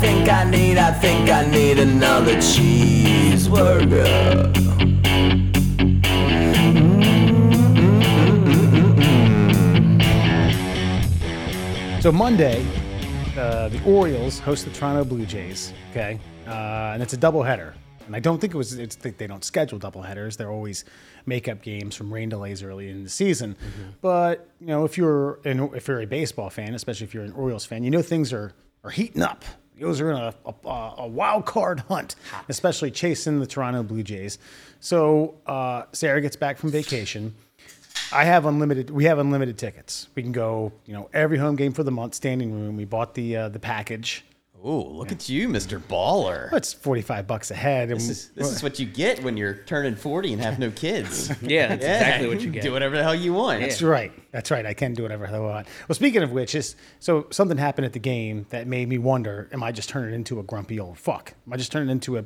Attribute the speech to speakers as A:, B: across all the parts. A: think I need, I think I need another cheeseburger.
B: So Monday, uh, the Orioles host the Toronto Blue Jays. Okay, uh, and it's a doubleheader. And I don't think it was. It's, they they don't schedule doubleheaders. They're always makeup games from rain delays early in the season. But you know, if you're an, if you're a baseball fan, especially if you're an Orioles fan, you know things are are heating up. The Orioles are in a, a, a wild card hunt, especially chasing the Toronto Blue Jays. So uh, Sarah gets back from vacation. I have unlimited. We have unlimited tickets. We can go, you know, every home game for the month. Standing room. We bought the uh, the package.
C: Ooh, look at you, Mr. Baller.
B: It's forty five bucks a head. And
C: This is, this is what you get when you're turning 40 and have no kids.
D: Yeah, that's exactly what you
C: can
D: get.
C: Do whatever the hell you want.
B: that's right. That's right. I can do whatever I want. Well, speaking of which, is so something happened at the game that made me wonder: Am I just turning into a grumpy old fuck? Am I just turning into a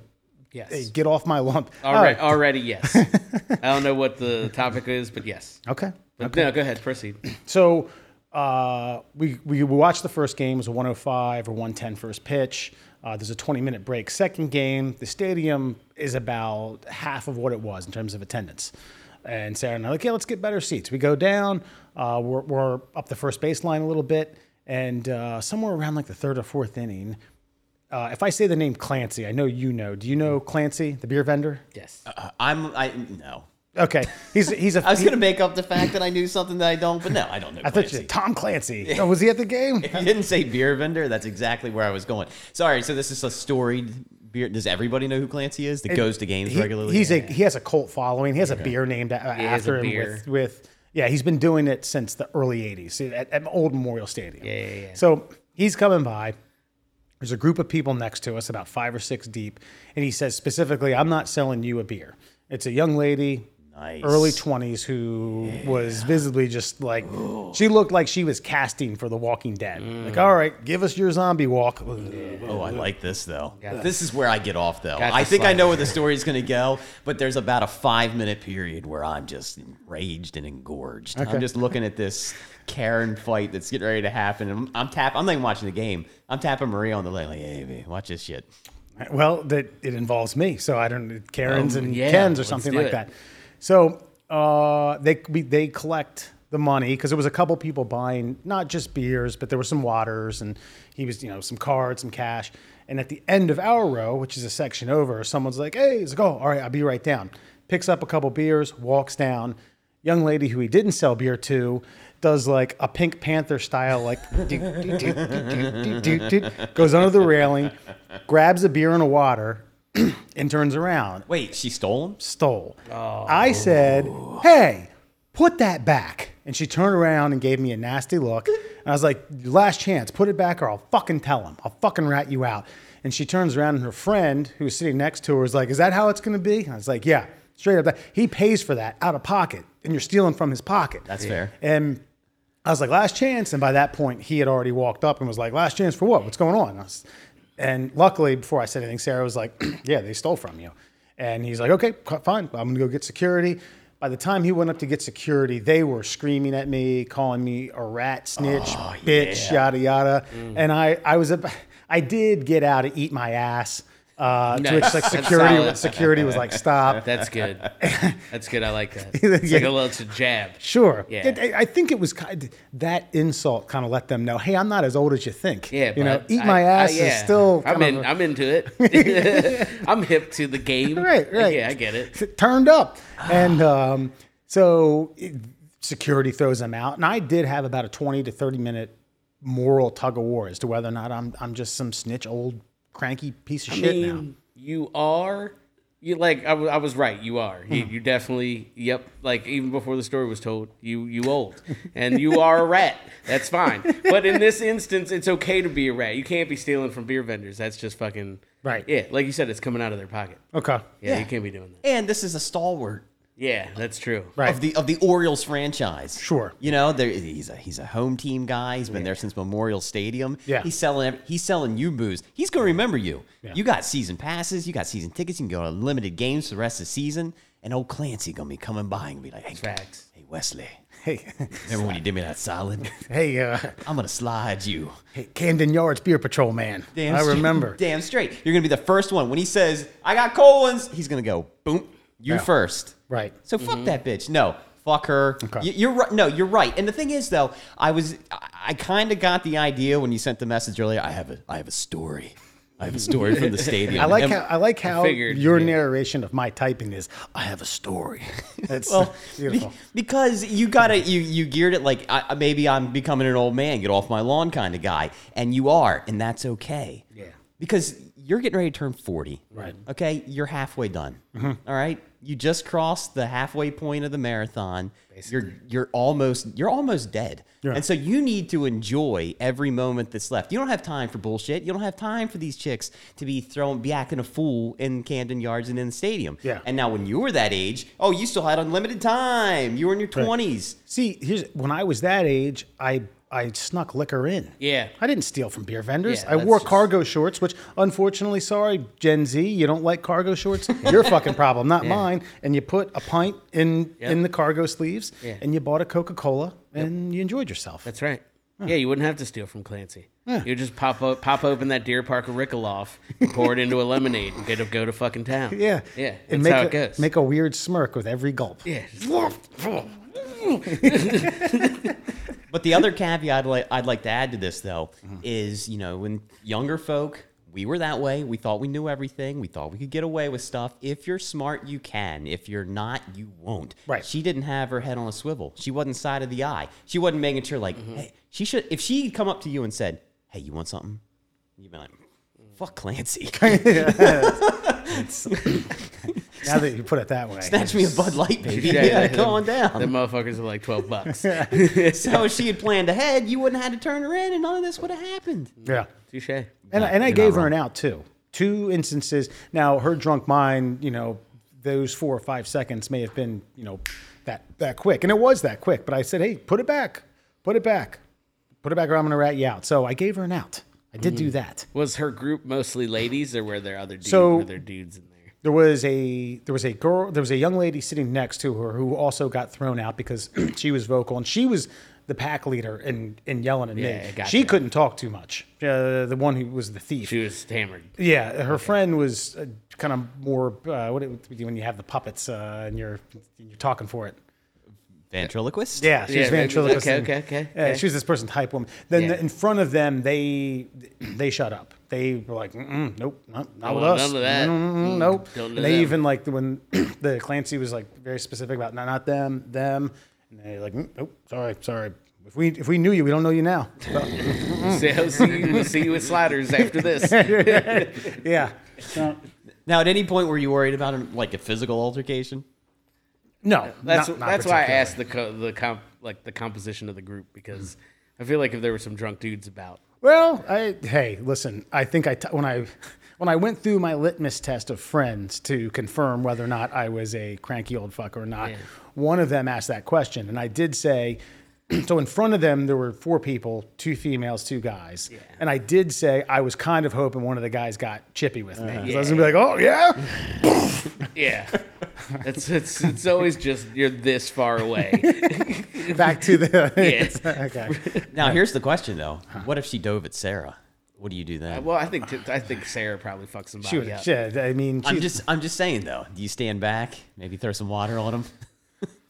D: Yes.
B: a get off my lump? Oh,
D: All right, already yes. I don't know what the topic is, but yes.
B: Okay.
D: But No, go ahead, proceed.
B: So uh, we, we watched the first game. It was a 105 or 110 first pitch. Uh, there's a 20 minute break. Second game, the stadium is about half of what it was in terms of attendance. And Sarah and I are like, yeah, let's get better seats. We go down, uh, we're, we're up the first baseline a little bit. And uh, somewhere around like the third or fourth inning, uh, if I say the name Clancy, I know you know. Do you know Clancy, the beer vendor?
D: Yes.
C: Uh, I'm, I, no.
B: Okay, he's he's a.
C: I was going to make up the fact that I knew something that I don't, but no, I don't know.
B: I thought you
C: Clancy.
B: said Tom Clancy. Oh, was he at the game?
C: If you didn't say beer vendor, that's exactly where I was going. Sorry, so this is a storied beer. Does everybody know who Clancy is? That goes to games
B: He-
C: regularly.
B: He's a he has a cult following. He has a beer named a-
D: has a
B: after him
D: beer.
B: with, with yeah. He's been doing it since the early '80s at, at Old Memorial Stadium.
D: Yeah, yeah, yeah.
B: So he's coming by. There's a group of people next to us, about five or six deep, and he says specifically, "I'm not selling you a beer." It's a young lady,
C: Nice.
B: early 20s, who was visibly just like she looked like she was casting for The Walking Dead.
D: Mm.
B: Like, all right, give us your zombie walk.
C: Oh, I like this though. this is where I get off though.
D: Got
C: I
D: the
C: think I
D: slide.
C: know where the story is going to go, but there's about a five minute period where I'm just enraged and engorged. I'm just looking at this Karen fight that's getting ready to happen. And I'm, I'm tap. I'm not even watching the game. I'm tapping Maria on the leg like, "Hey, babe, watch this shit."
B: Well, that it involves me, so I don't Karens
D: Um,
B: and
D: yeah,
B: Kens or
D: let's
B: something
D: do
B: like
D: it.
B: that. So uh, they we, they collect the money because there was a couple people buying not just beers, but there were some waters and he was you know some cards, some cash. And at the end of our row, which is a section over, someone's like, "Hey, it's like, oh, all right, I'll be right down." Picks up a couple beers, walks down. Young lady who he didn't sell beer to does like a Pink Panther style, like do, do, do, do, do, do, do, goes under the railing, grabs a beer and a water, and turns around
C: Wait, she stole him.
B: stole. I said, "Hey, put that back." And she turned around and gave me a nasty look. And I was like, "Last chance, put it back, or I'll fucking tell him. I'll fucking rat you out." And she turns around, and her friend, who was sitting next to her, was like, "Is that how it's gonna be?" And I was like, "Yeah, straight up. That he pays for that out of pocket, and you're stealing from his pocket."
C: That's fair.
B: And I was like, last chance. And by that point, he had already walked up and was like, last chance for what? What's going on? And, I was- and luckily, before I said anything, Sarah was like, yeah, they stole from you. And he's like, okay, c- fine. I'm going to go get security. By the time he went up to get security, they were screaming at me, calling me a rat, snitch,
D: Oh,
B: bitch, yada, yada.
D: Mm.
B: And I, I was, a, I did get out and eat my ass. Uh, to which
D: Nice.
B: like
D: That's
B: security,
D: solid.
B: security was like, stop.
D: That's good. That's good. I like that. It's like a little, it's a jab.
B: Sure.
D: Yeah.
B: It- I I think it was kind that insult kind of let them know, hey, I'm not as old as you think.
D: Yeah,
B: You know,
D: but
B: eat
D: I-
B: my
D: I-
B: ass is
D: yeah.
B: still.
D: I'm
B: kind
D: in.
B: of
D: I'm into it. I'm hip to the game.
B: Right, right.
D: Yeah, I get it.
B: turned up, and um, so it, security throws them out. And I did have about a 20 to 30 minute moral tug of war as to whether or not I'm I'm just some snitch, old cranky piece of
D: I
B: shit now.
D: mean, you are. You like I, w- I was right. You are. You,
B: Hmm.
D: you definitely. Yep. Like even before the story was told, you you old and you are a rat. That's fine. But in this instance, it's okay to be a rat. You can't be stealing from beer vendors. That's just fucking
B: Right.
D: Yeah. Like you said, it's coming out of their pocket.
B: Okay.
D: Yeah. You can't be doing that.
C: And this is a stalwart
D: Yeah, that's true.
B: Right.
C: of the of the Orioles franchise.
B: Sure.
C: you know there, he's a he's a home team guy. He's been there since Memorial Stadium.
B: Yeah.
C: he's selling ev- he's selling you booze. He's gonna remember you.
B: Yeah.
C: You got season passes. You got season tickets. You can go to limited games for the rest of the season. And old Clancy gonna be coming by and be like, hey,
D: Facts.
C: hey Wesley,
B: Hey,
C: Remember when you did me that solid?
B: hey, uh,
C: I'm gonna slide you.
B: hey, Camden Yards Beer Patrol man. I
C: straight-
B: remember.
C: Damn straight. You're gonna be the first one. When he says, I got colons, he's gonna go, boom, you
B: Yeah.
C: first.
B: Right.
C: So fuck that bitch. No. Fuck her.
B: Okay.
C: You- You're right. No, you're right. And the thing is, though, I was, I- I kind of got the idea when you sent the message earlier. I have a, I have a story. I have a story from the stadium.
B: I like
C: And-
B: how I like how
D: figured,
B: your
D: yeah.
B: narration of my typing is. I have a story. That's
C: well,
B: beautiful.
C: be- because you gotta you you geared it like I, I- maybe I'm becoming an old man, get off my lawn kind of guy, and you are, and that's okay. Yeah. Because you're getting ready to turn forty.
B: Right. Mm-hmm.
C: Okay. You're halfway done. All right. You just crossed the halfway point of the marathon. You're you're almost you're almost dead.
B: Yeah.
C: And so you need to enjoy every moment that's left. You don't have time for bullshit. You don't have time for these chicks to be thrown be acting a fool in Camden Yards and in the stadium.
B: Yeah.
C: And now, when you were that age, oh, you still had unlimited time. You were in your twenties.
B: See, here's when I was that age, I I snuck liquor in.
D: Yeah.
B: I didn't steal from beer vendors.
D: Yeah,
B: I
D: that's
B: wore
D: just-
B: cargo shorts, which unfortunately, sorry, Gen Z, you don't like cargo shorts. Your fucking problem, not mine. And you put a pint in in the cargo sleeves,
D: Yeah.
B: and you bought a Coca Cola, and you enjoyed yourself.
D: That's right. Yeah, you wouldn't have to steal from Clancy. You just pop up, pop open that Deer Park Rickaloff, pour it into a lemonade, and get to go to fucking town.
B: yeah,
D: yeah. That's
B: And make
D: how
B: a,
D: it goes.
B: Make a weird smirk with every gulp.
D: yeah.
C: But the other caveat I'd like, I'd like to add to this, though,
D: Mm-hmm.
C: is you know, when younger folk, we were that way. We thought we knew everything. We thought we could get away with stuff. If you're smart, you can. If you're not, you won't.
B: Right.
C: She didn't have her head on a swivel. She wasn't side of the eye. She wasn't making sure, like,
D: Mm-hmm.
C: hey, she should. If she come up to you and said, "Hey, you want something?" You'd be like, "Fuck Clancy,
B: Now that you put it that way,
C: snatch me a Bud Light, baby.
D: Yeah,
C: Yeah,
D: yeah,
C: come on down."
D: The motherfuckers are like twelve bucks.
C: So if she had planned ahead, you wouldn't have had to turn her in, and none of this would have happened.
B: yeah.
D: Touche.
B: And, I- and I
C: you're
B: gave
C: not
B: her an out too. Two instances. Now her drunk mind, you know, those four or five seconds may have been, you know, that that quick, and it was that quick. But I said, hey, put it back, put it back, put it back, or I'm gonna rat you out. So I gave her an out. I did do that.
D: Was her group mostly ladies, or were there other dudes?
B: So-
D: were there dudes in there?
B: There was a there was a girl, there was a young lady sitting next to her who also got thrown out because she was vocal and she was the pack leader and and yelling at
D: Yeah,
B: me.
D: gotcha.
B: She couldn't talk too much. Uh, the one who was the thief.
D: She was hammered.
B: Yeah, her friend was uh, kind of more uh, what it, when you have the puppets uh, and you're you're talking for it.
C: Ventriloquist.
B: Yeah, she was
D: Yeah,
B: ventriloquist.
D: okay,
B: and-
D: okay, okay,
B: yeah,
D: okay.
B: She was this person type woman. Then
D: Yeah.
B: the- in front of them, they they shut up. They were like, Mm-mm, nope, not, not with us.
D: want none of that. Mm,
B: Mm-mm, nope.
D: don't do
B: and they
D: them.
B: even like when the Clancy was like very specific about not, not them, them, and they like, "Mm, nope, sorry, sorry. If we if we knew you, we don't know you now. Mm.
D: So I'll see you, we'll see you at Sliders after this.
B: yeah. So,
C: Now, at any point, were you worried about an, like a physical altercation?
B: no,
D: That's
B: not- not
D: that's why I
B: particularly.
D: asked the co- the comp like the composition of the group because I feel like if there were some drunk dudes about,
B: Well, I hey, listen. I think I t- when I when I went through my litmus test of friends to confirm whether or not I was a cranky old fuck or not, one of them asked that question, and I did say. So in front of them there were four people, two females, two guys, and I did say I was kind of hoping one of the guys got chippy with me.
D: Uh-huh.
B: So I was gonna be like, "Oh yeah,
D: yeah, it's it's it's always just you're this far away.
B: back to the
D: Yes.
B: okay."
C: Now, here's the question though: What if she dove at Sarah? What do you do then?
D: Well, I think t- I think Sarah probably fucks somebody
B: She would
D: up.
B: have. I mean,
C: I'm
B: she-
C: just, I'm just saying though. Do you stand back? Maybe throw some water on him.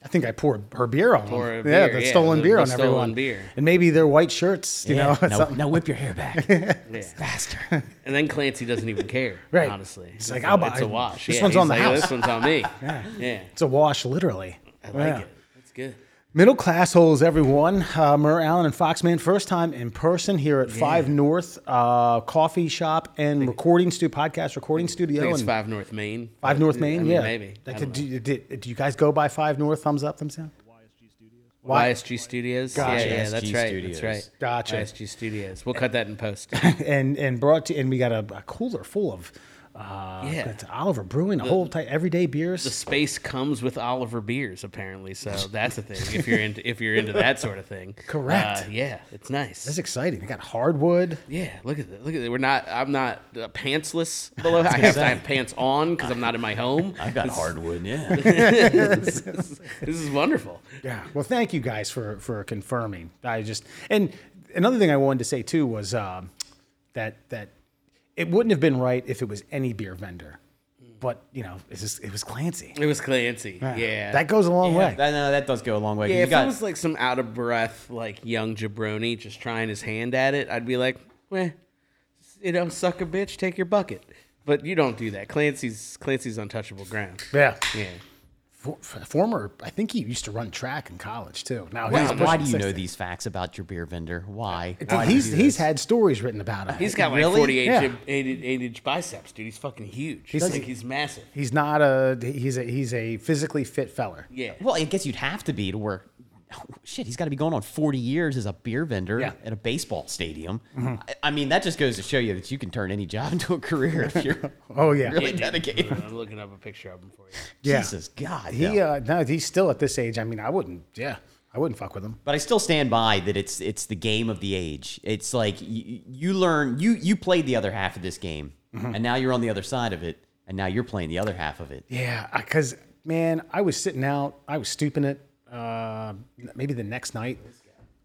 B: I think I poured her beer on
D: Pour
B: them.
D: a
B: yeah,
D: beer,
B: the
D: yeah,
B: stolen
D: the-
B: beer
D: the
B: on
D: stolen
B: everyone.
D: beer.
B: And maybe their white shirts, you know.
C: now,
B: something.
C: now whip your hair back
D: Yeah.
C: faster.
D: And then Clancy doesn't even care.
B: Right.
D: Honestly,
B: It's like, I'll buy-
D: It's a wash.
B: this
D: Yeah,
B: one's
D: he's
B: on the
D: like, "Oh,
B: house.
D: This one's on me. yeah.
B: It's a wash, literally.
D: I like it. That's good.
B: Middle class holes, everyone. Uh, Murr Allen and Foxman, first time in person here at Five North uh, Coffee Shop and Recording Studio, Podcast Recording
D: I
B: Studio
D: think it's
B: in
D: five North Main.
B: Five North Main.
D: I mean,
B: yeah,
D: maybe. I
B: Like,
D: don't
B: do, you- did- do you guys go by Five North? Thumbs up, thumbs down. Why-
D: YSG Studios.
B: Gotcha.
D: Yeah, yeah, that's
C: YSG
D: right.
C: Studios.
D: That's right.
B: Gotcha.
D: YSG Studios. We'll cut that in post.
B: and and brought to and we got a, a cooler full of Uh,
D: Yeah.
B: it's Oliver Brewing, a whole type, everyday
D: the
B: beers.
D: space comes with Oliver beers, apparently. So that's a thing if you're into if you're into that sort of thing.
B: Correct.
D: Uh, yeah, it's nice.
B: That's exciting. They got hardwood.
D: yeah, look at that. Look at that. We're not. I'm not uh, pantsless below. I have to have pants on because I'm not in my home.
C: I got hardwood. Yeah,
D: This is wonderful.
B: Yeah. Well, thank you guys for for confirming. I just and another thing I wanted to say too was um, that that it wouldn't have been right if it was any beer vendor, but you know, it's just, it was Clancy.
D: It was Clancy. Yeah,
B: That goes a long way.
C: that, no, that does go a long way.
D: yeah,
C: you
D: if
C: got,
D: it was like some out of breath, like young jabroni just trying his hand at it, I'd be like, "Well, you know, suck a bitch, take your bucket." But you don't do that. Clancy's Clancy's untouchable ground.
B: yeah.
D: Yeah,
B: For, for- former, I think he used to run track in college too. Now
C: why,
B: he's pushing
C: why do you know
B: 60.
C: these facts about your beer vendor? Why?
B: Dude,
C: Why do you
B: he's
C: do
B: he's
C: this?
B: had stories written about him.
D: he's got like
C: Really?
D: 48
B: Yeah.
D: inch, eight, eight inch biceps, dude. He's fucking huge. He's
B: Does
D: like
B: he?
D: he's massive.
B: He's not a he's a he's a physically fit feller.
D: Yeah.
C: Well, I guess you'd have to be to work. Oh, shit, he's got to be going on 40 years as a beer vendor
B: Yeah.
C: at a baseball stadium. I, I mean, that just goes to show you that you can turn any job into a career if you're
B: Oh yeah,
C: really dedicated.
D: I'm looking up a picture of him for you.
B: yeah.
C: Jesus God.
B: He
C: no.
B: uh, no, he's still at this age. I mean, I wouldn't. Yeah, I wouldn't fuck with him.
C: But I still stand by that it's it's the game of the age. It's like you, you learn you you played the other half of this game, and now you're on the other side of it, and now you're playing the other half of it.
B: Yeah, because man, I was sitting out. I was stooping it. Uh, maybe the next night.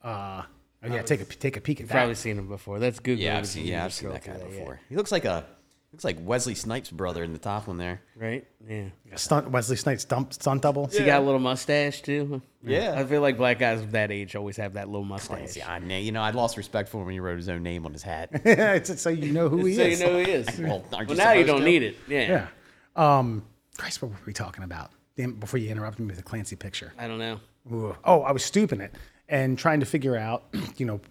B: Uh, oh, yeah, take a take a peek at
D: Probably
B: that.
D: seen him before. That's good.
C: He looks like a looks like Wesley Snipes' brother in the top one there.
D: Right? Yeah.
B: Stunt Wesley Snipes stunt stunt double.
D: He got a little mustache too.
C: Yeah.
D: I feel like black guys of that age always have that little mustache.
C: See, I na- you know I lost respect for him when he wrote his own name on his hat.
B: Yeah, it's, it's so you know who he
D: So
B: is.
D: you know who he is.
C: Well,
D: well,
C: aren't you
D: now you
C: supposed
D: don't
C: to?
D: need it. Yeah.
B: yeah. Um, Christ, what were we talking about? Damn, before you interrupted me with the Clancy picture.
D: I don't know.
B: Ooh. Oh, I was stooping it and trying to figure out, you know,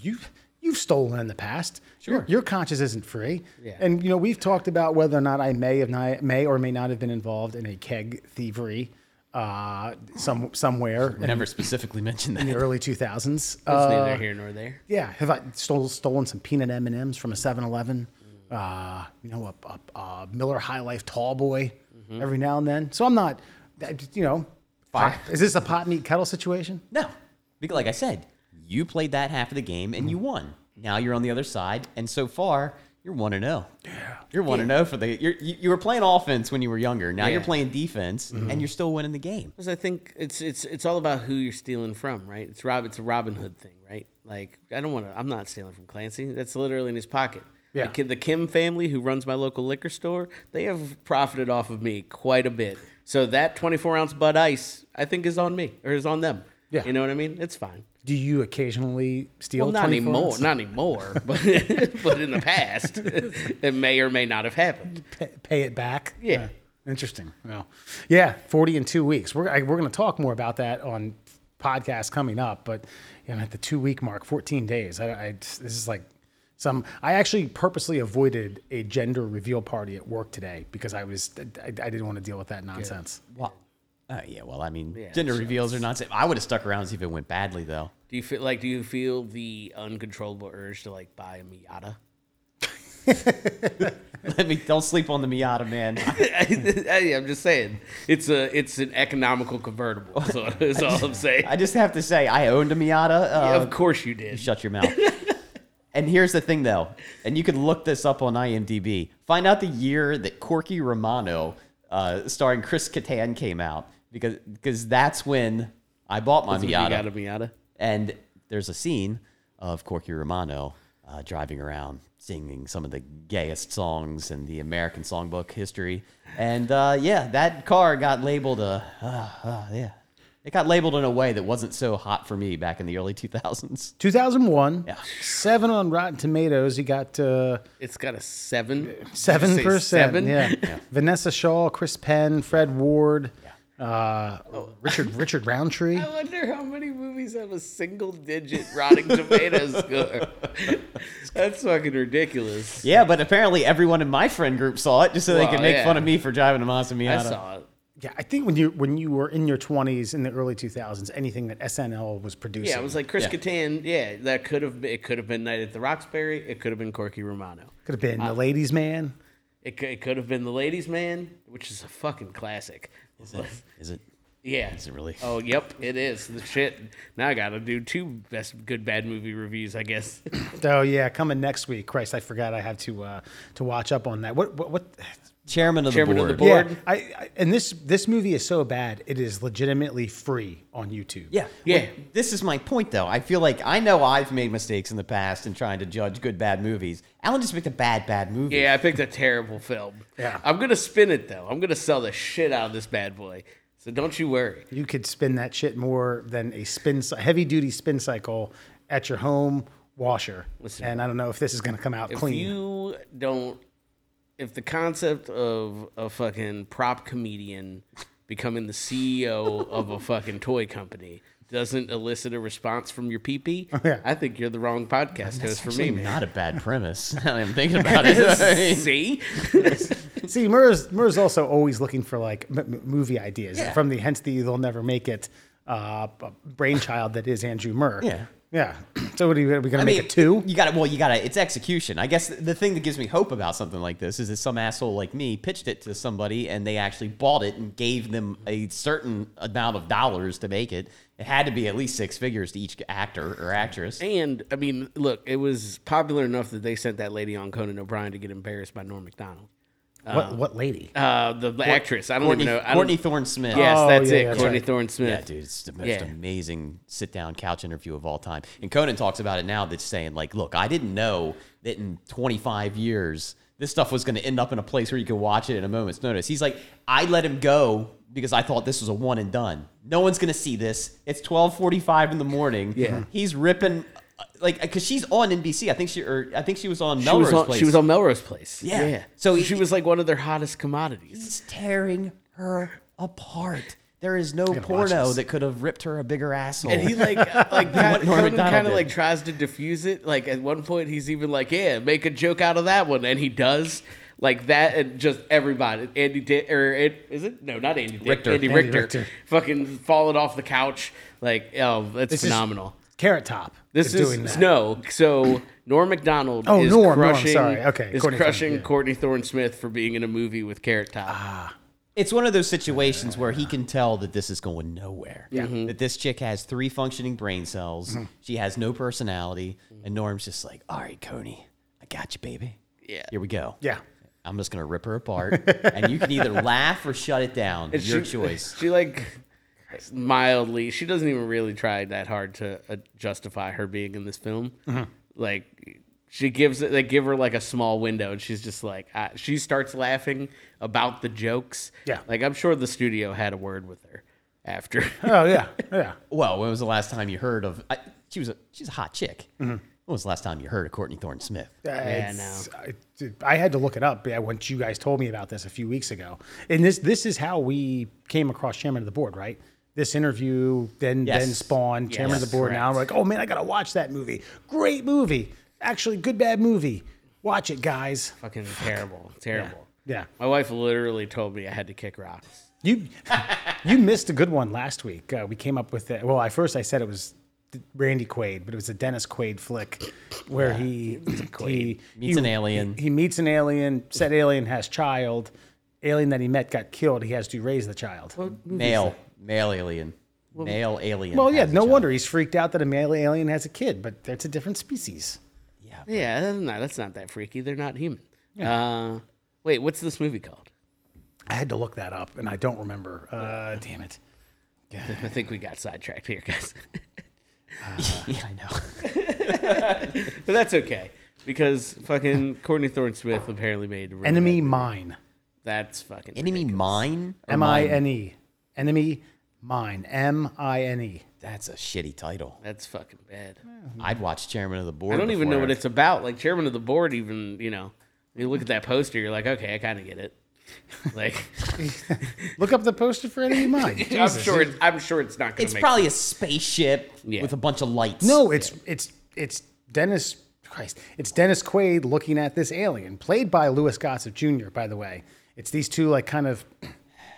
B: you you've stolen in the past. Sure. Your, your conscience isn't free.
D: Yeah.
B: And you know, we've talked about whether or not I may have not, may or may not have been involved in a keg thievery uh some somewhere in
C: Never specifically mentioned
B: the
C: that.
B: early 2000s.
D: It's
B: Uh,
D: neither here nor there.
B: yeah, have I stole, stolen some peanut M&Ms from a 7-Eleven? Uh, you know, a, a, a Miller High Life Tall Boy every now and then. So I'm not that- you know,
C: Fire.
B: is this a pot meat kettle situation?
C: No, because like I said, you played that half of the game and you won. Now you're on the other side, and so far you're one and zero. Yeah, you're one and zero for the. You're, you you were playing offense when you were younger. Now you're
D: Yeah.
C: playing defense, and you're still winning the game.
D: Because I think it's it's it's all about who you're stealing from, right? It's Rob. It's a Robin Hood thing, right? Like I don't want to. I'm not stealing from Clancy. That's literally in his pocket.
B: Yeah.
D: The, Ki- the Kim family, who runs my local liquor store, they have profited off of me quite a bit. So that 24 ounce Bud Ice, I think, is on me or is on them.
B: Yeah.
D: You know what I mean? It's fine.
B: Do you occasionally steal?
D: Well, not
B: 24
D: anymore.
B: ounce?
D: Not anymore. But but in the past, it may or may not have happened.
B: Pa- pay it back.
D: Yeah.
B: Interesting. Well, yeah, forty in two weeks. We're I, we're going to talk more about that on podcast coming up. But you know, at the two week mark, fourteen days. I, I this is like some. I actually purposely avoided a gender reveal party at work today because I was I, I didn't want to deal with that nonsense.
C: Well, uh, yeah. Well, I mean,
D: Yeah,
C: gender
D: so
C: reveals are not. sa- I would have stuck around and see if it went badly though.
D: Do you feel like? Do you feel the uncontrollable urge to like buy a Miata?
C: Let me. Don't sleep on the Miata, man.
D: hey, I'm just saying, it's a it's an economical convertible. Is all, is all I'm saying.
C: I just have to say, I owned a Miata. Uh,
D: of course you did.
C: Shut your mouth. and here's the thing, though, and you can look this up on IMDb. Find out the year that Corky Romano, uh, starring Chris Kattan, came out because because that's when I bought my
D: You
C: Miata.
D: got a Miata.
C: And there's a scene of Corky Romano uh, driving around singing some of the gayest songs in the American songbook history. And uh, yeah, that car got labeled a uh, uh, yeah. It got labeled in a way that wasn't so hot for me back in the early 2000s.
B: 2001,
C: Yeah.
B: seven on Rotten Tomatoes. You got uh,
D: It's got a seven.
B: seven
D: Say
B: percent.
D: seven?
B: Yeah. Vanessa Shaw, Chris Penn, Fred Ward, uh, Richard Richard Roundtree.
D: I wonder how many movies have a single digit Rotting Tomatoes score. That's fucking ridiculous.
C: Yeah, but apparently everyone in my friend group saw it just so they
D: Well,
C: could make
D: yeah.
C: fun of me for driving a Mazda
D: I
C: Miata.
D: saw it.
B: Yeah, I think when you when you were in your twenties in the early two thousands, anything that SNL was producing.
D: Yeah, it was like Chris Kattan. Yeah, that could have been- it could have been Night at the Roxbury. It could have been Corky Romano.
B: could have been the ladies' man.
D: It, cou- it could have been the ladies' man, which is a fucking classic.
C: Is it? Is it?
D: Yeah.
C: Is it really?
D: Oh, yep, it is. The shit. Now I gotta do two best good bad movie reviews, I guess.
B: Oh yeah, coming next week. Christ, I forgot I have to uh, to watch up on that. What what what?
C: Chairman of the
D: Chairman of
C: board.
D: the board.
B: Yeah, I, I and this this movie is so bad it is legitimately free on YouTube.
C: Yeah.
D: Yeah.
C: Well, this is my point, though. I feel like I know I've made mistakes in the past in trying to judge good, bad movies. Alan just picked a bad, bad movie.
D: yeah, I picked a terrible film.
B: Yeah.
D: I'm gonna spin it though. I'm gonna sell the shit out of this bad boy. So don't you worry.
B: you could spin that shit more than a spin heavy duty spin cycle at your home washer.
D: Listen.
B: and I don't know if this is going to come out clean.
D: If you don't, if the concept of a fucking prop comedian becoming the CEO of a fucking toy company doesn't elicit a response from your PP,
C: Oh,
B: yeah.
D: I think you're the wrong podcast host for
C: Actually,
D: me, man.
C: not a bad premise. now that I'm thinking about it.
D: See,
B: See, Murr's Murr's also always looking for like m- m- movie ideas from the hence the they'll never make it uh, b- brainchild that is Andrew Murr.
C: Yeah.
B: yeah. So what are, you, are we going to make
C: mean,
B: it two?
C: You got to Well, you got to It's execution. I guess the thing that gives me hope about something like this is that some asshole like me pitched it to somebody and they actually bought it and gave them a certain amount of dollars to make it. It had to be at least six figures to each actor or actress.
D: and I mean, look, it was popular enough that they sent that lady on Conan O'Brien to get embarrassed by Norm Macdonald,
B: what what lady?
D: uh, the, the actress. I don't
C: Courtney,
D: even know. I
C: Courtney
D: don't,
C: Thorne Smith.
D: yes,
B: Oh,
D: that's
B: yeah,
D: it,
B: that's
D: Courtney
B: right.
D: Thorne Smith.
C: Yeah, dude, it's the most
D: Yeah.
C: amazing sit down couch interview of all time. And Conan talks about it now that's saying, like, look, I didn't know that in 25 years this stuff was going to end up in a place where you could watch it in a moment's notice. He's like, I let him go because I thought this was a one and done. No one's going to see this. It's 12:45 in the morning. Yeah. He's ripping uh, like cuz she's on NBC. I think she or I think she was on
D: She
C: Melrose
D: was, on,
C: Place.
D: she was on Melrose Place.
C: Yeah. So
D: So
C: he-
D: she was like one of their hottest commodities.
C: He's tearing her apart. There is no
B: watch
C: porno
B: this.
C: that could have ripped her a bigger asshole.
D: And he like uh, like kind,
C: Norm
D: Conan
C: Macdonald
D: kind of
C: did.
D: like tries to diffuse it. Like at one point, he's even like, "Yeah, make a joke out of that one," and he does. Like that, and just everybody. Andy Dick, or Ed, is it? No, not Andy Dick.
C: Richter.
D: Andy,
B: Andy
D: Richter,
B: Richter.
D: Fucking falling off the couch. Like, oh, that's
B: This is-
D: phenomenal.
B: Carrot Top.
D: this is
B: doing that.
D: no. So Norm Macdonald.
B: Oh,
D: is
B: Norm, Norm,
D: Crushing,
B: sorry. Okay,
D: Is
B: Courtney Thorne,
D: crushing
B: yeah.
D: Courtney Thorne Smith for being in a movie with Carrot Top.
C: it's one of those situations where he can tell that this is going nowhere. Yeah. That this chick has three functioning brain cells.
B: Mm-hmm.
C: She has no personality. And Norm's just like, all right, Coney, I got you, baby.
D: Yeah.
C: Here we go.
B: Yeah.
C: I'm just going to rip her apart. and you can either laugh or shut it down. Your
D: she-
C: choice.
D: She like mildly. She doesn't even really try that hard to uh, justify her being in this film. Like she gives it. They give her like a small window, and she's just like I, she starts laughing about the jokes.
B: Yeah.
D: like I'm sure the studio had a word with her after.
B: Oh yeah, yeah.
C: Well, when was the last time you heard of? I, she was a, she's a hot chick.
B: Mm-hmm.
C: When was the last time you heard of Courtney Thorne Smith?
B: It's- I, dude, I had to look it up yeah, once you guys told me about this a few weeks ago. And this this is how we came across chairman of the board, right? This interview then
C: Yes.
B: then spawned chairman of
D: Yes,
B: the board. Now I'm
D: correct.
B: like, oh man, I gotta watch that movie. Great movie, actually, good bad movie. Watch it, guys.
D: Fucking terrible, terrible.
B: Yeah,
D: My wife literally told me I had to kick rocks.
B: you you missed a good one last week. Uh, we came up with it. Well, I first I said it was Randy Quaid, but it was a Dennis Quaid flick where he he
C: Meets
B: he-
C: an alien.
B: He meets an alien. Said alien has child. Alien that he met got killed. He has to raise the child. Well,
C: male, male alien, male alien.
B: yeah,
C: has a
B: no
C: child.
B: wonder he's freaked out that a male alien has a kid, but it's a different species.
D: Yeah, that's not, that's not that freaky. They're not human. Uh, wait, what's this movie called?
B: I had to look that up, and I don't remember. Uh, damn it.
D: I think we got sidetracked here, guys.
C: Yeah, I know.
D: But that's okay because fucking Courtney Thorne Smith apparently made a remake.
B: Enemy mine.
D: That's fucking
C: Enemy mine. Or
B: M I
C: mine?
B: N E. Enemy mine. M I N E.
C: That's a shitty title.
D: That's fucking bad.
C: I'd watch Chairman of the Board.
D: I don't even
C: before
D: know what
C: I-
D: it's about. Like chairman of the board, even you know, you look at that poster, you're like, okay, I kind of get it. Like,
B: Look up the poster for Enemy mine.
D: I'm
B: Jesus.
D: sure, it's, I'm sure it's not gonna.
C: It's
D: make
C: probably a spaceship
D: Yeah.
C: with a bunch of lights.
B: No, it's it's it's Dennis Christ. It's Dennis Quaid looking at this alien, played by Louis Gossett Jr. By the way, it's these two like kind of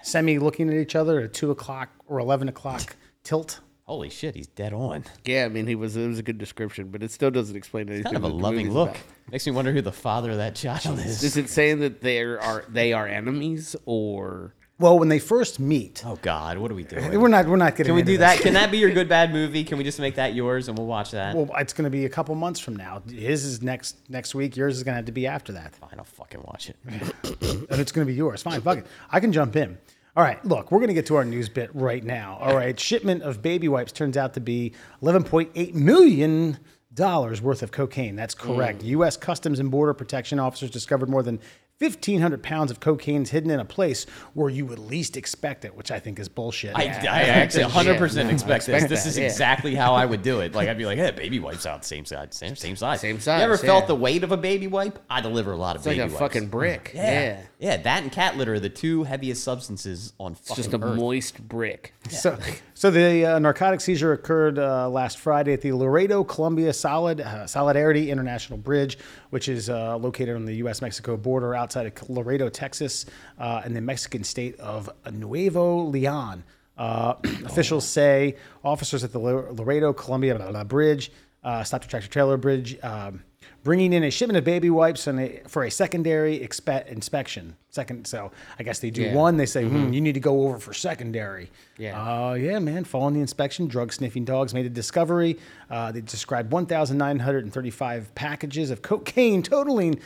B: semi looking at each other at a two o'clock or eleven o'clock tilt.
C: Holy shit, he's dead on.
D: Yeah, I mean, he was it was a good description, but it still doesn't explain anything.
C: Kind of a
D: that the
C: loving
D: movie's
C: look.
D: about.
C: Makes me wonder who the father of that child
D: Is
C: is.
D: it saying that they are they are enemies or
B: Well, when they first meet,
C: Oh God, what are we doing?
B: we're not we're not getting.
C: Can we
B: into
C: do
B: this.
C: that? Can that be your good bad movie? Can we just make that yours and we'll watch that?
B: Well, it's going to be a couple months from now. His is next next week. Yours is going to have to be after that.
C: Fine, I'll fucking watch it.
B: and it's going to be yours. Fine, fuck it. I can jump in. All right, look, we're going to get to our news bit right now. All right, shipment of baby wipes turns out to be 11.8 million dollars worth of cocaine. That's correct. U.S. Customs and Border Protection officers discovered more than 1,500 pounds of cocaine hidden in a place where you would least expect it, which I think is bullshit.
C: I, I actually 100 percent
D: Yeah, no,
C: expect this.
D: expect
C: This is
D: that, yeah.
C: exactly how I would do it. Like I'd be like, "Hey, baby wipes out same size, same same size,
D: Same
C: You ever
D: size,
C: felt
D: yeah.
C: the weight of a baby wipe? I deliver a lot of
D: it's like
C: baby
D: a
C: wipes.
D: fucking brick? Yeah,
C: yeah. yeah, that and cat litter are the two heaviest substances on fucking
D: it's just a
C: earth.
D: moist brick.
B: So, so the uh, narcotic seizure occurred uh, last Friday at the Laredo Columbia Solid uh, Solidarity International Bridge, which is uh, located on the U.S.-Mexico border outside of Laredo, Texas, uh, in the Mexican state of Nuevo Leon. Uh, officials say officers at the Lo- Laredo Columbia blah, blah, blah, Bridge uh, stopped a tractor trailer bridge. Um, Bringing in a shipment of baby wipes and a, for a secondary expe- inspection. Second, so I guess they do
D: Yeah.
B: one. They say, hmm, "You need to go over for secondary."
D: Yeah.
B: Oh, yeah, man. Following the inspection, drug sniffing dogs made a discovery. Uh, they described 1,935 packages of cocaine totaling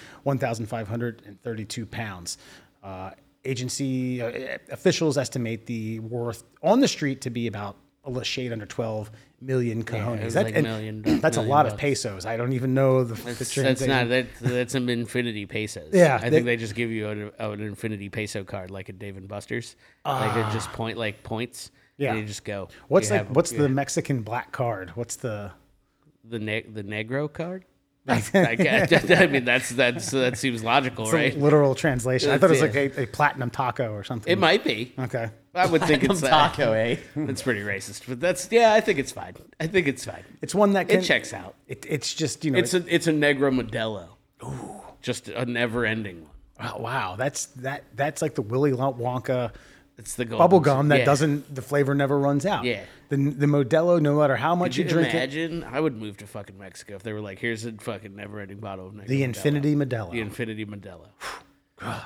B: 1,532 pounds. Uh, agency uh, officials estimate the worth on the street to be about a little shade under 12 million cojones.
D: was
B: That-
D: like
B: and
D: million-
B: that's a
D: million
B: lot of
D: bucks.
B: pesos. I don't even know the, the
D: That's, that's
B: translation.
D: not that, that's an infinity pesos.
B: Yeah,
D: I
B: they-
D: think they just give you an, an infinity peso card like a Dave and Buster's. like they just point like points.
B: Ah. Yeah.
D: and you just go.
B: What's
D: You
B: like,
D: have-
B: what's
D: yeah.
B: the Mexican black card? What's the
D: the ne- the negro card? I, guess- I mean that's that's that seems logical, right?
B: literal translation? I
D: That's
B: thought it was
D: it.
B: like a, a platinum taco or something.
D: It might be.
B: Okay.
D: I would think
C: Come
D: it's that.
C: taco, eh?
D: It's pretty racist, but that's yeah. I think it's fine. I think it's fine.
B: It's one that can,
D: It checks out.
B: It, it's just you know.
D: It's
B: It's
D: a it's a negro Modelo. Ooh, just a never ending one.
B: oh, wow. That's that. That's like the Willy Wonka
D: It's the golden-
B: bubble gum that
D: yeah.
B: doesn't. The flavor never runs out.
D: Yeah.
B: The the Modelo, no matter how much
D: Could you
B: you drink it,
D: imagine? I would move to fucking Mexico if they were like, "Here's a fucking never-ending bottle of Negro
B: the
D: Modelo."
B: Infinity Modelo.
D: the Infinity Modelo."
B: God,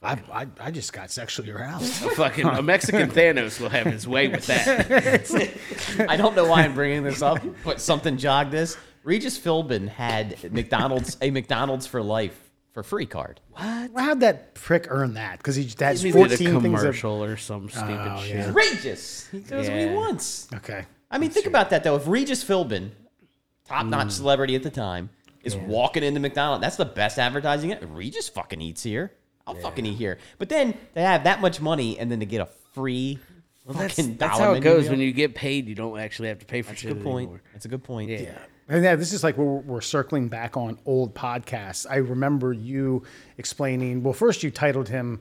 B: I, I I just got sexually aroused.
D: A fucking a Mexican Thanos will have his way with that.
C: I don't know why I'm bringing this up, but something jogged this. Regis Philbin had McDonald's a McDonald's for life for free card.
B: How'd that prick earn that? Because he that's
D: He did a
B: fourteen things. Of,
D: commercial or some stupid shit.
C: Regis, he does what
D: Yeah.
C: he wants.
B: okay.
C: I mean, think about that though. If Regis Philbin, top notch celebrity at the time, is walking into McDonald's, that's the best advertising. yet. Regis fucking eats here. I'll fucking eat here. But then they have that much money, and then to get a free
D: That's,
C: fucking
D: that's
C: dollar
D: how it
C: menu
D: goes
C: meal.
D: when you get paid. You don't actually have to pay for
C: That's a
D: shit
C: good point.
D: anymore.
C: That's a good point.
D: Yeah.
B: And yeah, this is like we're, we're circling back on old podcasts. I remember you explaining. Well, first you titled him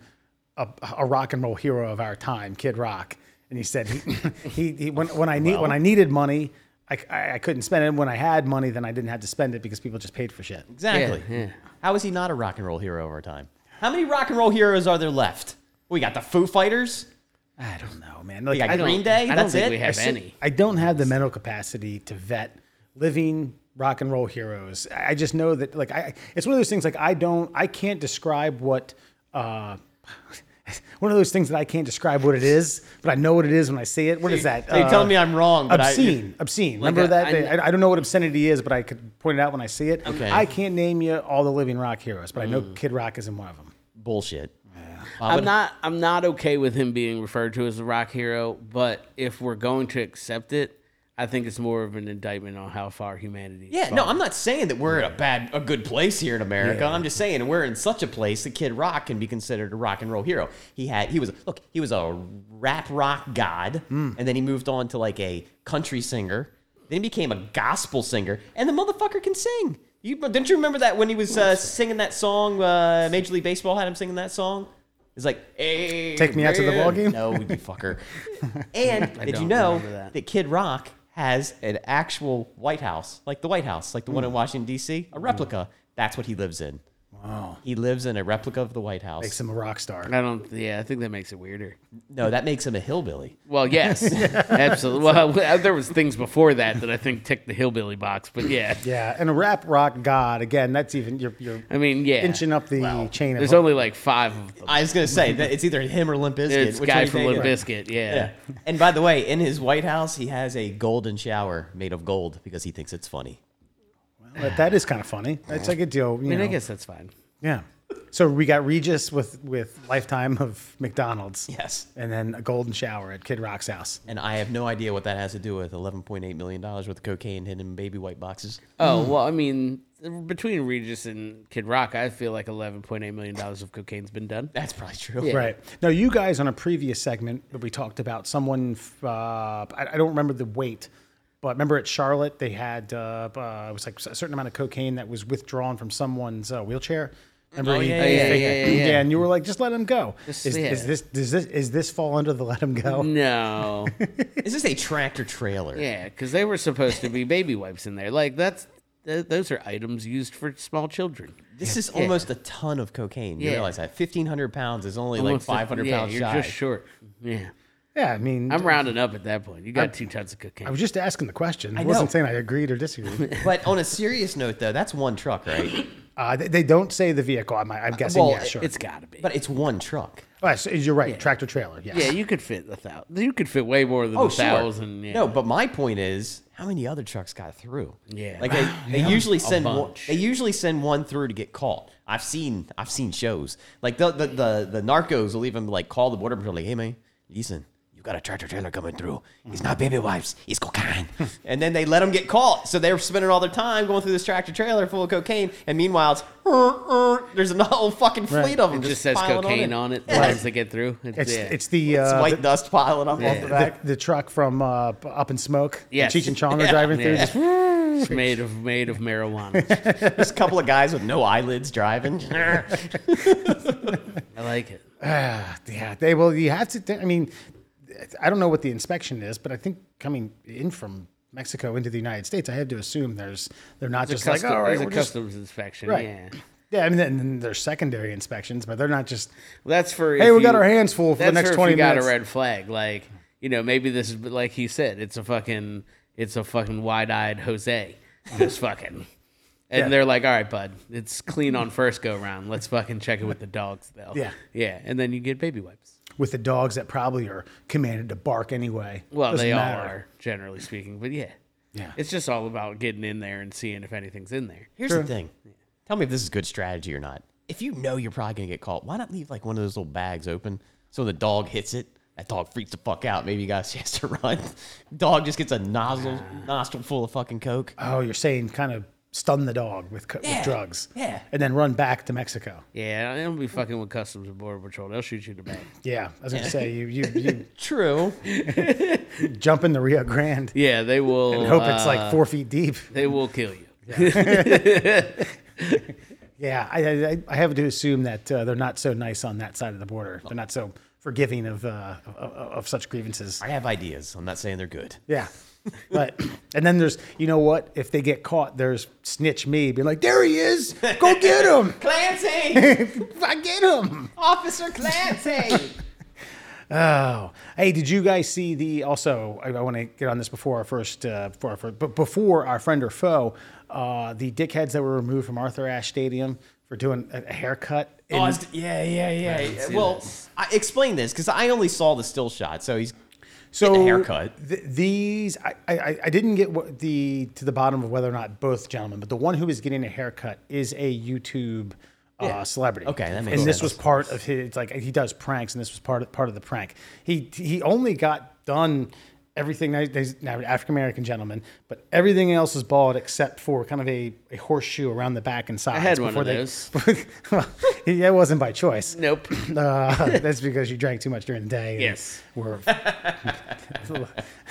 B: a, a rock and roll hero of our time, Kid Rock, and he said he, he, he when when I need when I needed money, I, I, I couldn't spend it. When I had money, then I didn't have to spend it because people just paid for shit.
C: Exactly. How is he not a rock and roll hero of our time? How many rock and roll heroes are there left? We got the Foo Fighters.
B: I don't know, man. Like,
C: We got
B: I, don't,
C: Green
D: don't-
C: Day.
D: I don't
C: That's
D: think
C: it.
D: we
B: I
D: have
B: sit-
D: any.
B: I don't have the mental capacity to vet living rock and roll heroes. I I just know that like I it's one of those things like I don't I can't describe what uh one of those things that I can't describe what it is, but I know what it is when I see it. What is that? uh,
C: so you're telling me I'm wrong, but I-
B: obscene. obscene. Remember
D: I-
B: that?
D: I-
B: They- I, I don't know what obscenity is, but I could point it out when I see it.
C: Okay.
B: I can't name you all the living rock heroes, but I know
D: Mm.
B: Kid Rock isn't one of them.
C: Bullshit.
D: I'm not. I'm not okay with him being referred to as a rock hero. But if we're going to accept it, I think it's more of an indictment on how far humanity. has
C: Yeah, no,
D: fallen.
C: I'm not saying that we're at a bad, a good place here in America. I'm just saying we're in such a place that Kid Rock can be considered a rock and roll hero. He had, he was, look, he was a rap rock god,
B: Hmm.
C: and then he moved on to like a country singer. Then he became a gospel singer, and the motherfucker can sing. You didn't you remember that when he was uh, singing that song? Uh, Major League Baseball had him singing that song. It's like, hey,
B: Take me out to the
C: man."
B: ballgame?
C: No, you fucker. And did you
D: don't
C: know
D: remember
C: that.
D: that.
C: Kid Rock has an actual White House, like the White House, like the one in Washington D.C., a replica? That's what he lives in.
B: Wow.
C: He lives in a replica of the White House.
B: Makes him a rock star.
D: I don't. Yeah, I think that makes it weirder.
C: no, that makes him a hillbilly.
D: Well, yes, absolutely. Well, there was things before that that I think ticked the hillbilly box, but yeah.
B: Yeah, and a rap rock god again. That's even you're you're
D: I mean, yeah.
B: inching up the chain.
D: There's
B: of
D: only like five of them.
C: I was gonna say that it's either him or Limp Bizkit.
D: It's
C: Which one
D: guy
C: you
D: from
C: taking?
D: Little Biscuit. Yeah.
C: Yeah. And by the way, in his White House, he has a golden shower made of gold because he thinks it's funny.
B: but that is kind of funny. That's like a deal. You
D: I mean,
B: know.
D: I guess that's fine.
B: Yeah. So we got Regis with with lifetime of McDonald's.
C: Yes.
B: And then a golden shower at Kid Rock's house.
C: And I have no idea what that has to do with $11.8 million worth of cocaine hidden in baby white boxes.
D: Oh well, I mean, between Regis and Kid Rock, I feel like 11.8 million dollars of cocaine's been done.
C: That's probably true.
D: Yeah.
B: Right. Now, you guys on a previous segment that we talked about, someone, uh, I, I don't remember the weight, but remember at Charlotte, they had, uh, uh, it was like a certain amount of cocaine that was withdrawn from someone's uh, wheelchair. Remember
C: Oh,
B: we-
C: yeah, yeah,
B: they-
D: yeah, yeah, yeah.
B: and you were like, just let him go.
D: Just-
B: is,
D: yeah.
B: is this does this is this fall under the let him go?
D: No,
C: Is this a tractor trailer?
D: yeah, because they were supposed to be baby wipes in there. Like that's th- those are items used for small children.
C: This is almost a ton of cocaine. You
D: Yeah.
C: realize that 1,500 pounds is only
D: Almost a-
C: like 500
D: yeah,
C: pounds
D: You're
C: shy.
D: just short. Yeah,
B: Yeah, I mean,
D: I'm rounding up at that point. You got two tons of cocaine.
B: I was just asking the question. I,
C: know.
B: wasn't saying I agreed or disagreed.
C: But on a serious note, though, that's one truck, right?
B: uh, they, they don't say the vehicle. I'm, I'm guessing.
C: Well,
B: yeah, sure.
D: It's gotta be.
C: But it's one truck.
B: All right, so you're right. Tractor trailer. Yes.
D: yeah, you could fit a thousand. You could fit way more than
B: Oh,
D: a thousand. Yeah.
C: Oh, No, but my point is, how many other trucks got through?
D: Yeah.
C: like they, they usually send one,
D: bunch.
C: they usually send one through to get caught. I've seen I've seen shows like the the the, the narcos will even like call the border patrol like, hey man, listen. You got a tractor trailer coming through. It's not baby wipes. It's cocaine. and then they let them get caught. So they're spending all their time going through this tractor trailer full of cocaine. And meanwhile, it's, "Er, er," there's an whole fucking fleet of them.
D: it just says
C: piling
D: cocaine
C: in.
D: on it.
C: Yeah.
D: As they get through, it's,
B: It's
D: yeah.
B: it's the
C: It's
B: uh,
C: white
B: the,
C: dust piling up off
D: Yeah.
C: the
B: the,
C: back.
B: the truck from uh, Up in Smoke. Yeah,
D: Yes.
B: Cheech and Chong are driving through.
D: Yeah.
B: Just-
D: It's made of made of marijuana.
C: Just a couple of guys with no eyelids driving.
D: I like it.
B: Ah, yeah, they will. You have to. think- I mean, I don't know what the inspection is, but I think coming in from Mexico into the United States, I have to assume there's they're not just
D: Custom,
B: like "Oh, all right,
D: it's a
B: we're just,
D: customs inspection.
B: Right.
D: Yeah, well,
B: yeah. I mean, then- then there's secondary inspections, but they're not just
D: that's for.
B: hey,
D: if
B: we got
D: you-
B: our hands full for the
D: that's
B: next
D: for if
B: twenty
D: you
B: minutes.
D: got a red flag, like you know, maybe this is like he said, it's a fucking, it's a fucking wide-eyed Jose, just fucking. And
B: Yeah.
D: they're like, all right, bud, it's clean on first go round. Let's fucking check it with the dogs, though.
B: Yeah.
D: Yeah. And then you get baby wipes.
B: with the dogs that probably are commanded to bark anyway.
D: Well,
B: Doesn't
D: they all
B: matter.
D: are, generally speaking. But yeah.
B: Yeah.
D: It's just all about getting in there and seeing if anything's in there.
C: Here's the thing. Tell me if this is good strategy or not. If you know you're probably gonna get caught, why not leave like one of those little bags open so when the dog hits it, that dog freaks the fuck out. Maybe you guys has to run. Dog just gets a nozzle nostril full of fucking coke.
B: Oh, you're saying kind of stun the dog with, co with
C: Yeah,
B: drugs.
C: yeah.
B: And then run back to Mexico.
D: Yeah, I don't be fucking with Customs and Border Patrol. They'll shoot you in the back.
B: Yeah. I was going to say, you, you,
C: True.
B: you jump in the Rio Grande
D: Yeah, they will.
B: and hope it's
D: uh,
B: like four feet deep.
D: They will kill you.
B: Yeah. I, I, I have to assume that uh, they're not so nice on that side of the border. They're not so forgiving of, uh, of, of such grievances.
C: I have ideas. I'm not saying they're good.
B: Yeah. But and then there's you know what if they get caught there's snitch me being like there he is go get him
C: Clancy!
B: I get him
C: Officer Clancy!
B: Oh, hey, did you guys see the? Also, I, I want to get on this before our first, uh, before our first, but before our friend or foe, uh, the dickheads that were removed from Arthur Ashe Stadium for doing a, a haircut. in-
C: Oh, it's- yeah, yeah, yeah.
D: see
C: well,
D: this.
C: I, explain this because I only saw the still shot. So he's
B: so
C: getting a haircut.
B: th- these, I, I, I didn't get what the to the bottom of whether or not both gentlemen, but the one who is getting a haircut is a YouTube. Uh, celebrity.
C: Okay, that makes
B: And this
C: sense.
B: was part of his. It's like he does pranks, and this was part of, part of the prank. He he only got done everything. that- He's now an African American gentleman, but everything else was bald except for kind of a, a horseshoe around the back and sides.
D: had one of
B: those. well, yeah, it wasn't by choice.
D: Nope.
B: Uh, that's because you drank too much during the day. and
D: Yes.
B: Were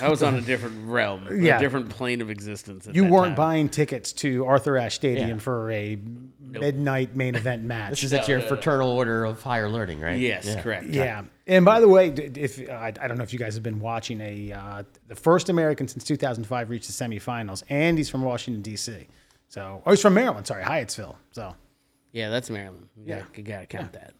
D: I was on a different realm, a
B: Yeah.
D: different plane of existence. at
B: You
D: that
B: weren't
D: time.
B: buying tickets to Arthur Ashe Stadium
C: Yeah.
B: for a midnight main event match.
C: This is at your fraternal order of higher learning, right?
D: Yes,
C: Yeah.
D: correct.
B: yeah. And by the way, d- d- if I, I don't know if you guys have been watching a uh, the first American since 2005 reached the semifinals, and he's from Washington D.C. So, oh, he's from Maryland. Sorry, Hyattsville. So,
D: Yeah, that's Maryland. Yeah, you gotta count that.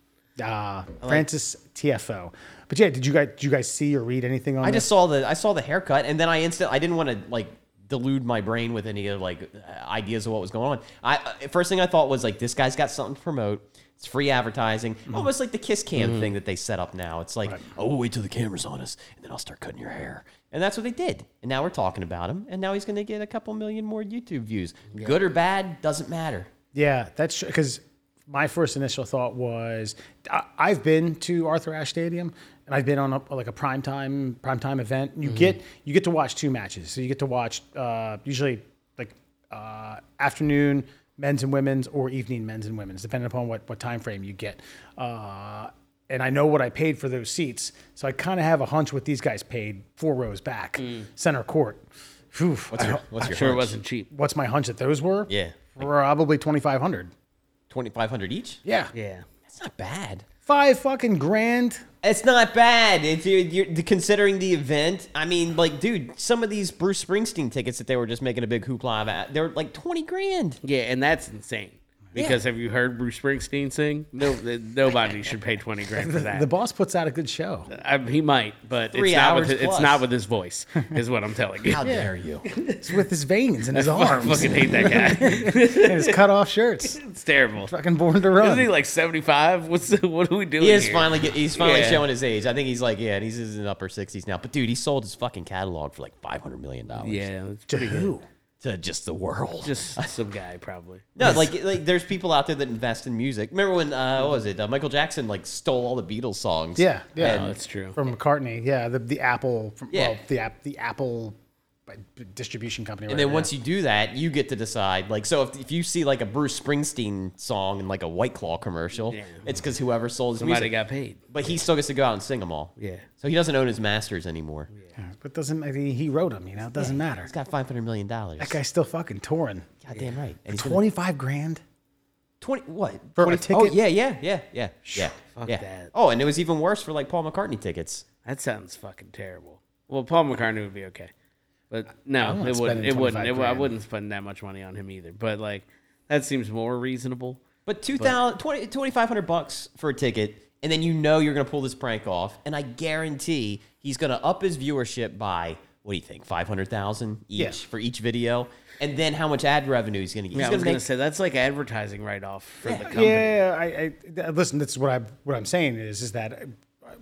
B: Uh, Francis TFO. But yeah, did you guys did you guys see or read anything on
C: I
B: this?
C: just saw the I saw the haircut, and then I instant I didn't want to like delude my brain with any of like uh, ideas of what was going on. I uh, first thing I thought was like this guy's got something to promote. It's free advertising,
D: Mm-hmm.
C: almost like the kiss cam thing that they set up now. It's like, oh, we'll wait till the camera's on us, and then I'll start cutting your hair, and that's what they did. And now we're talking about him, and now he's going to get a couple million more YouTube views. Good or bad doesn't matter.
B: Yeah, that's because my first initial thought was I, I've been to Arthur Ashe Stadium and I've been on a, like a primetime primetime event. You
C: Mm-hmm.
B: get you get to watch two matches, so you get to watch uh, usually like uh, afternoon men's and women's or evening men's and women's, depending upon what what time frame you get. Uh, and I know what I paid for those seats, so I kind of have a hunch what these guys paid four rows back, center court. Phew, I don't-
C: Mm. What's your
D: Sure, it wasn't cheap.
B: what's my hunch that those were?
C: Yeah.
B: probably twenty five hundred.
C: twenty five hundred each?
B: Yeah.
D: Yeah.
C: That's not bad.
B: Five fucking grand.
C: It's not bad. If you're, you're considering the event, I mean, like, dude, some of these Bruce Springsteen tickets that they were just making a big hoopla about, they're like twenty grand.
D: Yeah, and that's insane. Because have you heard Bruce Springsteen sing? No, th- nobody should pay twenty grand for that.
B: The boss puts out a good show.
D: I, he might, but
C: Three
D: it's not with
C: hours
D: his, it's
C: plus.
D: not with his voice, is what I'm telling you.
C: How dare you?
B: It's with his veins and his
D: I
B: arms
D: fucking hate that guy.
B: and his cut off shirts.
D: It's terrible.
B: Fucking born to run.
D: Isn't he like 75? What's what are we doing?
C: He is
D: here?
C: finally get, he's finally
D: Yeah.
C: showing his age. I think he's like, yeah, and he's in his upper sixties now. But dude, he sold his fucking catalog for like five hundred million dollars.
D: Yeah, it's
B: to
D: pretty good.
B: who?
C: to just the world.
D: Just some guy probably.
C: no, like like there's people out there that invest in music. Remember when uh, what was it? Uh, Michael Jackson like stole all the Beatles songs.
B: Yeah, yeah.
D: No, Oh, that's true.
B: From McCartney. Yeah, the, the Apple. From, Well,
C: Yeah.
B: the app. The Apple uh, distribution company.
C: And then once you do that, you get to decide. Like, so if, if you see like a Bruce Springsteen song and like a White Claw commercial, it's because whoever sold his
D: Somebody
C: music.
D: got paid.
C: but he still gets to go out and sing them all.
D: Yeah.
C: So he doesn't own his masters anymore.
B: But doesn't I mean, he wrote them? You know, it doesn't matter.
C: He's got five hundred million dollars.
B: That guy's still fucking touring.
C: Goddamn right. And he's gonna-
B: Twenty five grand.
C: Twenty what?
B: For a
C: 20
B: ticket?
C: Oh yeah, yeah, yeah, yeah, yeah.
D: Fuck
C: yeah.
D: that.
C: Oh, and it was even worse for like Paul McCartney tickets.
D: That sounds fucking terrible. Well, Paul McCartney would be okay, but no,
B: wouldn't
D: it
B: spend
D: wouldn't. It wouldn't.
B: 25
D: It, wou- I
B: grand.
D: wouldn't spend that much money on him either. But like, that seems more reasonable.
C: But 2000 20 2500 bucks for a ticket, and then you know you're going to pull this prank off, and I guarantee he's going to up his viewership by what do you think, five hundred thousand each
B: Yeah.
C: for each video, and then how much ad revenue he's going to get?
D: Yeah,
C: he's
D: I
C: going
D: was
C: to
D: gonna
C: make
D: say that's like advertising write off for the company.
B: Yeah, I, I th- listen. This is what I what I'm saying is is that uh,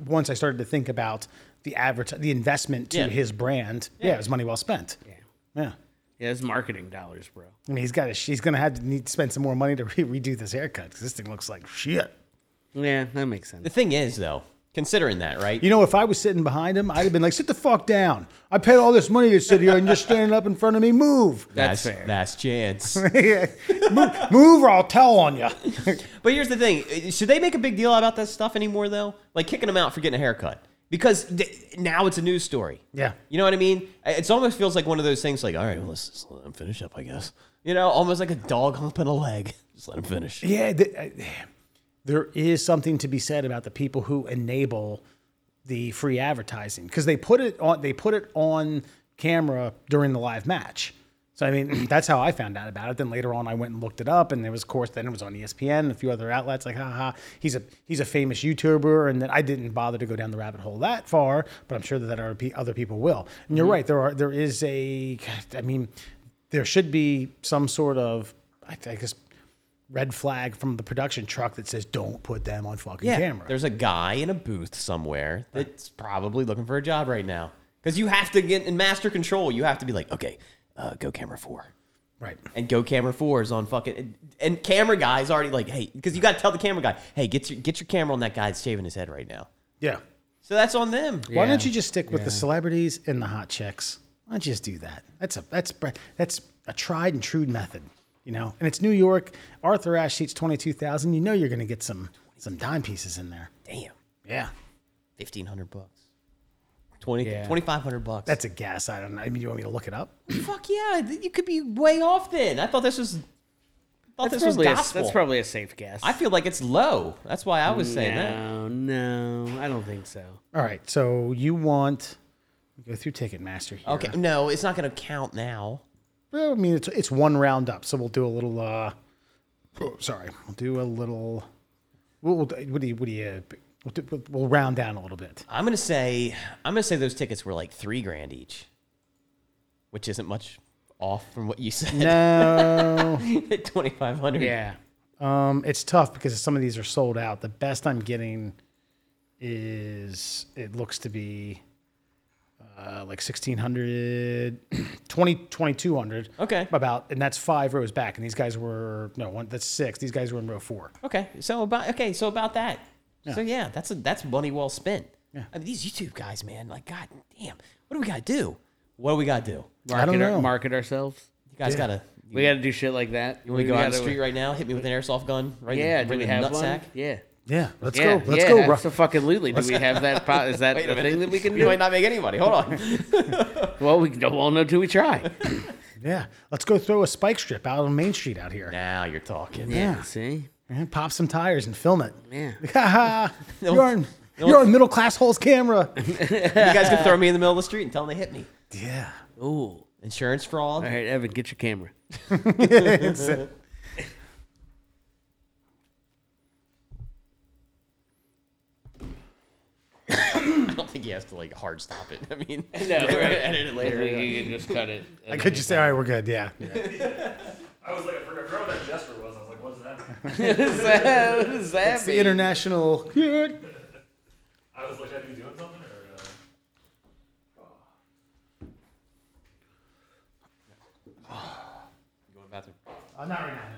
B: once I started to think about the advert the investment to
C: Yeah.
B: his brand, yeah. it was money well spent. Yeah,
D: Yeah, it's marketing dollars, bro.
B: I mean he's got to, he's gonna have to need to spend some more money to re- redo this haircut because this thing looks like shit.
D: Yeah, that makes
C: the
D: sense.
C: thing is though, considering that, right?
B: You know, if I was sitting behind him, I'd have been like, "Sit the fuck down! I paid all this money to sit here and you're standing up in front of me. Move,
D: That's fair.
C: Last chance.
B: move, move, or I'll tell on you."
C: But here's the thing: should they make a big deal about that stuff anymore? Though, like kicking them out for getting a haircut because th- now it's a news story.
B: Yeah.
C: you know what I mean. It almost feels like one of those things. Like, all right, well, let's just let him finish up, I guess. You know, almost like a dog humping a leg. Just let him finish.
B: Yeah, th- I- there is something to be said about the people who enable the free advertising because they put it on they put it on camera during the live match. So I mean, that's how I found out about it. Then later on, I went and looked it up, and there was, of course, then it was on E ESPN and a few other outlets. Like, haha, he's a he's a famous YouTuber, and then I didn't bother to go down the rabbit hole that far, but I'm sure that there are pe- other people will. And you're right, there are there is a, I mean, there should be some sort of, I, I guess, red flag from the production truck that says don't put them on fucking camera.
C: There's a guy in a booth somewhere that's probably looking for a job right now because you have to get in master control. You have to be like, okay, uh, go camera four.
B: right.
C: and go camera four is on fucking and camera guy's already like hey because you got to tell the camera guy hey get your get your camera on that guy that's shaving his head right now
B: Yeah.
C: so that's on them
B: Why don't you just stick with the celebrities and the hot chicks? Why don't you just do that? That's a that's bre- that's a tried and true method, you know. And it's New York. Arthur Ashe seats twenty two thousand. You know you're going to get some some dime pieces in there.
C: damn
B: Yeah,
C: 1500 bucks 20
D: Yeah.
C: 2500 bucks
B: that's a guess. I don't know. I mean, you want me to look it up?
C: fuck yeah th- you could be way off then i thought this was I thought
D: That's
C: this was
D: probably, a,
C: gospel
D: that's probably a safe guess.
C: i feel like it's low that's why i was saying that
D: no, no, I don't think so.
B: All right. So you want go through Ticketmaster here.
C: okay no it's not gonna count now
B: Well, I mean, it's it's one round up, so we'll do a little uh, oh, sorry, we'll do a little. We'll, we'll what do you? What do you? uh, We'll, do- we'll- we'll round down a little bit.
C: I'm gonna say I'm gonna say those tickets were like three grand each, which isn't much off from what you said.
B: No,
C: Twenty five hundred.
D: Yeah.
B: um, it's tough because some of these are sold out. The best I'm getting is it looks to be uh, like 1600 20 2200
C: Okay.
B: about and that's five rows back and these guys were no one that's six these guys were in row four
C: Okay. So about okay. So about that. So yeah, that's a, that's money well spent. I mean, these YouTube guys, man, like God damn, what do we gotta do? What do we gotta do?
D: Market,
B: I don't know.
D: Our, market ourselves.
C: You guys gotta. You,
D: We got to do shit like that.
C: want me to go out on the
D: gotta-
C: street right now? Hit me with an airsoft gun? Right? in the-
D: Yeah.
C: right
D: Do
C: in
D: we
C: the
D: have one?
C: nutsack?
D: Yeah.
B: yeah let's
D: yeah,
B: go let's
D: yeah,
B: go
D: That's
B: rough.
D: a fucking lutely. Do we have that? Pro- is that the thing that we can
C: We
D: do?
C: might not make anybody. Hold on.
D: Well, we don't all know till we try.
B: yeah let's go throw a spike strip out on main street out here
C: now you're talking.
B: Yeah.
D: See?
B: and pop some tires and film it
D: Yeah.
B: Haha, you're on you're on middle class holes camera
C: You guys can throw me in the middle of the street and tell them they hit me.
B: yeah
D: Ooh.
C: Insurance fraud.
D: All right, Evan, get your camera.
B: It's a-
C: I don't think you have to like hard stop it. I mean,
D: No, right.
C: edit it later.
D: You can just cut it.
B: I could just say, all right, we're good. Yeah.
E: I was like, I forgot I forgot what that gesture was. I was like, what does that mean?
D: what does that
B: It's the international.
E: I was like, are you doing something? Or, uh, uh?
B: Uh, not right now.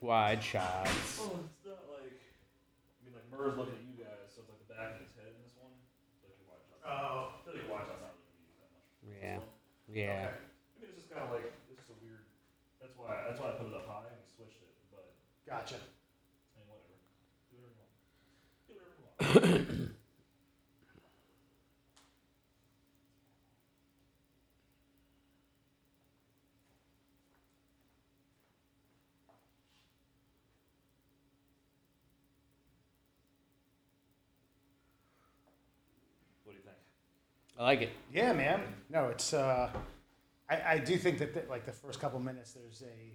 D: Wide shots.
E: oh, it's not like. I mean, like, Murr's looking at you guys, so it's like the back of his head in this one. So if you watch us. Oh. I feel like you watch us not looking at you that much.
D: Yeah. Yeah.
E: I mean, it's just kind of like, it's just a weird. That's why, that's why I put it up high and we switched it, but,
B: Gotcha.
E: I mean, whatever. Do whatever you want. Do whatever you want. what do you think?
D: I like it.
B: Yeah, man. No, it's. Uh, I, I do think that the, like the first couple minutes, there's a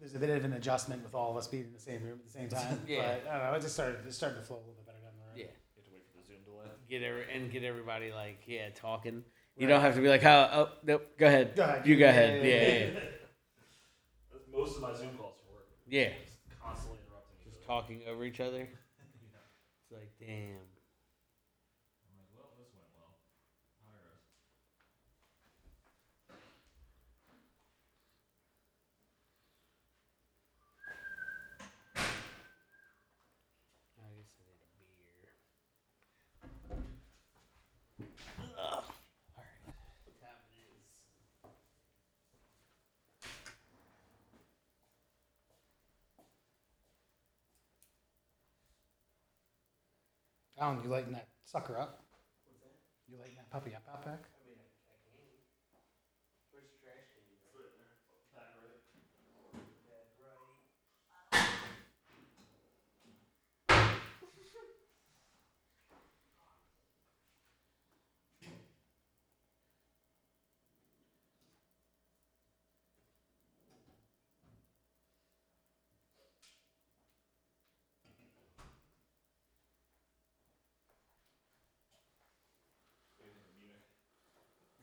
B: there's a bit of an adjustment with all of us being in the same room at the same time.
D: Yeah.
B: But I don't know. It just started it started to flow a little bit better down the road.
D: Yeah.
E: You have to wait for the Zoom delay.
D: Get every, and get everybody like yeah talking. You don't have to be like oh, oh nope go ahead
B: Go ahead.
D: you go
B: Yeah, yeah,
D: ahead yeah yeah,
E: Most of my Zoom calls were working.
D: yeah. Yeah.
E: Just constantly interrupting each
D: Just
E: other.
D: talking over each other. It's like damn.
E: Well, this went well. Hire us.
D: I guess I need a beer. What's happening is-
B: Alan, you lighten that sucker up. You lighten that puppy up out back.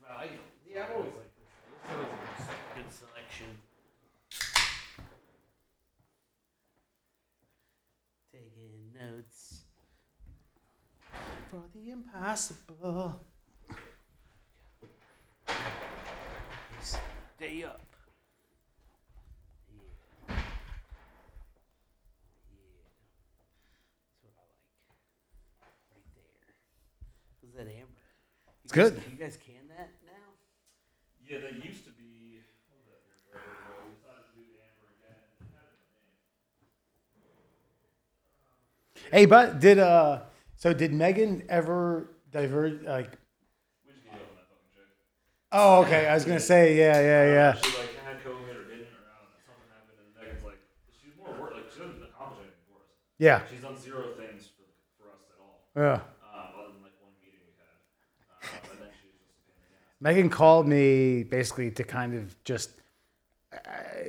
D: I like it. Yeah, I've always liked this. It's always a good, good selection. Taking notes.
B: For the impossible.
D: Stay up. Yeah. Yeah. That's what I like. Right there. Who's that amber? It's
B: good.
D: You guys can that now?
E: Yeah, they used to be. What was that beer brand? We decided to do the Amber again. It had a name.
B: Hey, but did uh, so did Megan ever diverge? Like,
E: We just gave up on that fucking chick.
B: oh, okay. I was gonna say, yeah, yeah, yeah.
E: She like had COVID or didn't or I don't know. Something happened and Megan's like she's more worried. Like she doesn't accomplish anything for us.
B: Yeah.
E: She's done zero things for, for us at all,
B: Ugh.
E: um, other than like one meeting we had. Um, and then she was just a pain in the ass.
B: Megan called me basically to kind of just uh,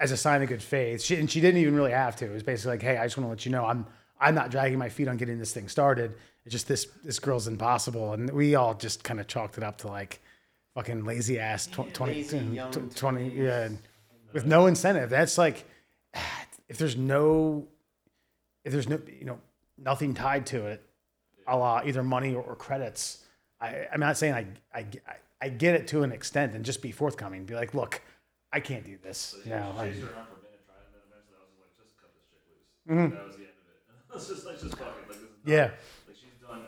B: as a sign of good faith. She and she didn't even really have to. It was basically like, "Hey, I just want to let you know I'm I'm not dragging my feet on getting this thing started. It's just this this girl's impossible." And we all just kind of chalked it up to like fucking lazy ass tw- 20,
C: lazy young
B: tw- 20 yeah, and with no incentive. That's like if there's no if there's no you know nothing tied to it a la either money or, or credits I, i'm not saying I, I g- I- I get it to an extent and just be forthcoming be like look i can't do this you know like,
E: Chased her around for a minute trying, and then eventually I was just like, just cut this chick loose. That was the end of it. I was just like, just fuck it. Like, this is not,
B: Yeah.
E: Like she's done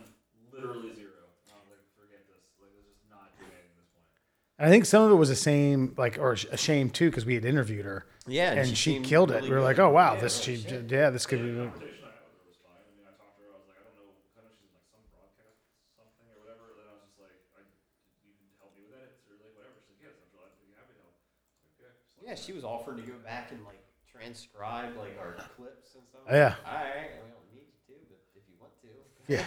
E: literally zero. And I was like, forget this. Like, this is not doing anything at this point.
B: and i think some of it was a shame like or a shame too because we had interviewed her
C: Yeah, and
B: and
C: she
B: she,
C: seemed
B: killed it
C: really
B: we were like
C: good.
B: oh wow this she did- yeah this could be
E: conversation I had with her was fine. I mean, I talked to her. I was like, I don't know, kind of she's like some broadcast something or whatever. And then I was just like, I, you can help me with edits or like whatever. She's like, yes, I'm glad to be happy to help. Okay. So,
C: Yeah, she was offered to go back and like transcribe like our clips and stuff.
B: Yeah.
C: All right, we don't need you to, but if you want to,
B: Yeah.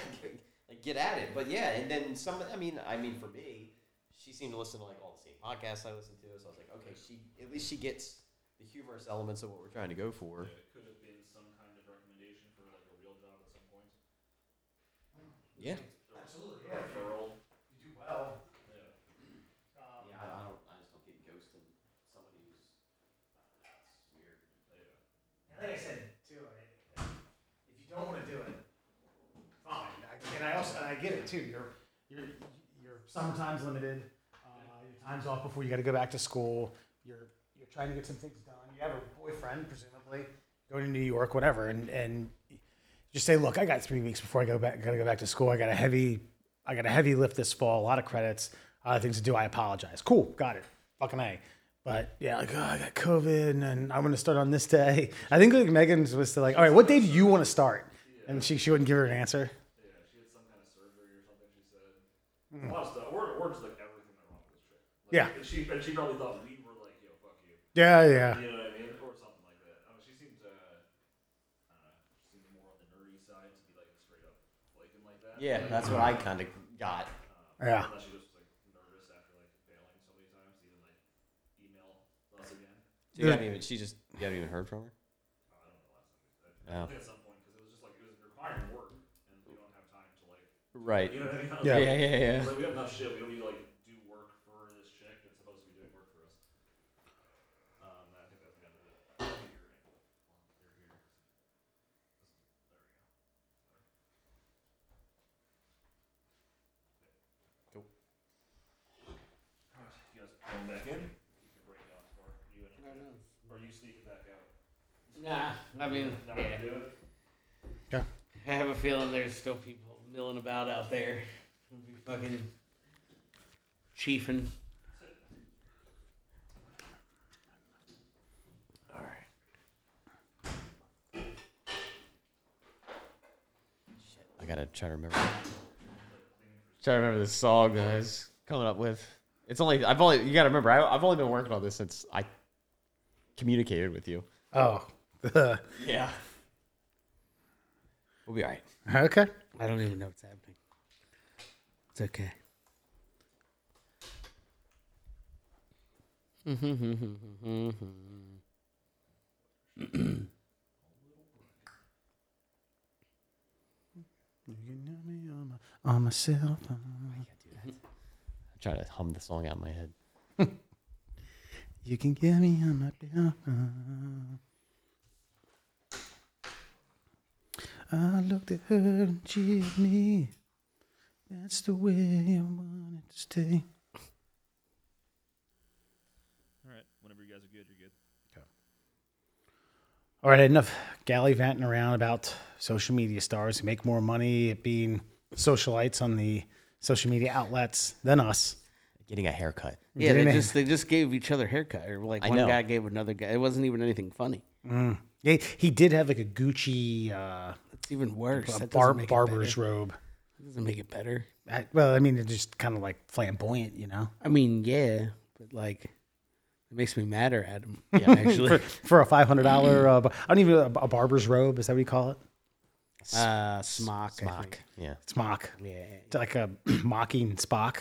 C: like get at it. But yeah, and then some. I mean, I mean, for me, she seemed to listen to like all the same podcasts I listened to, so I was like, okay, she at least she gets the humorous elements of what we're trying to go for.
E: it could have been some kind of recommendation for like a real job at some point.
C: Yeah.
E: Absolutely. Yeah. Referral. You do well. Yeah.
C: Yeah, I don't. I just don't get ghosted. Somebody who's uh, weird.
B: like i said too if you don't want to do it fine and i also and i get it too you're you're you're sometimes limited uh, your time's off before you got to go back to school you're you're trying to get some things done you have a boyfriend presumably go to new york whatever and and just say look i got three weeks before i go back gotta go back to school i got a heavy i got a heavy lift this fall a lot of credits a lot of things to do i apologize cool got it fucking a but yeah, like oh, I got COVID and I'm gonna start on this day. I think like Megan's was still like, all right, what day do you want to start? And she, she wouldn't give her an answer.
E: Yeah, she had some kind of surgery or something. She said a lot of stuff. We're, we're just like everything that wrong with this chick. Like,
B: Yeah.
E: And she and she probably thought we were like, yo, fuck you.
B: Yeah, yeah.
E: You know what I mean? Or something like that. I mean, she seemed, uh, I don't know, she seemed more on the nerdy side to be like straight up flaking like that.
C: Yeah, that's what I kind of got.
B: Yeah.
E: Unless she was just like nervous after like failing so many times to even like email us again.
C: So you haven't even. She just. You haven't even heard from her. Oh.
E: I don't know the last time we did that.
C: Yeah.
E: I think at some point, because it was just like, it was requiring work, and we don't have time to like,
C: Right.
E: you know what I mean? I was
B: Yeah.
E: like,
C: Yeah, yeah, yeah.
E: Like, we have enough shit. We don't need to like do work for this chick that's supposed to be doing work for us. Um, I think that's the end of it. Here, here, here. There we go.
C: Cool.
E: All right, you guys come back in. You can break out for you and or you sneak it back out.
D: Nah, I mean,
E: Not
D: yeah.
E: do it.
D: I have a feeling there's still people milling about out there. We'll be fucking chiefing.
C: I gotta try to remember. Try to remember the song that I was coming up with. It's only I've only you gotta remember I, I've only been working on this since I communicated with you.
B: Oh,
C: Yeah. We'll be all right.
B: okay.
D: I don't even know what's happening. It's okay.
B: On myself.
C: I'm trying to hum the song out in my head.
B: You can get me on my telephone. I looked at her and she at me. That's the way I want it to stay.
E: All right. Whenever you guys are good, you're good.
B: All right, enough gallivanting around about social media stars who make more money at being socialites on the social media outlets than us.
C: Getting a haircut.
D: Yeah,
B: Getting
D: they
B: a-
D: just they just gave each other haircut. Or like
C: I
D: one
C: know.
D: guy gave another guy. It wasn't even anything funny.
B: He, he did have like a Gucci uh,
D: It's even worse.
B: a
D: That
B: bar,
D: doesn't make it
B: barber's
D: better.
B: robe.
D: That doesn't make it better.
B: I, well, I mean, it's just kind of like flamboyant, you know?
D: I mean, yeah, but like It makes me madder at him. Yeah, actually.
B: for a five hundred dollar. Uh, bar- I don't even a barber's robe. Is that what you call it?
D: Uh, smock. Smock.
C: Fuck. Yeah.
B: It's mock. Yeah, it's like a mocking Spock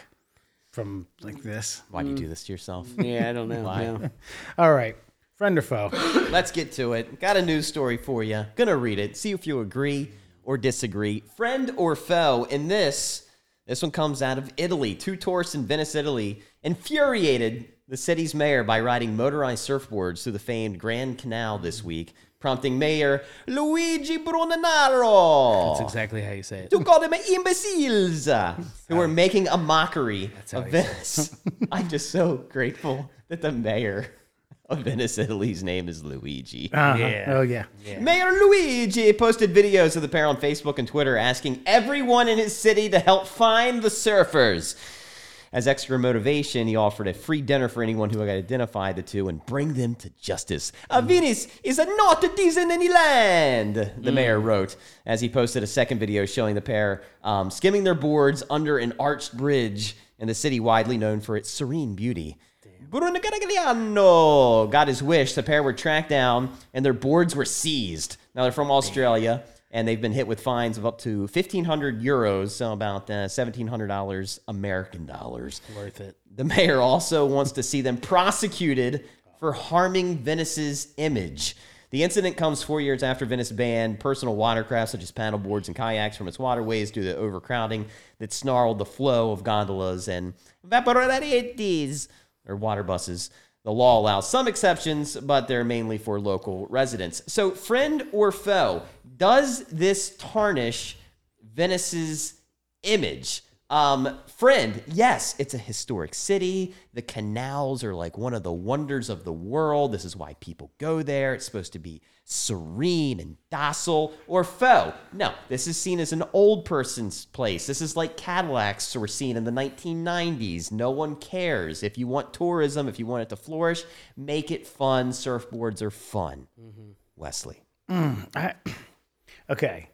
B: from like this.
C: Why'd you do this to yourself?
D: Yeah, I don't know.
C: Why?
D: no.
B: All right, friend or foe?
C: Let's get to it. Got a news story for you. Gonna read it. See if you agree or disagree. Friend or foe? In this, this one comes out of Italy. Two tourists in Venice, Italy, infuriated the city's mayor by riding motorized surfboards through the famed Grand Canal this week, prompting Mayor Luigi Brunanaro.
D: That's exactly how you say it.
C: to call them imbeciles who are making a mockery
D: how
C: of
D: he
C: Venice. I'm just so grateful that the mayor of Venice, Italy's name is Luigi.
B: Uh-huh.
D: Yeah.
B: Oh yeah.
C: Mayor Luigi posted videos of the pair on Facebook and Twitter asking everyone in his city to help find the surfers. As extra motivation, he offered a free dinner for anyone who could identify the two and bring them to justice. A Venice is a not Disneyland, the mayor wrote, as he posted a second video showing the pair um, skimming their boards under an arched bridge in the city widely known for its serene beauty. Bruno Caragliano got his wish. The pair were tracked down and their boards were seized. Now they're from Australia and they've been hit with fines of up to 1,500 euros, so about uh, $1,700 American dollars.
D: Worth it.
C: The mayor also wants to see them prosecuted for harming Venice's image. The incident comes four years after Venice banned personal watercraft such as paddle boards and kayaks from its waterways due to overcrowding that snarled the flow of gondolas and vaporettis or water buses. The law allows some exceptions, but they're mainly for local residents. So, friend or foe, does this tarnish Venice's image. Um, friend, yes, it's a historic city. The canals are like one of the wonders of the world. This is why people go there. It's supposed to be serene and docile. Or foe, no, this is seen as an old person's place. This is like Cadillacs were seen in the 1990s. No one cares. If you want tourism, if you want it to flourish, make it fun. Surfboards are fun. Wesley.
B: I, okay.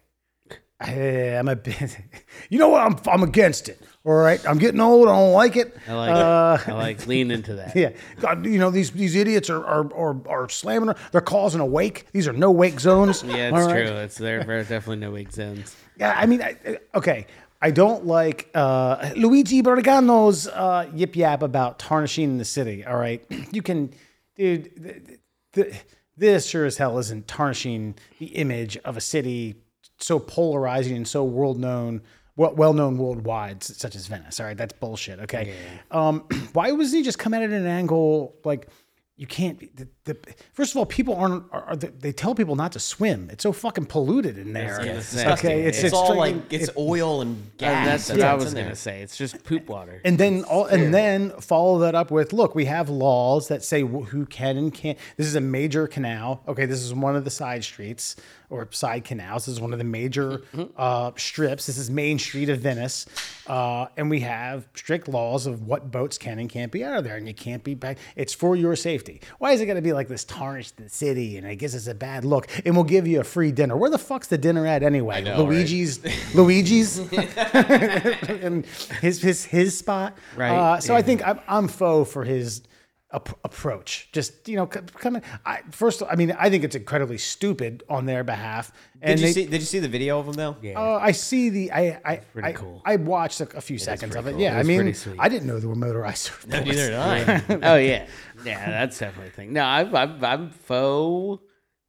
B: I, am a bit. You know what? I'm I'm against it. All right. I'm getting old. I don't like it.
D: I like it. I like lean into that.
B: Yeah, God, you know these these idiots are are are, are slamming. Her. They're causing a wake. These are no wake zones.
D: Yeah,
B: All
D: it's
B: right?
D: true. It's there. There are definitely no wig zones.
B: Yeah, I mean, I, I- okay. I don't like uh, Luigi Bergano's uh, yip yap about tarnishing the city. All right, you can, dude. Th- th- this sure as hell isn't tarnishing the image of a city so polarizing and so world known, well known worldwide, s- such as Venice. All right, that's bullshit. Okay, um, why wasn't he just come at it at an angle like? you can't the, the first of all people aren't are, are they, they tell people not to swim it's so fucking polluted in there
D: Yeah, it's disgusting.
B: okay
C: It's,
B: it's, it's,
C: all
B: freaking-
C: like it's oil and gas.
D: And that's what
C: what's
D: I
C: in
D: was
C: there.
D: gonna say. It's just poop water.
B: and then all and then follow that up with look we have laws that say wh- who can and can't this is a major canal okay this is one of the side streets or side canals this is one of the major
C: Mm-hmm.
B: uh, strips this is main street of venice uh, and we have strict laws of what boats can and can't be out of there and you can't be back it's for your safety why is it going to be like this tarnished the city and i guess it's a bad look and we'll give you a free dinner where the fuck's the dinner at anyway
C: know, right?
B: luigi's luigi's and his his his spot.
D: Right,
B: Uh, so I think I'm I'm faux for his ap- approach. Just you know, c- come in. I, first, I mean, I think it's incredibly stupid on their behalf. And
C: Did you
B: they-
C: see? Did you see the video of them though? Yeah.
B: uh, I see the. I I
D: pretty
B: I,
D: cool.
B: I watched a, a few seconds of it.
D: pretty cool.
B: Yeah,
D: It
B: I
D: was
B: mean,
D: pretty sweet.
B: I didn't know there were motorized surfboards.
C: Neither did I.
D: oh yeah, yeah, that's definitely a thing. No, I'm I'm, I'm faux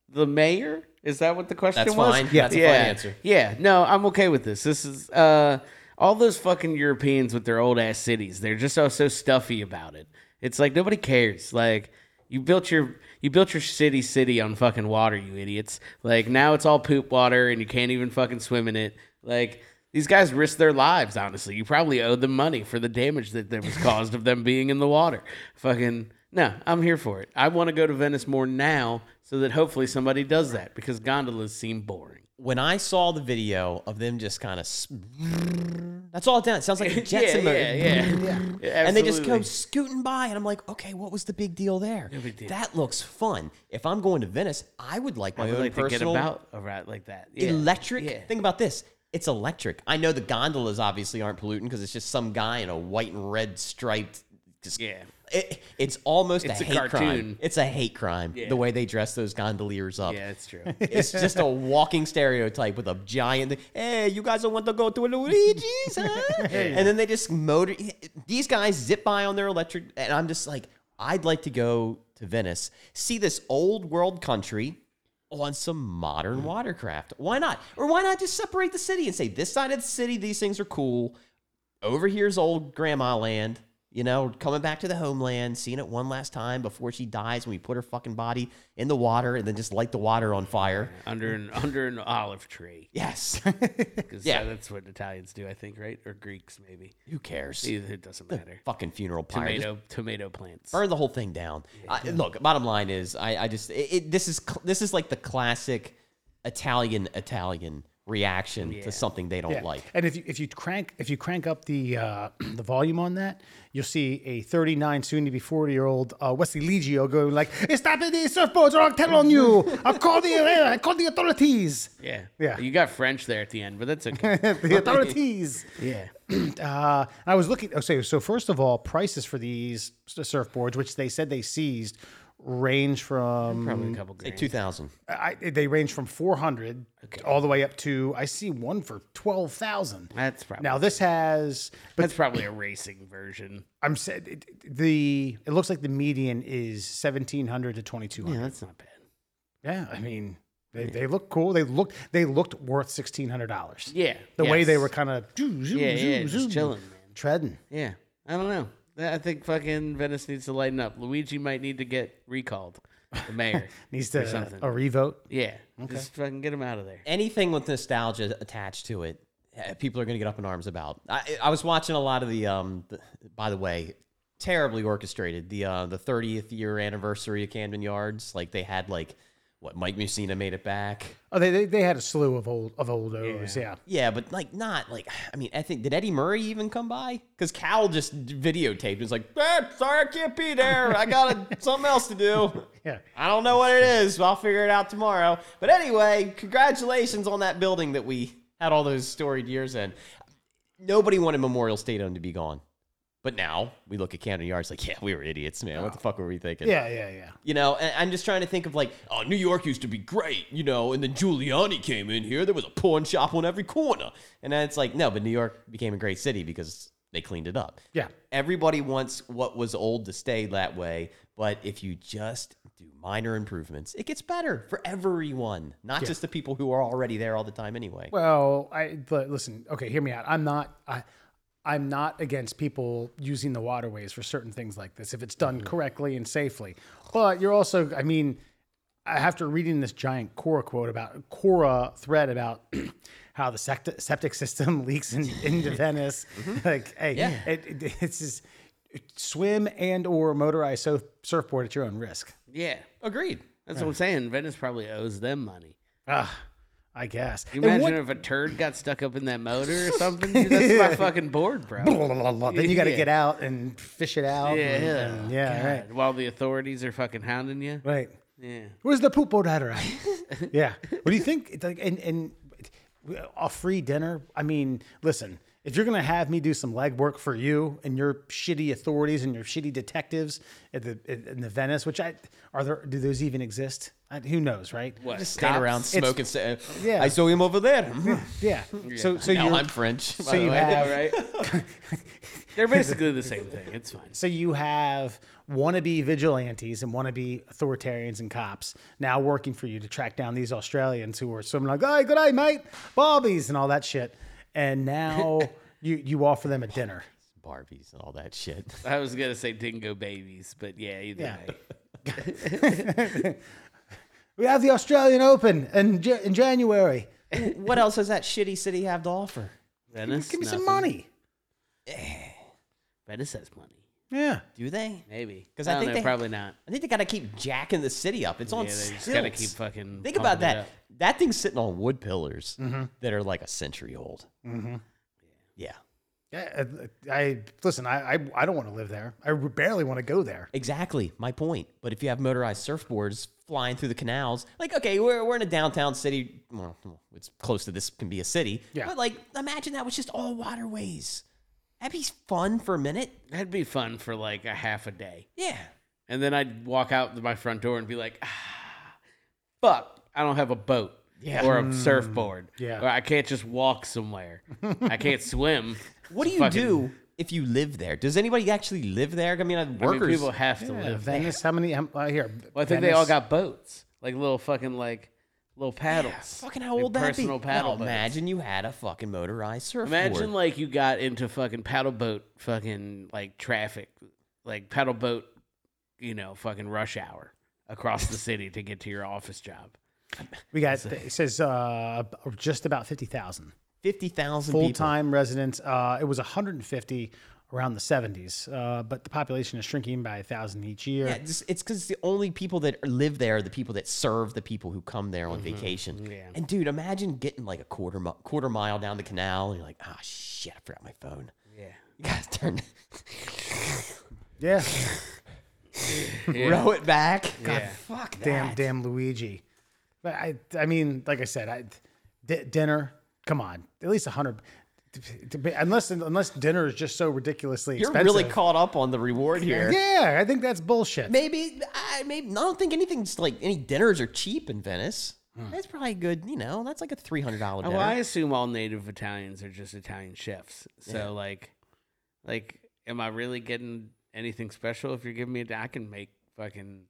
D: the mayor. Is that what the question
C: That's
D: was?
C: fine. Yeah. That's a fine
D: yeah.
C: answer.
D: Yeah, no, I'm okay with this. This is uh, all those fucking Europeans with their old ass cities. They're just all so stuffy about it. It's like nobody cares. Like you built your you built your city city on fucking water, you idiots. Like now it's all poop water and you can't even fucking swim in it. Like these guys risk their lives, honestly. You probably owe them money for the damage that, that was caused of them being in the water. Fucking no, I'm here for it. I want to go to Venice more now so that hopefully somebody does that because gondolas seem boring.
C: when I saw the video of them just kind of, that's all it does. It sounds like a Jetson
D: yeah,
C: motor.
D: yeah, yeah.
C: And they just go
D: Absolutely.
C: scooting by, and I'm like, okay, what was the big deal there?
D: big deal.
C: That looks fun. If I'm going to Venice, I would like my
D: I would
C: own
D: like to get
C: personal
D: about a rat like that. Yeah.
C: electric.
D: Yeah.
C: Think about this. It's electric. I know the gondolas obviously aren't polluting because it's just some guy in a white and red striped just
D: Yeah.
C: It, it's almost
D: It's
C: a
D: a
C: hate crime.
D: cartoon.
C: It's a hate crime.
D: Yeah.
C: The way they dress those gondoliers up.
D: Yeah, it's true.
C: It's just a walking stereotype with a giant. Hey, you guys don't want to go to Luigi's, huh? And then they just motor. These guys zip by on their electric, and I'm just like, I'd like to go to Venice, see this old world country on some modern watercraft. Why not? Or why not just separate the city and say this side of the city, these things are cool. Over here's old grandma land. You know, coming back to the homeland, seeing it one last time before she dies, when we put her fucking body in the water and then just light the water on fire.
D: under an under an olive tree.
C: Yes.
D: 'Cause,
C: Yeah.
D: uh, that's what Italians do, I think, right? Or Greeks, maybe.
C: Who cares?
D: Either it doesn't matter.
C: Fucking funeral pyre. Just
D: Tomato tomato plants.
C: burn the whole thing down. I, look, bottom line is, I, I just it, it, this is cl- this is like the classic Italian Italian reaction to something they don't
B: Yeah.
C: like.
B: And if you if you crank if you crank up the uh, the volume on that, you'll see a 39, soon to be 40 year old uh, Wesley Ligio going like, "Stop it, these surfboards! Or I'll tell on you. I'll call the uh, I call the authorities.
D: Yeah.
B: Yeah.
D: You got French there at the end, but that's okay.
B: The authorities."
D: yeah.
B: Uh, I was looking. oh, So, so first of all, prices for these s- surfboards, which they said they seized, range from
D: Probably a couple
C: Say
D: grand.
C: two thousand.
B: I, they range from four hundred all the way up to I see one for twelve thousand.
D: That's probably
B: Now this has, but
D: that's probably a racing version.
B: I'm said it- the it looks like the median is seventeen hundred to twenty two
D: Yeah,
B: hundred.
D: that's not bad.
B: Yeah. I mean they, they look cool. They looked they looked worth sixteen hundred dollars.
D: Yeah.
B: the way they
D: yes.
B: were kind of
D: Yeah, yeah, just chilling, man.
B: treading.
D: Yeah. I don't know. I think fucking Venice needs to lighten up. Luigi might need to get recalled. The mayor.
B: Needs to
D: Or something.
B: a revote.
D: yeah. Just fucking get him out of there.
C: Anything with nostalgia attached to it, eh, people are going to get up in arms about. I, I was watching a lot of the. Um, the, by the way, terribly orchestrated the uh, the 30th year anniversary of Camden Yards. Like they had like what Mike Mussina made it back.
B: Oh, they, they they had a slew of old of old O's. Yeah.
C: Yeah, but like not like I mean I think did Eddie Murray even come by? Because Cal just videotaped. It's like eh, sorry I can't be there. I got a, something else to do.
B: Yeah.
C: I don't know what it is. But I'll figure it out tomorrow. But anyway, congratulations on that building that we had all those storied years in. Nobody wanted Memorial Stadium to be gone, but now we look at Camden Yards like yeah we were idiots man. What the fuck were we thinking?
B: Yeah, yeah, yeah.
C: You know, and I'm just trying to think of like, oh, New York used to be great, you know, and then Giuliani came in here. There was a pawn shop on every corner. And then it's like, no, but New York became a great city because they cleaned it up.
B: Yeah.
C: Everybody wants what was old to stay that way. But if you just do minor improvements, it gets better for everyone, not just the people who are already there all the time anyway.
B: Well, I but listen, okay, hear me out. I'm not I I'm not against people using the waterways for certain things like this if it's done correctly and safely. But you're also I mean, I- after reading this giant Cora quote about Cora thread about how the septic, septic system leaks in, into Venice, like hey, it, it, it's just swim and or motorized surf, surfboard at your own risk.
D: Yeah.
C: Agreed.
D: That's what I'm saying. Venice probably owes them money.
B: Ah, I guess.
D: You
B: And
D: imagine
B: what-
D: if a turd got stuck up in that motor or something? Dude, that's my fucking board, bro.
B: then you got to
D: Yeah.
B: get out and fish it out.
D: Yeah.
B: and- and- yeah, right.
D: God, While the authorities are fucking hounding you.
B: Right.
D: Yeah.
B: Where's the poop boat at? Right. yeah. What do you think? It's Like, and and a free dinner. I mean, listen. If you're gonna have me do some legwork for you and your shitty authorities and your shitty detectives at the in in the Venice, which I are there? Do those even exist? I, who knows, right?
D: What?
C: Just stand
D: cops?
C: around smoking. Say,
B: Yeah.
C: I saw him over there.
B: Yeah. So so
C: now
B: you
C: I'm French.
B: so you have
D: Yeah, Oh, right? They're basically the same thing. It's fine.
B: So you have wannabe vigilantes and wannabe authoritarians and cops now working for you to track down these Australians who are swimming like, "Hey, good day, mate, Barbies," and all that shit. And now you you offer them a dinner.
C: Barbies and all that shit.
D: I was going to say dingo babies, but yeah, either
B: Yeah.
D: way.
B: We have the Australian Open in Ja- in January.
C: what else does that shitty city have to offer?
D: Venice.
B: Give me some
D: nothing.
B: money.
D: Venice has money.
B: Yeah.
C: Do they?
D: Maybe.
C: 'Cause
D: Because
C: I
D: I, don't
C: think
D: know,
C: they-
D: probably not.
C: I think they got to keep jacking the city up. It's on
D: Yeah, they just
C: stilts.
D: got to keep fucking.
C: Think about
D: pumping it
C: that.
D: up. Mm-hmm.
C: That thing's sitting on wood pillars that are like a century old. Mm-hmm. Yeah.
B: Yeah, I, I- listen. I, I I don't want to live there. I barely want to go there.
C: exactly my point. But if you have motorized surfboards flying through the canals, like okay, we're we're in a downtown city. Well, it's close to this can be a city.
B: Yeah.
C: But like, imagine that was just all waterways. That'd be fun for a minute.
D: That'd be fun for like a half a day.
C: Yeah.
D: And then I'd walk out to my front door and be like, ah, fuck, I don't have a boat
C: Yeah.
D: or a surfboard.
B: Hmm. yeah.
D: Or I can't just walk somewhere. I can't swim.
C: What do you
D: Fucking-
C: do if you live there? Does anybody actually live there? I mean, uh,
D: I mean,
C: workers.
D: people have to
B: Yeah,
D: live.
B: Uh, Venice. How many? How, uh, here.
D: Well, I think they all
B: Venice.
D: got boats, like little fucking like little paddles.
C: fucking how
D: Like
C: old that be?
D: Personal paddle
C: No,
D: boats.
C: imagine you had a fucking motorized surfboard.
D: Imagine like you got into fucking paddle boat fucking like traffic, like paddle boat, you know, fucking rush hour across the city to get to your office job.
B: We got. It says uh, just about fifty thousand.
C: fifty thousand
B: full time residents. Uh, it was 150 around the 70s, uh, but the population is shrinking by a thousand each year.
C: Yeah, it's because the only people that live there are the people that serve the people who come there on vacation.
D: Mm-hmm. Yeah.
C: And dude, imagine getting like a quarter mi- quarter mile down the canal, and you're like, ah, shit, I forgot my phone.
D: Yeah.
C: You gotta turn,
B: Yeah,
C: row it back. God,
D: Yeah.
C: fuck that.
B: damn, damn Luigi. But I, I mean, like I said, I, di- dinner. Come on, at least 100. to be- Unless unless dinner is just so ridiculously
C: You're
B: expensive.
C: really caught up on the reward here.
B: Yeah, I think that's bullshit.
C: Maybe I maybe I don't think anything's like any dinners are cheap in Venice. That's probably a good, you know. That's like a three hundred dollar dinner.
D: Well, Hmm. Oh, I assume all native Italians are just Italian chefs. So like, like, am I really getting anything special if you're giving me? A, I can make fucking,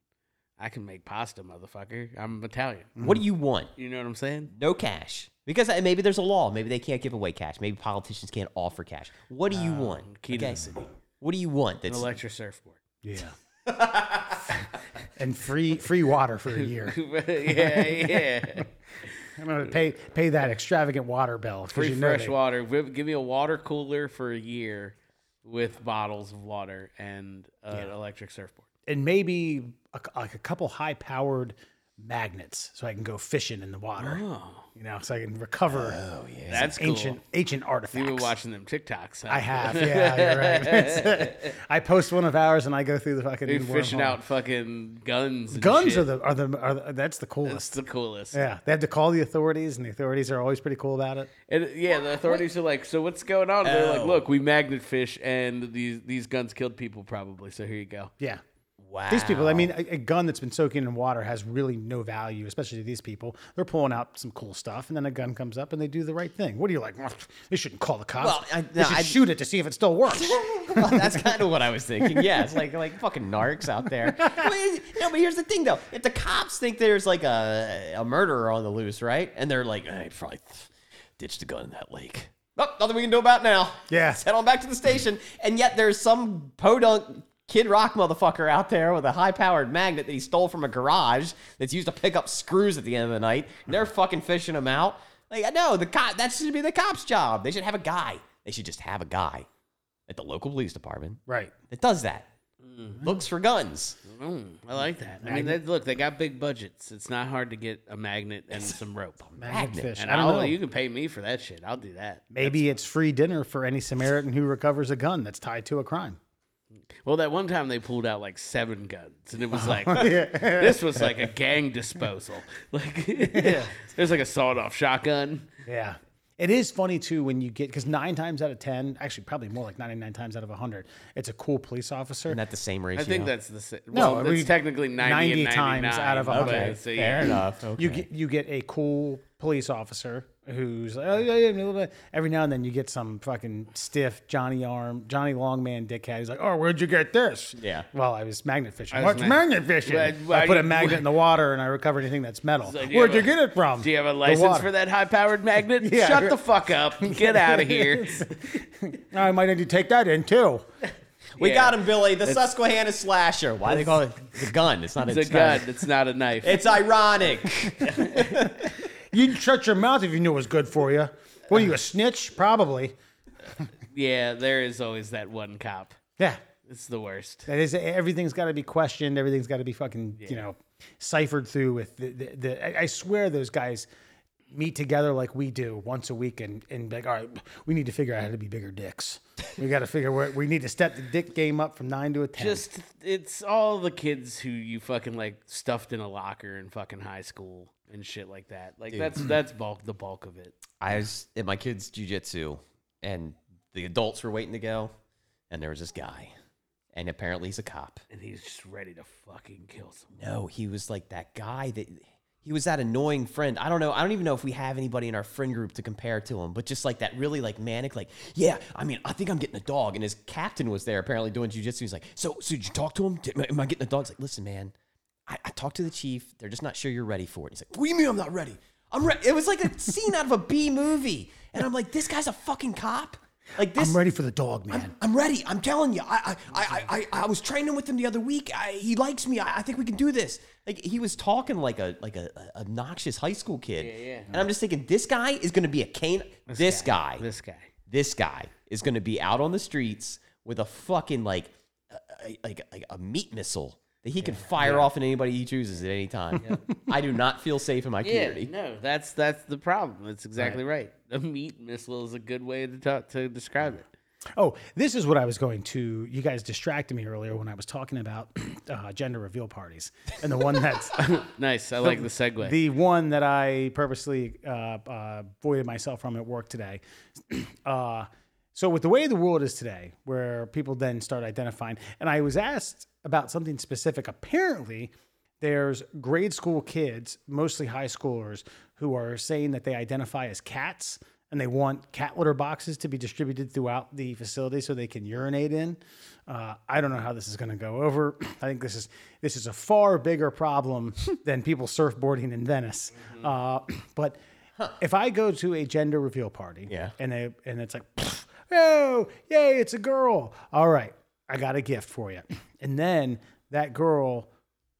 D: I can make pasta, motherfucker. I'm Italian.
C: what do you want?
D: You know what I'm saying?
C: No cash because uh, maybe there's a law. Maybe they can't give away cash. Maybe politicians can't offer cash. What do you want?
D: Key to
C: Okay.
D: the city.
C: What do you want?
D: An
C: That's
D: electric surfboard.
B: Yeah. and free free water for a year.
D: yeah, yeah.
B: I'm gonna pay pay that extravagant water bill. 'cause
D: Free
B: you know
D: fresh
B: they-
D: water. Give give me a water cooler for a year with bottles of water and an electric surfboard.
B: and maybe a, like a couple high powered magnets so I can go fishing in the water. You know, so I can recover
D: That's Oh. cool.
B: ancient ancient artifacts.
D: You were watching them TikToks. Huh?
B: I have, yeah, you're right. I post one of ours and I go through the fucking
D: Dude, fishing
B: wormhole.
D: out fucking guns. and
B: Guns
D: shit.
B: are the, are the are the that's the
D: That's
B: coolest.
D: the coolest.
B: yeah, they have to call the authorities, and the authorities are always pretty cool about it.
D: And yeah, the authorities are like, "So what's going on?" They're like, "Look, we magnet fish, and these these guns killed people probably. So here you go."
B: Yeah,
C: wow.
B: these people. I mean, a, a gun that's been soaking in water has really no value, especially to these people. They're pulling out some cool stuff, and then a gun comes up, and they do the right thing. What are you like? "Well, They shouldn't call the cops.
C: Well, I-
B: they
C: no,
B: should
C: I-
B: shoot it to see if it still works.
C: Well, that's kind of what I was thinking. Yeah, it's like like fucking narcs out there. Well, no, but here's the thing though: if the cops think there's like a a murderer on the loose, right, and they're like, "Hey, probably ditch the gun in that lake." Oh, nothing we can do about it now.
B: Yeah.
C: Let's head on back to the station. And yet there's some podunk Kid Rock motherfucker out there with a high powered magnet that he stole from a garage that's used to pick up screws at the end of the night. And they're fucking fishing him out. Like, no, the cop, that should be the cop's job. They should have a guy. They should just have a guy at the local police department
B: right. Mm-hmm.
C: that does that. Looks for guns.
D: Mm, I like that. I mean, they, look, they got big budgets. It's not hard to get a magnet and some rope.
B: Magnet
C: Magnet.
B: fish.
D: And
B: I don't
D: I'll,
B: know.
D: you can pay me for that shit. I'll do that.
B: Maybe it's free dinner for any Samaritan who recovers a gun that's tied to a crime.
D: Well, that one time they pulled out like seven guns, and it
B: Oh,
D: was like this was like a gang disposal. Like there's like a sawed-off shotgun.
B: Yeah. It is funny too when you get because nine times out of ten, actually probably more like ninety nine times out of hundred, it's a cool police officer.
C: Isn't that the same ratio?
D: I think that's the same.
B: No,
D: Well,
B: I
D: it's
B: mean,
D: technically
B: 90
D: ninety, and
B: times out of
D: 99,
B: 100.
D: but so,
C: fair
D: yeah.
C: enough. Okay.
B: You get you get a cool police officer who's like, oh, yeah, yeah, blah, blah, blah." every now and then you get some fucking stiff Johnny Arm Johnny Longman dickhead. He's like, oh, where'd you get this?
C: Yeah.
B: Well, I was magnet fishing.
D: I was
B: What's
D: mag-
B: magnet fishing?
D: Why-
B: I
D: why
B: put a
D: you-
B: magnet in the water and I recovered anything that's metal.
D: like, do you
B: Where'd you
D: have
B: get it from?
D: Do you have a
B: The
D: license
B: water.
D: for that high-powered magnet?
B: Yeah.
D: Shut the fuck up. Get out of here.
B: I might need to take that in too.
C: we
D: Yeah.
C: got him, Billy. The Susquehanna slasher. Why do they call it the gun? It's not
D: It's a
C: not-
D: gun. It's not a knife.
C: It's ironic.
B: You'd shut your mouth if you knew it was good for you. What are
D: Uh-huh.
B: you, a snitch? Probably.
D: yeah, there is always that one cop.
B: Yeah.
D: It's the worst.
B: That is everything's got to be questioned. Everything's got to be fucking you know ciphered through with the, the, the I, I swear those guys meet together like we do once a week and and be like all right we need to figure out how to be bigger dicks. We got to figure where we need to step the dick game up from nine to a ten.
D: Just it's all the kids who you fucking like stuffed in a locker in fucking high school and shit like that. Like that's that's bulk the bulk of it.
C: I was at my kids' jujitsu, and the adults were waiting to go, and there was this guy, and apparently he's a cop.
D: and he's just ready to fucking kill someone.
C: No, he was like that guy that he was that annoying friend. I don't know. I don't even know if we have anybody in our friend group to compare to him, but just like that really like manic, like, yeah, I mean, I think I'm getting a dog. And his captain was there apparently doing jujitsu. He's like, so, so did you talk to him? Did- am I getting a dog? It's like, listen, man, I, I talked to the chief. They're just not sure you're ready for it. He's like, what do you mean I'm not ready? I'm ready. It was like a scene out of a B movie. And I'm like, this guy's a fucking cop. Like this,
B: I'm ready for the dog, man.
C: I'm ready. I'm telling you. I I, I, I, I was training with him the other week. I, he likes me. I, I think we can do this. Like he was talking like a like a, a obnoxious high school kid.
D: Yeah, yeah.
C: And I'm just thinking, this guy is going to be a cane. This, guy.
D: This guy.
C: This guy is going to be out on the streets with a fucking like a- a- like like a meat missile that he can fire off at anybody he chooses at any time. I do not feel safe in my
D: Yeah,
C: community.
D: no, that's that's the problem. That's exactly right. The meat missile is a good way to talk, to describe it.
B: Oh, this is what I was going to. You guys distracted me earlier when I was talking about uh, gender reveal parties, and the one that's
D: Nice. I like the segue.
B: the one that I purposely uh, uh, voided myself from at work today. uh, so, with the way the world is today, where people then start identifying, and I was asked about something specific. Apparently, there's grade school kids, mostly high schoolers, who are saying that they identify as cats and they want cat litter boxes to be distributed throughout the facility so they can urinate in. Uh, I don't know how this is going to go over. I think this is this is a far bigger problem than people surfboarding in Venice. Uh, but if I go to a gender reveal party,
C: Yeah.
B: and they, and it's like, oh, yay, it's a girl. All right, I got a gift for you. And then that girl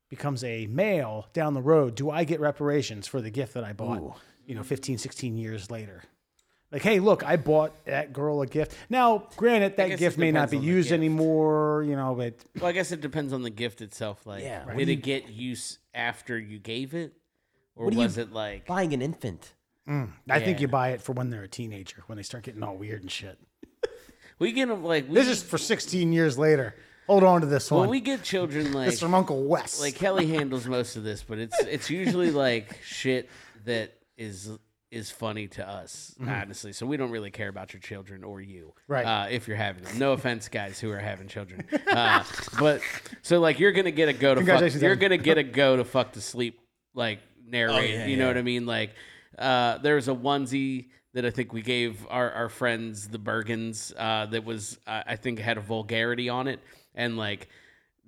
B: becomes a male down the road. Do I get reparations for the gift that I bought? You know, 15, 16 years later. Like, hey, look, I bought that girl a gift. Now, granted, that
D: guess
B: gift
D: it
B: may not
D: depends
B: be
D: on the
B: used
D: gift.
B: anymore, you know, but
D: well, I guess it depends on the gift itself. Like,
C: Yeah. Right.
D: did it get use after you gave it, or
C: do you-
D: was it like
C: Buying an infant.
B: I think
D: Yeah.
B: you buy it for when they're a teenager, when they start getting all weird and shit.
D: we get them like we,
B: This is for 16 years later. Hold on to this
D: well,
B: one.
D: we get children like
B: it's from Uncle Wes.
D: like Kelly handles most of this, but it's it's usually like shit that is is funny to us, honestly. So we don't really care about your children or you,
B: Right.
D: Uh, if you're having them, no offense, guys who are having children, uh, but so like you're gonna get a go to fuck,
B: Congratulations,
D: you're
B: Evan.
D: gonna get a go to fuck to sleep like narrated.
C: yeah,
D: you know
C: yeah.
D: what I mean? Like uh, there was a onesie. That I think we gave our, our friends the Bergens uh, that was uh, I think had a vulgarity on it and like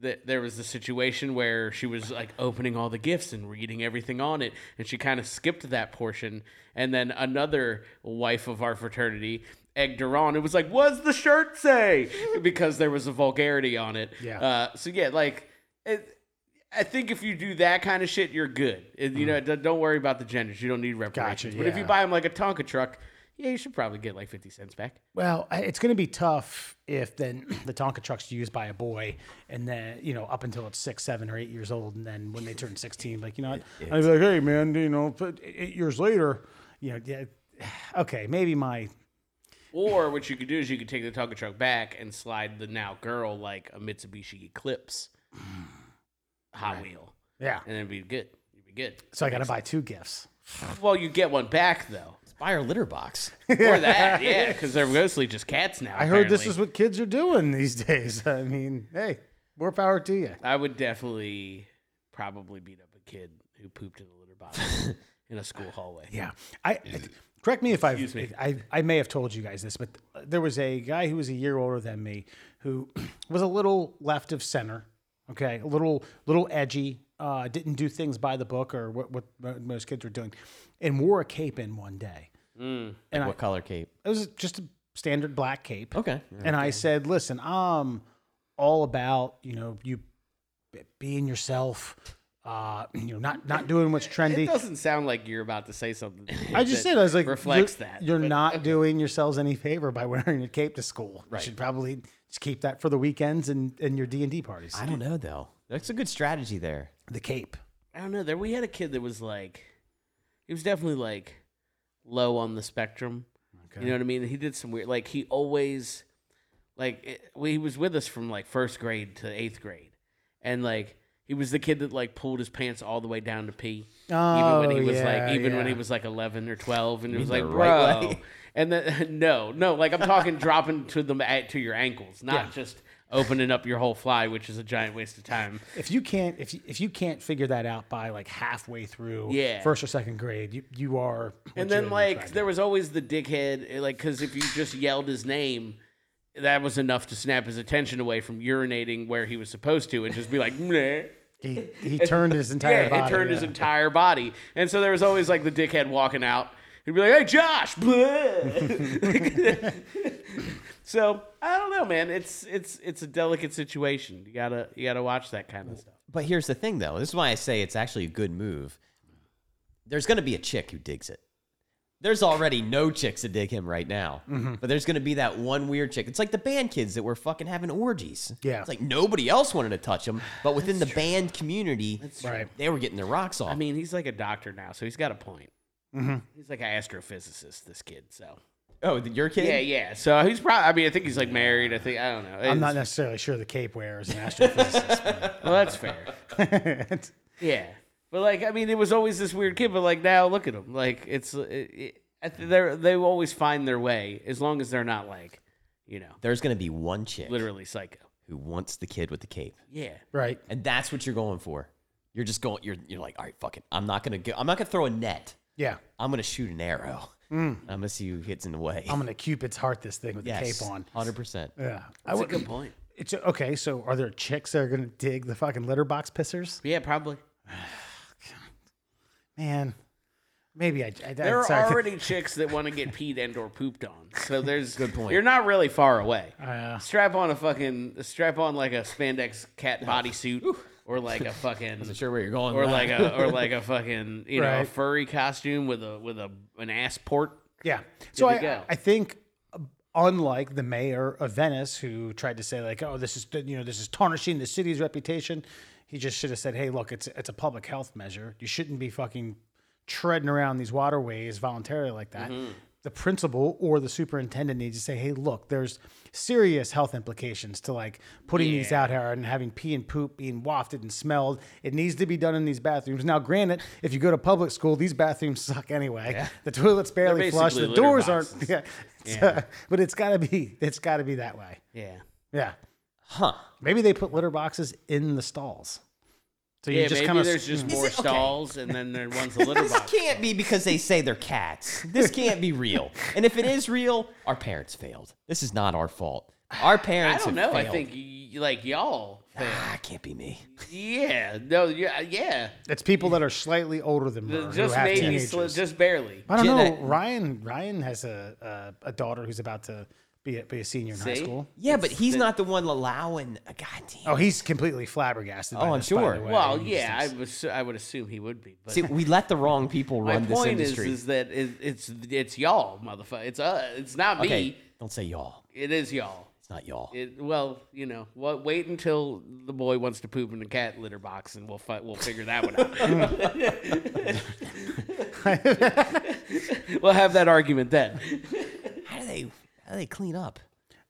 D: that there was a situation where she was like opening all the gifts and reading everything on it and she kind of skipped that portion and then another wife of our fraternity egged her on it was like what's the shirt say because there was a vulgarity on it
B: Yeah.
D: uh, so yeah like it, i think if you do that kind of shit you're good It- you know d- don't worry about the genders you don't need reparations but if
B: Mm-hmm.
D: you
B: yeah.
D: buy them like a tonka truck yeah you should probably get like 50 cents back
B: Well, I- it's going to be tough if then the Tonka truck's used by a boy, and then you know up until it's six, seven, or eight years old, and then when they turn sixteen, like you know, what? I'd be like, hey man, you know, but e, eight years later, you know, yeah, okay, maybe my
D: Or what you could do is you could take the Tonka truck back and slide the now girl like a Mitsubishi Eclipse Hot Wheel,
B: yeah.
D: and it'd be good. You'd be good.
B: So I got to buy two gifts.
D: Well, you get one back though,
C: Buy her litter box.
D: or that, yeah, because they're mostly just cats now.
B: I heard this
D: apparently.
B: is what kids are doing these days. I mean, hey, more power to you.
D: I would definitely probably beat up a kid who pooped in a litter box in a school hallway.
B: Yeah, I correct me if I've, I I may have told you guys this, but there was a guy who was a year older than me who was a little left of center. Okay, a little little edgy. Uh, didn't do things by the book or what, what mo- most kids were doing, and wore a cape in one day. And I,
C: What color cape?
B: it was just a standard black cape.
C: Okay.
B: And I said, listen, I'm all about, you know, you b- being yourself, uh, you know, not not doing what's trendy.
D: It doesn't sound like you're about to say something.
B: I just
D: that
B: said I was like
D: reflects
B: you're,
D: that.
B: you're not doing yourselves any favor by wearing a cape to school. You should probably just keep that for the weekends and, and your D and D parties.
C: I don't know though. That's a good strategy there.
B: the cape.
D: I don't know. There we had a kid that was like, he was definitely like low on the spectrum. You know what I mean? He did some weird, like he always, like it, well, he was with us from like first grade to eighth grade, and like he was the kid that like pulled his pants all the way down to pee, even when
B: Oh,
D: he was
B: yeah,
D: like, even when
B: yeah.
D: he was like eleven or twelve, and it was
C: mean
D: like,
C: the
D: bro.
C: right way?
D: And then no, no, like I'm talking dropping to them at, to your ankles, not just opening up your whole fly, which is a giant waste of time.
B: If you can't if you, if you can't figure that out by like halfway through
D: Yeah.
B: first or second grade, you you are
D: and then like there was always the dickhead eh, like because if you just yelled his name that was enough to snap his attention away from urinating where he was supposed to and just be like nah.
B: he, he turned his entire
D: yeah,
B: body.
D: it turned his
B: yeah.
D: entire body and so there was always like the dickhead walking out he'd be like hey josh bleh." so i don't know man it's it's it's a delicate situation you gotta you gotta watch that kind of stuff
C: But here's the thing, though. This is why I say it's actually a good move. There's going to be a chick who digs it. There's already no chicks that dig him right now,
D: Mm-hmm.
C: but there's going to be that one weird chick. It's like the band kids that were fucking having orgies.
B: Yeah.
C: it's like nobody else wanted to touch them, but within the band community,
B: Right.
C: they were getting their rocks off.
D: i mean he's like a doctor now so he's got a point
B: Mm-hmm.
D: he's like an astrophysicist this kid so
C: oh, th- your kid?
D: Yeah, yeah. So he's probably. I mean, I think he's like married. I think I don't know.
B: I'm not
D: It's-
B: necessarily sure the cape wearer is an astrophysicist.
D: Well, that's fair.
B: It's-
D: Yeah, but like, I mean, it was always this weird kid. But like now, look at him. Like it's it, it, they they will always find their way as long as they're not like, you know,
C: There's going to be one chick
D: literally psycho.
C: who wants the kid with the cape,
D: Yeah.
B: right.
C: and that's what you're going for. You're just going. You're you're like, all right, fuck it. I'm not gonna go. I'm not gonna throw a net.
B: Yeah.
C: I'm gonna shoot an arrow.
D: Mm.
C: I'm gonna see who gets in the way.
B: I'm gonna Cupid's heart this thing with the cape on.
C: Hundred percent.
B: Yeah. I
D: That's a
B: would,
D: good point.
B: it's okay. So are there chicks that are gonna dig the fucking litter box pissers?
D: Yeah, probably.
B: Man, maybe I. I
D: There are
B: sorry.
D: already chicks that want to get peed and or pooped on. So there's
C: Good point.
D: You're not really far away.
B: Uh,
D: strap on a fucking strap on like a spandex cat bodysuit or like a fucking
C: Not sure where you're going.
D: or
C: with
D: like
C: that.
D: a or like a fucking you know a
B: Right.
D: furry costume with a with a an ass port.
B: Yeah. So
D: to go.
B: I, I think uh, unlike the mayor of Venice who tried to say like, oh, this is you know this is tarnishing the city's reputation, he just should have said, hey, look, it's it's a public health measure. You shouldn't be fucking treading around these waterways voluntarily like that.
D: Mm-hmm.
B: The principal or the superintendent needs to say, "Hey, look, there's serious health implications to like putting these out here and having pee and poop being wafted and smelled. It needs to be done in these bathrooms." Now, granted, if you go to public school, these bathrooms suck anyway. The toilets barely barely
D: They're
B: flush.
D: basically
B: The
D: litter
B: doors
D: boxes.
B: aren't. Yeah. So- but it's got to be. It's got to be that way.
D: Yeah.
B: Yeah.
C: huh?
B: Maybe they put litter boxes in the stalls. So you
D: Yeah,
B: just
D: maybe
B: kind of
D: there's just more
C: it- okay.
D: stalls, and then there one's a litter
C: This
D: box.
C: can't be because they say they're cats. This can't be real. And if it is real, our parents failed. This is not our fault. Our
D: I
C: parents.
D: don't know.
C: have
D: I
C: failed.
D: think y- like y'all.
C: Ah, it can't be me.
D: Yeah. No. Yeah. Yeah.
B: it's people that are slightly older than her
D: Just
B: who have
D: maybe,
B: teenagers.
D: sl- just barely.
B: I don't
C: Yeah,
B: know.
C: that-
B: Ryan Ryan has a, a a daughter who's about to be a, be a senior in high
D: See?
B: school.
C: Yeah, but he's not the one allowing a goddamn.
B: Oh, he's completely flabbergasted. by
C: Oh, I'm
B: this, by the
C: sure.
B: way.
D: Well,
B: He's
D: yeah,
B: just-
D: I was. I would assume he would be. But
C: See, we let the wrong people
D: my
C: run this
D: point is,
C: industry.
D: is that it, it's it's y'all, motherfucker. It's uh, it's not me.
C: okay, don't say y'all.
D: It is y'all.
C: It's not y'all.
D: It, well, you know, what, wait until the boy wants to poop in the cat litter box, and we'll fi- we'll figure that one out. we'll have that argument then.
C: how do they? How do they clean up?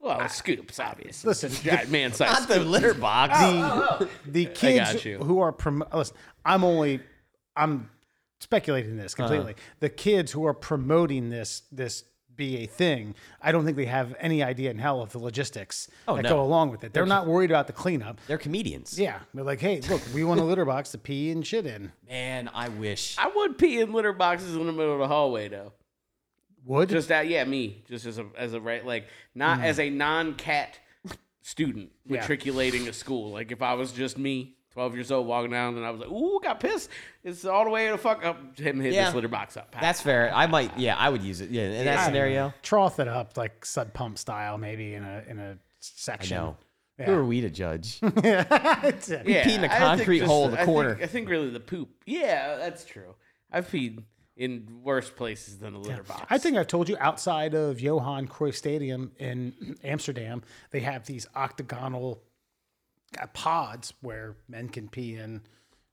D: Well, scoops, obviously.
B: Listen,
D: God, man, size.
C: Not the litter box.
D: Oh,
B: the, the kids
D: got you.
B: who are prom- listen, I'm only I'm speculating this completely. The kids who are promoting this this be a thing. I don't think they have any idea in hell of the logistics
C: Oh,
B: that
C: no.
B: go along with it. They're not worried about the cleanup.
C: They're comedians.
B: Yeah, they're like, hey, look, we want a litter box to pee and shit in.
C: Man, I wish.
D: I would pee in litter boxes in the middle of the hallway, though.
B: Would
D: Just that, yeah, me, just as a as a right, like
C: Mm.
D: not as a non cat student matriculating a school. Like if I was just me. 12 years old walking down and I was like, ooh, got pissed. It's all the way to the fuck up. Him hit
C: Yeah.
D: this litter box up.
C: That's fair. I might. Yeah, I would use it. Yeah, in that scenario.
B: trough it up like sud pump style, maybe in a in a section.
C: No.
B: Yeah.
C: Who are we to judge?
B: It's-
D: yeah,
C: pee in a
D: I think
C: concrete hole in the
D: I think-
C: corner.
D: I think, really the poop. Yeah, that's true. I've peed in worse places than a litter box.
B: I think I've told you outside of Johan Cruyff Stadium in Amsterdam, they have these octagonal uh, pods where men can pee in.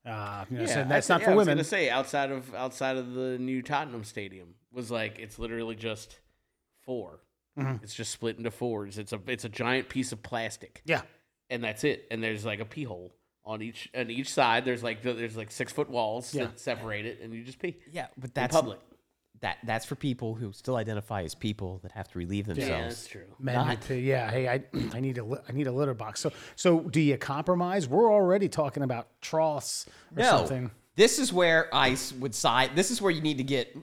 B: Uh, you know, so that's
D: I
B: not
D: thi-
B: for
D: yeah, I was
B: women.
D: gonna say outside of outside of the new Tottenham Stadium was like it's literally just 4
B: Mm-hmm.
D: It's just split into fours. It's a it's a giant piece of plastic,
B: yeah,
D: and that's it. And there's like a pee hole on each on each side. There's like there's like six foot walls
B: Yeah.
D: that separate it, and you just pee.
C: yeah, but that's
D: public.
C: that that's for people who still identify as people that have to relieve themselves.
D: Yeah, that's true.
B: Men
C: Not-
B: need to, yeah. Hey, I, I need a li- I need a litter box. So so do you compromise? We're already talking about troughs or
C: no,
B: something.
C: this is where I s- would side. This is where you need to get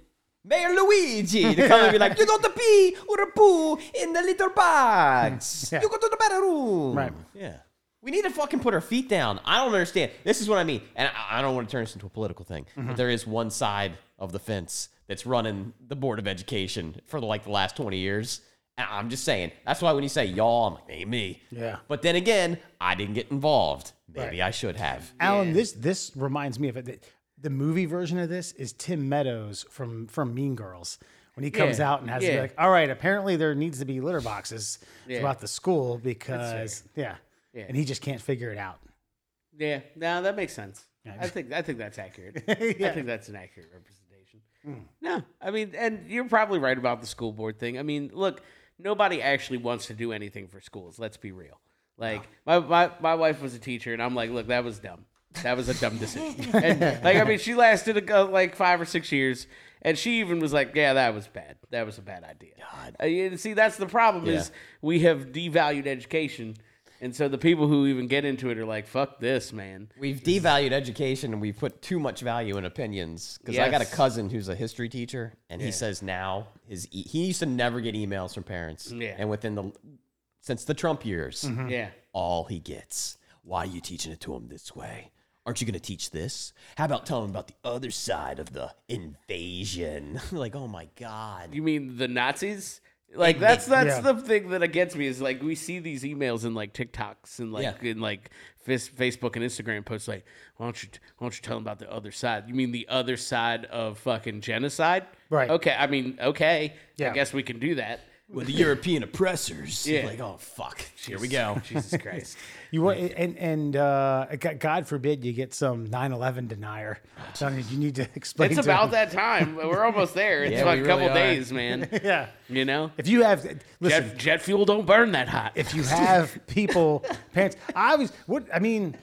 C: Mayor Luigi to come and be like, "You got to pee or poo in the litter box.
B: Yeah.
C: You go to the bathroom."
B: Right.
C: Yeah. We need to fucking put our feet down. I don't understand. This is what I mean, and I, I don't want to turn this into a political thing.
B: Mm-hmm.
C: But there is one side of the fence that's running the board of education for the, like the last twenty years. And I'm just saying. That's why when you say y'all, I'm like, hey, me.
B: Yeah.
C: But then again, I didn't get involved. Maybe
B: Right.
C: I should have.
B: Alan, this this reminds me of it. The, the movie version of this is Tim Meadows from from Mean Girls. When he comes
D: Yeah,
B: out and has to be
D: yeah.
B: like, all right, apparently there needs to be litter boxes
D: Yeah.
B: throughout the school because yeah.
D: Yeah.
B: And he just can't figure it out.
D: Yeah, no, that makes sense. I think I think that's accurate. I think that's an accurate representation.
B: Mm-hmm.
D: No, I mean, and you're probably right about the school board thing. I mean, look, nobody actually wants to do anything for schools. Let's be real. Like my, my my wife was a teacher, and I'm like, look, that was dumb. That was a dumb decision. and, like I mean, she lasted a, go- like five or six years, and she even was like, yeah, that was bad. That was a bad idea. God. and see, that's the problem
C: Yeah.
D: is we have devalued education. And so the people who even get into it are like, fuck this, man.
C: We've devalued education and we've put too much value in opinions. Because I got a
D: Yes.
C: cousin who's a history teacher, and he says now his e- he used to never get emails from parents.
D: Yeah. Mm-hmm.
C: And within the since the Trump years,
D: Yeah.
C: all he gets. Why are you teaching it to him this way? Aren't you going to teach this? How about telling him about the other side of the invasion? like, oh my god.
D: You mean the Nazis? Like that's that's
B: Yeah.
D: the thing that gets me is like we see these emails in like TikToks and like
C: Yeah.
D: in like fis- Facebook and Instagram posts like why don't you why don't you tell them about the other side? You mean the other side of fucking genocide?
B: Right.
D: Okay. I mean okay.
B: Yeah.
D: I guess we can do that.
C: With the European oppressors.
D: Yeah.
C: Like, oh fuck. Here we go.
D: Jesus Christ.
B: You want, and and uh, g- God forbid you get some 9/11 denier. Son, you need to explain.
D: it's
B: to him.
D: about that time. We're almost there. It's
C: Yeah,
D: about
C: we
D: a couple
C: really are.
D: days, man.
B: Yeah.
D: You know,
B: If you have listen,
D: jet, jet fuel don't burn that hot.
B: if you have people parents i was what i mean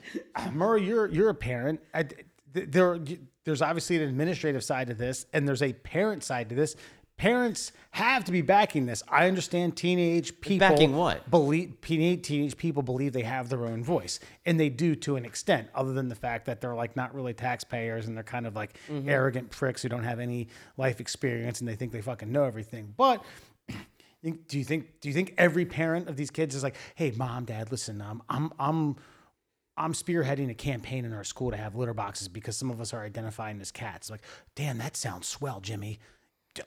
B: murray you're you're a parent I, th- there there's obviously an administrative side to this and there's a parent side to this parents have to be backing this i understand teenage people
C: Backing what?
B: believe teenage teenage people believe they have their own voice and they do to an extent other than the fact that they're like not really taxpayers and they're kind of like
C: Mm-hmm.
B: arrogant pricks who don't have any life experience and they think they fucking know everything but Think- do you think do you think every parent of these kids is like, hey, mom, dad, listen, um, I'm I'm I'm spearheading a campaign in our school to have litter boxes because some of us are identifying as cats. Like, damn, that sounds swell, Jimmy. D-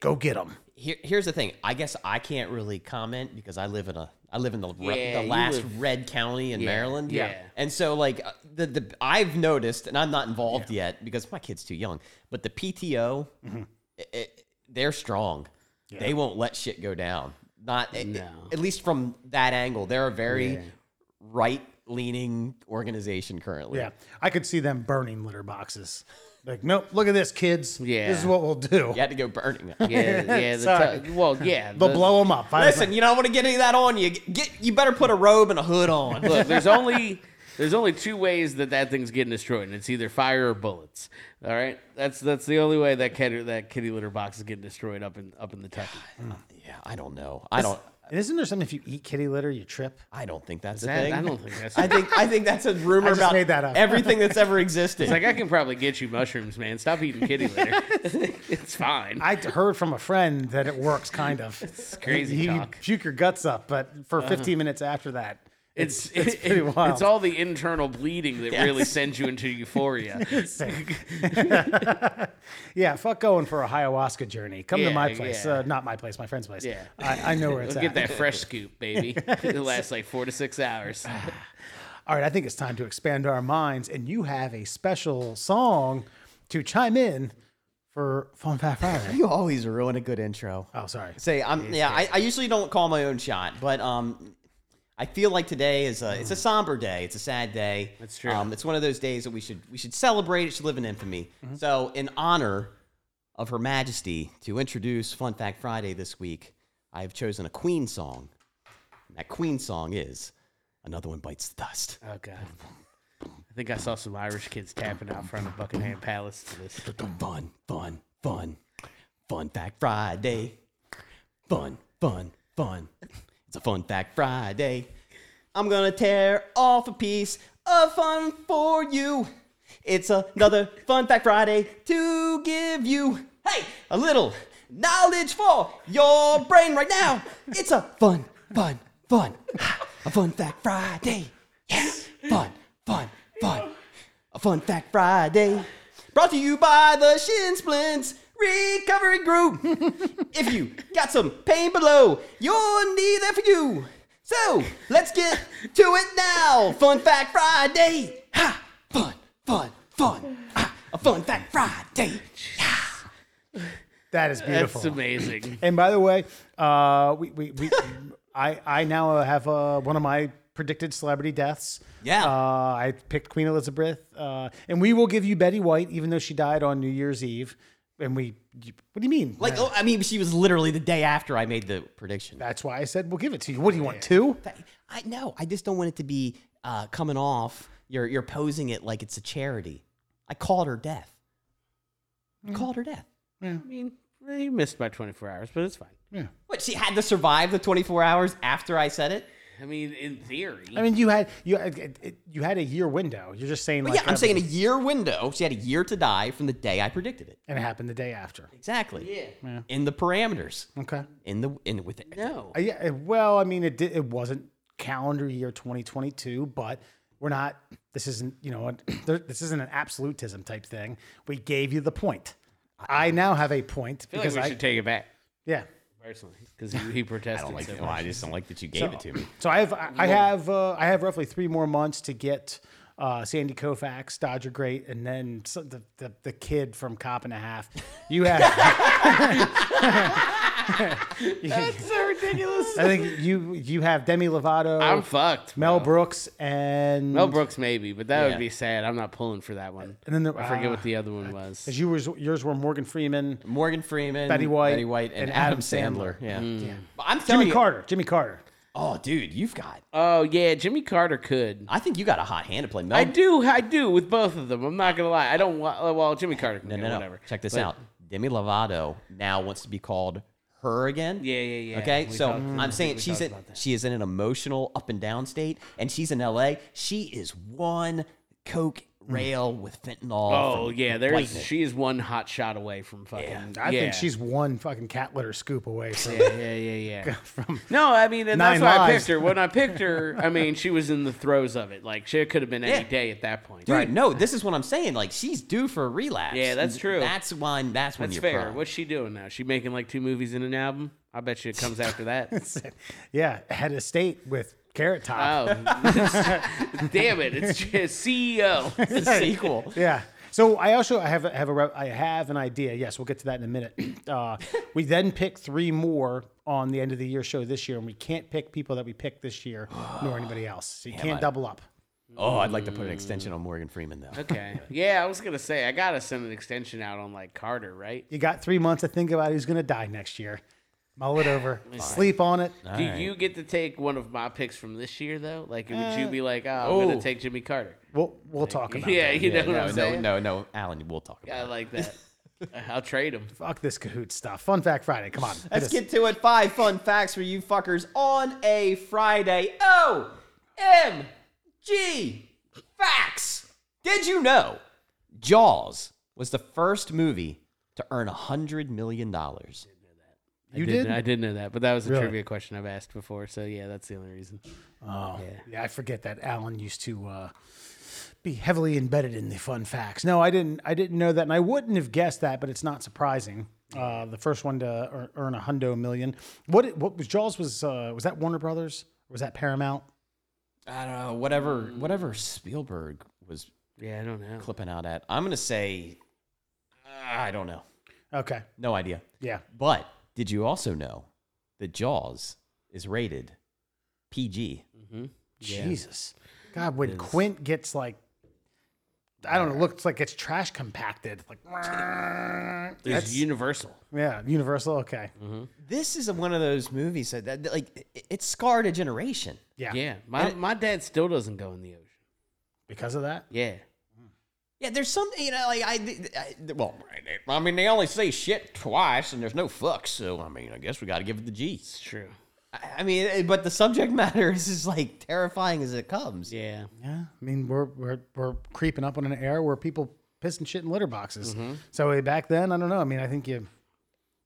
B: Go get them.
C: here, here's the thing. I guess I can't really comment because I live in a I live in the re-
D: Yeah,
C: the
D: you
C: last
D: live-
C: red county in Maryland.
D: yeah. Yeah.
C: And so like uh, the the I've noticed and I'm not involved yet because my kid's too young, but the PTO
D: Mm-hmm.
C: i- i- they're strong. They won't let shit go down. Not i- i-
D: No.
C: at least from that angle. They're a very right leaning organization currently.
B: Yeah, I could see them burning litter boxes. Like, nope, look at this, kids.
D: Yeah.
B: this is what we'll do.
C: You had to go burning.
D: yeah, yeah. The
B: Sorry.
D: t- well, yeah.
B: They'll
D: the-
B: blow them up. I was
C: Listen, you don't want to get any of that on you. Get you better put a robe and a hood on.
D: Look, there's only there's only two ways that that thing's getting destroyed, and it's either fire or bullets. All right, that's that's the only way that kitty, that kitty litter box is getting destroyed up in up in the Tucky.
C: yeah, I don't know. I don't.
B: like, and isn't there something if you eat kitty litter, you trip?
C: I don't think that's a
D: That-
C: thing.
D: I don't think that's.
C: I think I think that's a rumor
B: I just
C: about
B: made that up.
C: everything that's ever existed.
D: it's like I can probably get you mushrooms, man. Stop eating kitty litter. it's fine.
B: I d- heard from a friend that it works, kind of. it's
D: crazy
B: You,
D: talk. Uh-huh.
B: puke your guts up, but for 15 minutes after that,
D: it's
B: it's pretty
D: it-
B: wild.
D: It's all the internal bleeding that really sends you into euphoria.
B: yeah, fuck going for a ayahuasca journey. Come to
D: Yeah,
B: my place,
D: yeah.
B: uh, not my place, my friend's place.
D: Yeah.
B: I, I know where it's
D: Get
B: at.
D: that fresh scoop, baby. It lasts like four to six hours.
B: All right, I think it's time to expand our minds, and you have a special song to chime in for Fun Fact Friday.
C: you always ruin a good intro.
B: Oh, sorry.
C: Say I'm yeah. I, I usually don't call my own shot, but um, I feel like today is a it's a somber day. It's a sad day.
D: That's true.
C: Um, it's one of those days that we should we should celebrate. It should live in infamy. So in honor of Her Majesty, to introduce Fun Fact Friday this week, I have chosen a Queen song. And that Queen song is "Another One Bites the Dust."
D: Oh god. I think I saw some Irish kids tapping out front of Buckingham Palace to this.
C: Fun, fun, fun. Fun Fact Friday. Fun, fun, fun. It's a Fun Fact Friday. I'm gonna tear off a piece of fun for you. It's another Fun Fact Friday to give you, hey, a little knowledge for your brain right now. It's a fun, fun, fun, a Fun Fact Friday. Yes, fun, fun, fun, a Fun Fact Friday. Brought to you by the Shin Splints Recovery Group. if you got some pain below, you'll need that for you. So let's get to it now. Fun Fact Friday. Ha! Fun, fun, fun. Ah, a Fun Fact Friday.
B: That is beautiful.
D: That's amazing.
B: And by the way, uh, we, we, we I I now have uh, one of my predicted celebrity deaths.
C: Yeah.
B: Uh, I picked Queen Elizabeth, uh, and we will give you Betty White, even though she died on New Year's Eve. And we, what do you mean?
C: Like, oh, I mean, she was literally the day after I made the prediction.
B: that's why I said we'll give it to you. What do you want? Two?
C: I know. I just don't want it to be uh, coming off. You're you're posing it like it's a charity. I called her death. I called her death.
D: I mean, you missed by 24 hours, but it's fine.
C: What? She had to survive the 24 hours after I said it.
D: I mean, in theory.
B: I mean, you had you had- it- it- you had a year window. You're just saying, like,
C: yeah, I'm
B: that
C: saying a
B: was-
C: year window. She had a year to die from the day I predicted it.
B: and it happened the day after.
C: Exactly.
D: yeah.
C: In the parameters.
B: Okay.
C: In the in with
D: No.
B: Uh, yeah. it- Well, I mean, it did, it wasn't calendar year 2022, but we're not. This isn't you know an, there, this isn't an absolutism type thing. We gave you the point. I now have a point
D: I feel like
B: because
D: we
B: I
D: should take it back,
B: yeah.
D: personally, because he, he protested.
C: I don't like
D: so
C: that.
D: much.
C: I just don't like that you gave it to me.
B: So I have I, I have uh, I have roughly three more months to get. Uh, Sandy Koufax, Dodger Great, and then so- the, the the kid from Cop and a Half. You have,
D: That's so ridiculous.
B: I think you you have Demi Lovato,
D: I'm fucked.
B: Mel Brooks, and
D: Mel Brooks, maybe, but that
C: Yeah.
D: would be sad. I'm not pulling for that one.
B: And then there-
D: I forget
B: ah.
D: what the other one was.
B: As you was, yours were Morgan Freeman,
C: Morgan Freeman,
B: Betty White,
C: Betty White, and, Adam, Sandler. Yeah. But I'm telling
B: Jimmy
C: you,
B: Carter, Jimmy Carter.
C: Oh, dude, you've got.
D: Oh yeah, Jimmy Carter could.
C: I think you got a hot hand to play. Mel,
D: I do, I do with both of them. I'm not gonna lie. I don't want. Well, Jimmy Carter. Can
C: No,
D: go,
C: no, no.
D: whatever.
C: Check this
D: But-
C: out. Demi Lovato now wants to be called her again.
D: Yeah, yeah, yeah.
C: Okay,
D: We
C: so
D: talked- I
C: I'm saying
D: we
C: she's
D: talked
C: in,
D: about that.
C: she is in an emotional up and down state, and she's in L.A. She is one coke rail with fentanyl.
D: Hmm. Oh
C: from
D: yeah, there
C: White
D: is.
C: Nick.
D: She is one hot shot away from fucking. Yeah,
B: I think she's one fucking cat litter scoop away from.
D: Yeah, yeah, yeah, yeah. no, I mean, and
B: Nine
D: that's why I
B: lives.
D: picked her. When I picked her, I mean, she was in the throes of it. Like she could have been any
C: Yeah.
D: day at that point.
C: Dude, no, this is what I'm saying. Like she's due for a relapse.
D: Yeah, that's true.
C: That's when. That's when
D: That's
C: you're
D: fair.
C: prime.
D: What's she doing now? She making like two movies in an album? I bet you it comes after that.
B: Yeah, head of state with Carrot Top.
D: oh, damn it! It's just E CEO.
C: It's a sequel.
B: Yeah. So I also I have a- have a re- I have an idea. Yes, we'll get to that in a minute. Uh, we then pick three more on the end of the year show this year, and we can't pick people that we picked this year nor anybody else. So you can't
C: I-
B: double up.
C: Oh, I'd like to put an extension on Morgan Freeman though.
D: Mm. Okay. Yeah, I was gonna say I gotta send an extension out on like Carter, right?
B: You got three months to think about who's going to die next year. Mull it over, sleep on it.
C: All
D: Do
C: right.
D: you get to take one of my picks from this year though? Like, would you be like, oh, I'm
C: oh.
D: gonna take Jimmy Carter?
B: We'll we'll talk about.
D: Yeah,
B: that.
D: you know
C: Yeah,
D: what I'm
C: no, no,
D: saying.
C: no, no, Alan. We'll talk about.
D: I
C: it.
D: like that. I'll trade him.
B: Fuck this Kahoot stuff. Fun fact Friday. Come on. hit
C: Let's
B: us.
C: get to it. Five fun facts for you fuckers on a Friday. O M G facts. Did you know Jaws was the first movie to earn a hundred million dollars?
B: you
D: I
B: did.
D: I did know that, but that was a
B: Really?
D: trivia question I've asked before. So yeah, that's the only reason.
B: Oh, yeah. I forget that Alan used to uh, be heavily embedded in the fun facts. No, I didn't. I didn't know that, and I wouldn't have guessed that. But it's not surprising. Uh, the first one to ear- earn a hundo million. What? What was Jaws? Was uh, was that Warner Brothers? Or was that Paramount?
C: I don't know. Whatever, whatever Spielberg was
D: Yeah, I don't know.
C: clipping out at. I'm gonna say, I don't know.
B: Okay.
C: No idea.
B: Yeah.
C: But did you also know that Jaws is rated PG?
B: Jesus. God, when Quint gets like. I don't know. Looks like it's trash compacted. Like,
D: It's Universal.
B: yeah, Universal. Okay,
C: This is one of those movies that, that like it, it scarred a generation.
B: yeah,
D: Yeah, my my dad still doesn't go in the ocean.
B: because of that.
D: Yeah,
C: Yeah, there's some, you know, like I, I well, I mean, they only say shit twice, and there's no fucks, so I mean, I guess we got to give it the G's.
D: True.
C: I, I mean, eh, but the subject matter is as like terrifying as it comes.
D: Yeah.
B: Yeah, I mean we're we're we're creeping up on an era where people piss and shit in litter boxes.
C: Mm-hmm.
B: So eh, back then, I don't know. I mean, I think you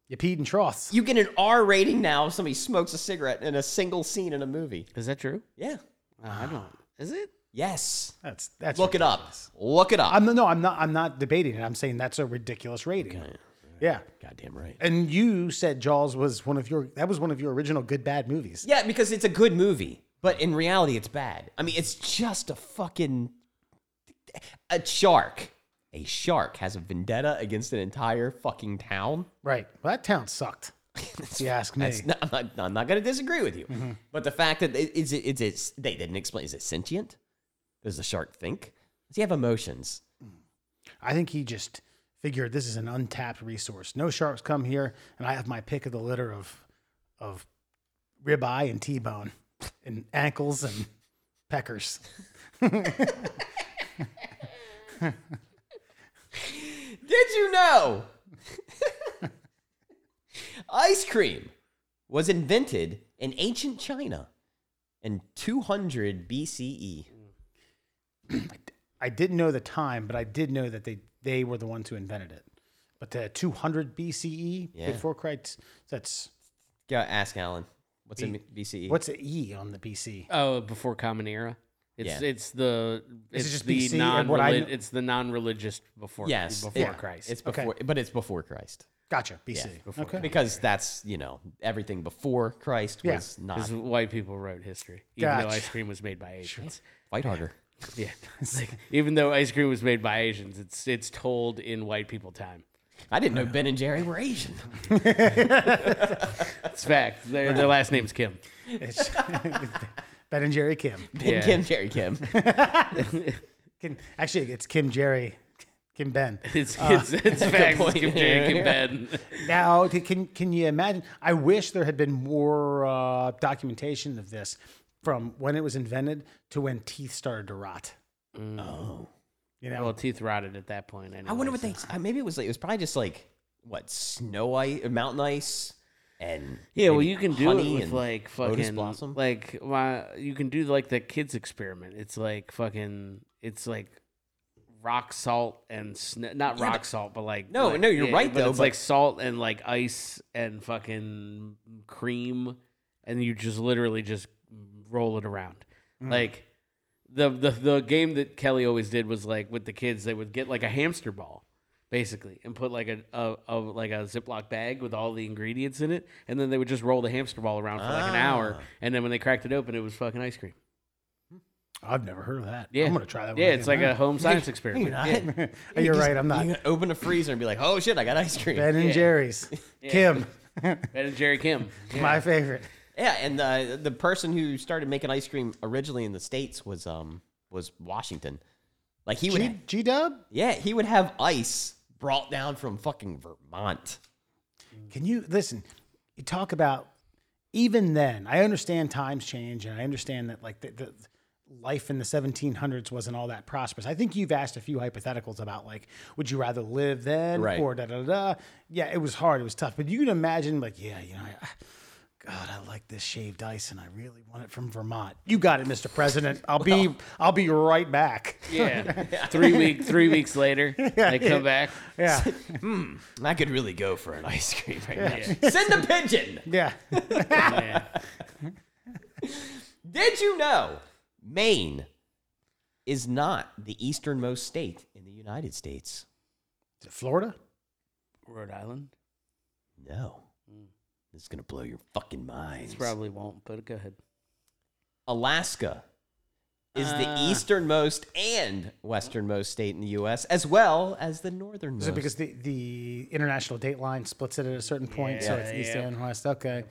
B: you peed in troughs.
C: You get an R rating now if somebody smokes a cigarette in a single scene in a movie.
D: Is that true?
C: Yeah.
D: Uh, I don't. Is it?
C: Yes.
B: That's that's
C: Look it up. Look it up.
B: I'm no, I'm not. I'm not debating it. I'm saying that's a ridiculous rating. Yeah,
C: Goddamn right.
B: and you said Jaws was one of your that was one of your original good bad movies.
C: Yeah, because it's a good movie, but in reality, it's bad. I mean, it's just a fucking a shark. A shark has a vendetta against an entire fucking town.
B: Right. Well, that town sucked. if you ask me.
C: That's not, I'm not, I'm not going to disagree with you, but the fact that it, it's, it's it's they didn't explain is it sentient? Does the shark think? Does he have emotions?
B: I think he just figured this is an untapped resource. No sharks come here, and I have my pick of the litter of of ribeye and T-bone and ankles and peckers.
C: Did you know? Ice cream was invented in ancient China in 200 BCE.
B: I didn't know the time, but I did know that they they were the ones who invented it. But the 200 BCE
C: Yeah.
B: E before Christ, that's
C: Go ask Alan. What's in BCE?
B: what's the E on the BC?
D: Oh, before Common Era. It's
C: Yeah.
D: it's the it's
B: just
D: the
B: BC
D: non
B: and what I kn-
D: it's the non-religious before
C: yes
D: before
C: yeah.
D: Christ. E,
C: It's
B: Okay.
C: before, but it's before Christ.
B: Gotcha, BC.
C: Yeah, before
B: okay,
C: because that's you know everything before Christ
B: Yeah.
C: was not
D: Because white people wrote history, even
B: Gotcha.
D: though ice cream was made by Asians.
C: fight harder.
D: Yeah, even though ice cream was made by Asians, it's it's told in white people time.
C: I didn't know Ben and Jerry were Asian.
D: It's fact. Their, their last name's Kim.
B: It's- Ben and Jerry Kim.
C: Ben
D: Yeah.
C: Kim, Jerry Kim.
B: Kim. Actually, it's Kim Jerry, Kim Ben.
D: It's it's, it's fact. It's
C: point.
D: Kim Jerry, Kim Ben.
B: Now, t- can can you imagine? I wish there had been more uh, documentation of this from when it was invented to when teeth started to rot. Oh, you know,
D: Well, teeth rotted at that point. Anyway,
C: I wonder what they. uh, Maybe it was like it was probably just like what snow ice, mountain ice, and
D: Yeah, well,
C: maybe
D: you can do it
C: honey
D: with
C: and
D: like
C: lotus
D: fucking
C: blossom.
D: like why you can do like the kids experiment. It's like fucking it's like rock salt and sn- not
C: Yeah,
D: rock
C: but-
D: salt, but like
C: No,
D: like-
C: no, you're right,
D: but
C: though,
D: It's like
C: but-
D: salt and like ice and fucking cream, and you just literally just roll it around
C: Mm.
D: like. The, the the game that Kelly always did was like with the kids they would get like a hamster ball basically, and put like a, a, a like a Ziploc bag with all the ingredients in it, and then they would just roll the hamster ball around for like an hour,
C: Ah.
D: and then when they cracked it open, it was fucking ice cream.
B: I've never heard of that.
D: Yeah,
B: I'm gonna try that.
D: Yeah,
B: one
D: it's like a home science experiment. Yeah.
B: a. You're right. I'm not
C: You can open a freezer and be like, oh shit, I got ice cream.
B: Ben and
D: Yeah.
B: Jerry's. Kim,
D: Ben and Jerry Kim. Yeah.
B: my favorite.
C: Yeah, and uh, the person who started making ice cream originally in the states was um was Washington. Like he would,
B: G G Dub,
C: yeah, he would have ice brought down from fucking Vermont.
B: can you listen? You talk about even then. I understand times change, and I understand that like the, the life in the 1700s wasn't all that prosperous. I think you've asked a few hypotheticals about like, would you rather live then
C: Right.
B: or da da da? da. Yeah, it was hard. It was tough, but you can imagine like, yeah, you know. I, God, I like this shaved ice, and I really want it from Vermont. You got it, Mr. President. I'll be, I'll be right back.
D: Yeah. three week three weeks later, they come back.
B: Yeah,
C: I could really go for an ice cream right now. Send a pigeon.
B: yeah.
D: Yeah.
C: Did you know Maine is not the easternmost state in the United States?
B: Is it Florida?
D: Rhode Island.
C: No. This is gonna blow your fucking minds.
D: This probably won't, but go ahead.
C: Alaska is the
B: Ah.
C: easternmost and westernmost state in the U.S., as well as the northernmost.
B: Is it because the, the international date line splits it at a certain point, so
D: Yeah,
B: it's east
D: yeah.
B: and west? Okay.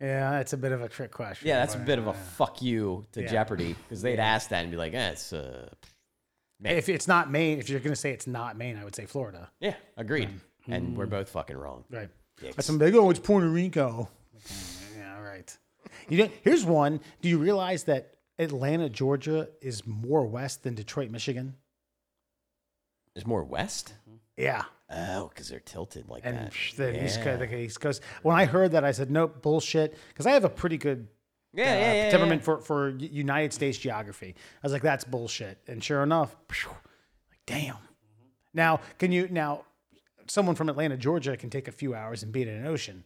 B: Yeah, that's a bit of a trick question.
C: yeah, that's a
B: but-
C: bit of a fuck you to Jeopardy because they'd ask that and be like, eh, it's uh,
B: If it's not Maine, if you're going to say it's not Maine, I would say Florida.
C: yeah, agreed, and we're both fucking wrong.
B: Mm-hmm. Right.
C: Dicks.
B: But somebody, oh, it's Puerto Rico. yeah, all right. You know, here's one. Do you realize that Atlanta, Georgia is more west than Detroit, Michigan?
C: There's more west.
B: Yeah.
C: Oh, because they're tilted like
B: Mm-hmm. And
C: that.
B: psh, the East Coast, the East Coast. When I heard that, I said, nope, bullshit. Because I have a pretty good
C: Yeah,
B: uh,
C: yeah, yeah, yeah.
B: temperament for, for U- United States geography. I was like, that's bullshit. And sure enough, phew, like, damn. Now, can you, now, someone from Atlanta, Georgia can take a few hours and be in an ocean.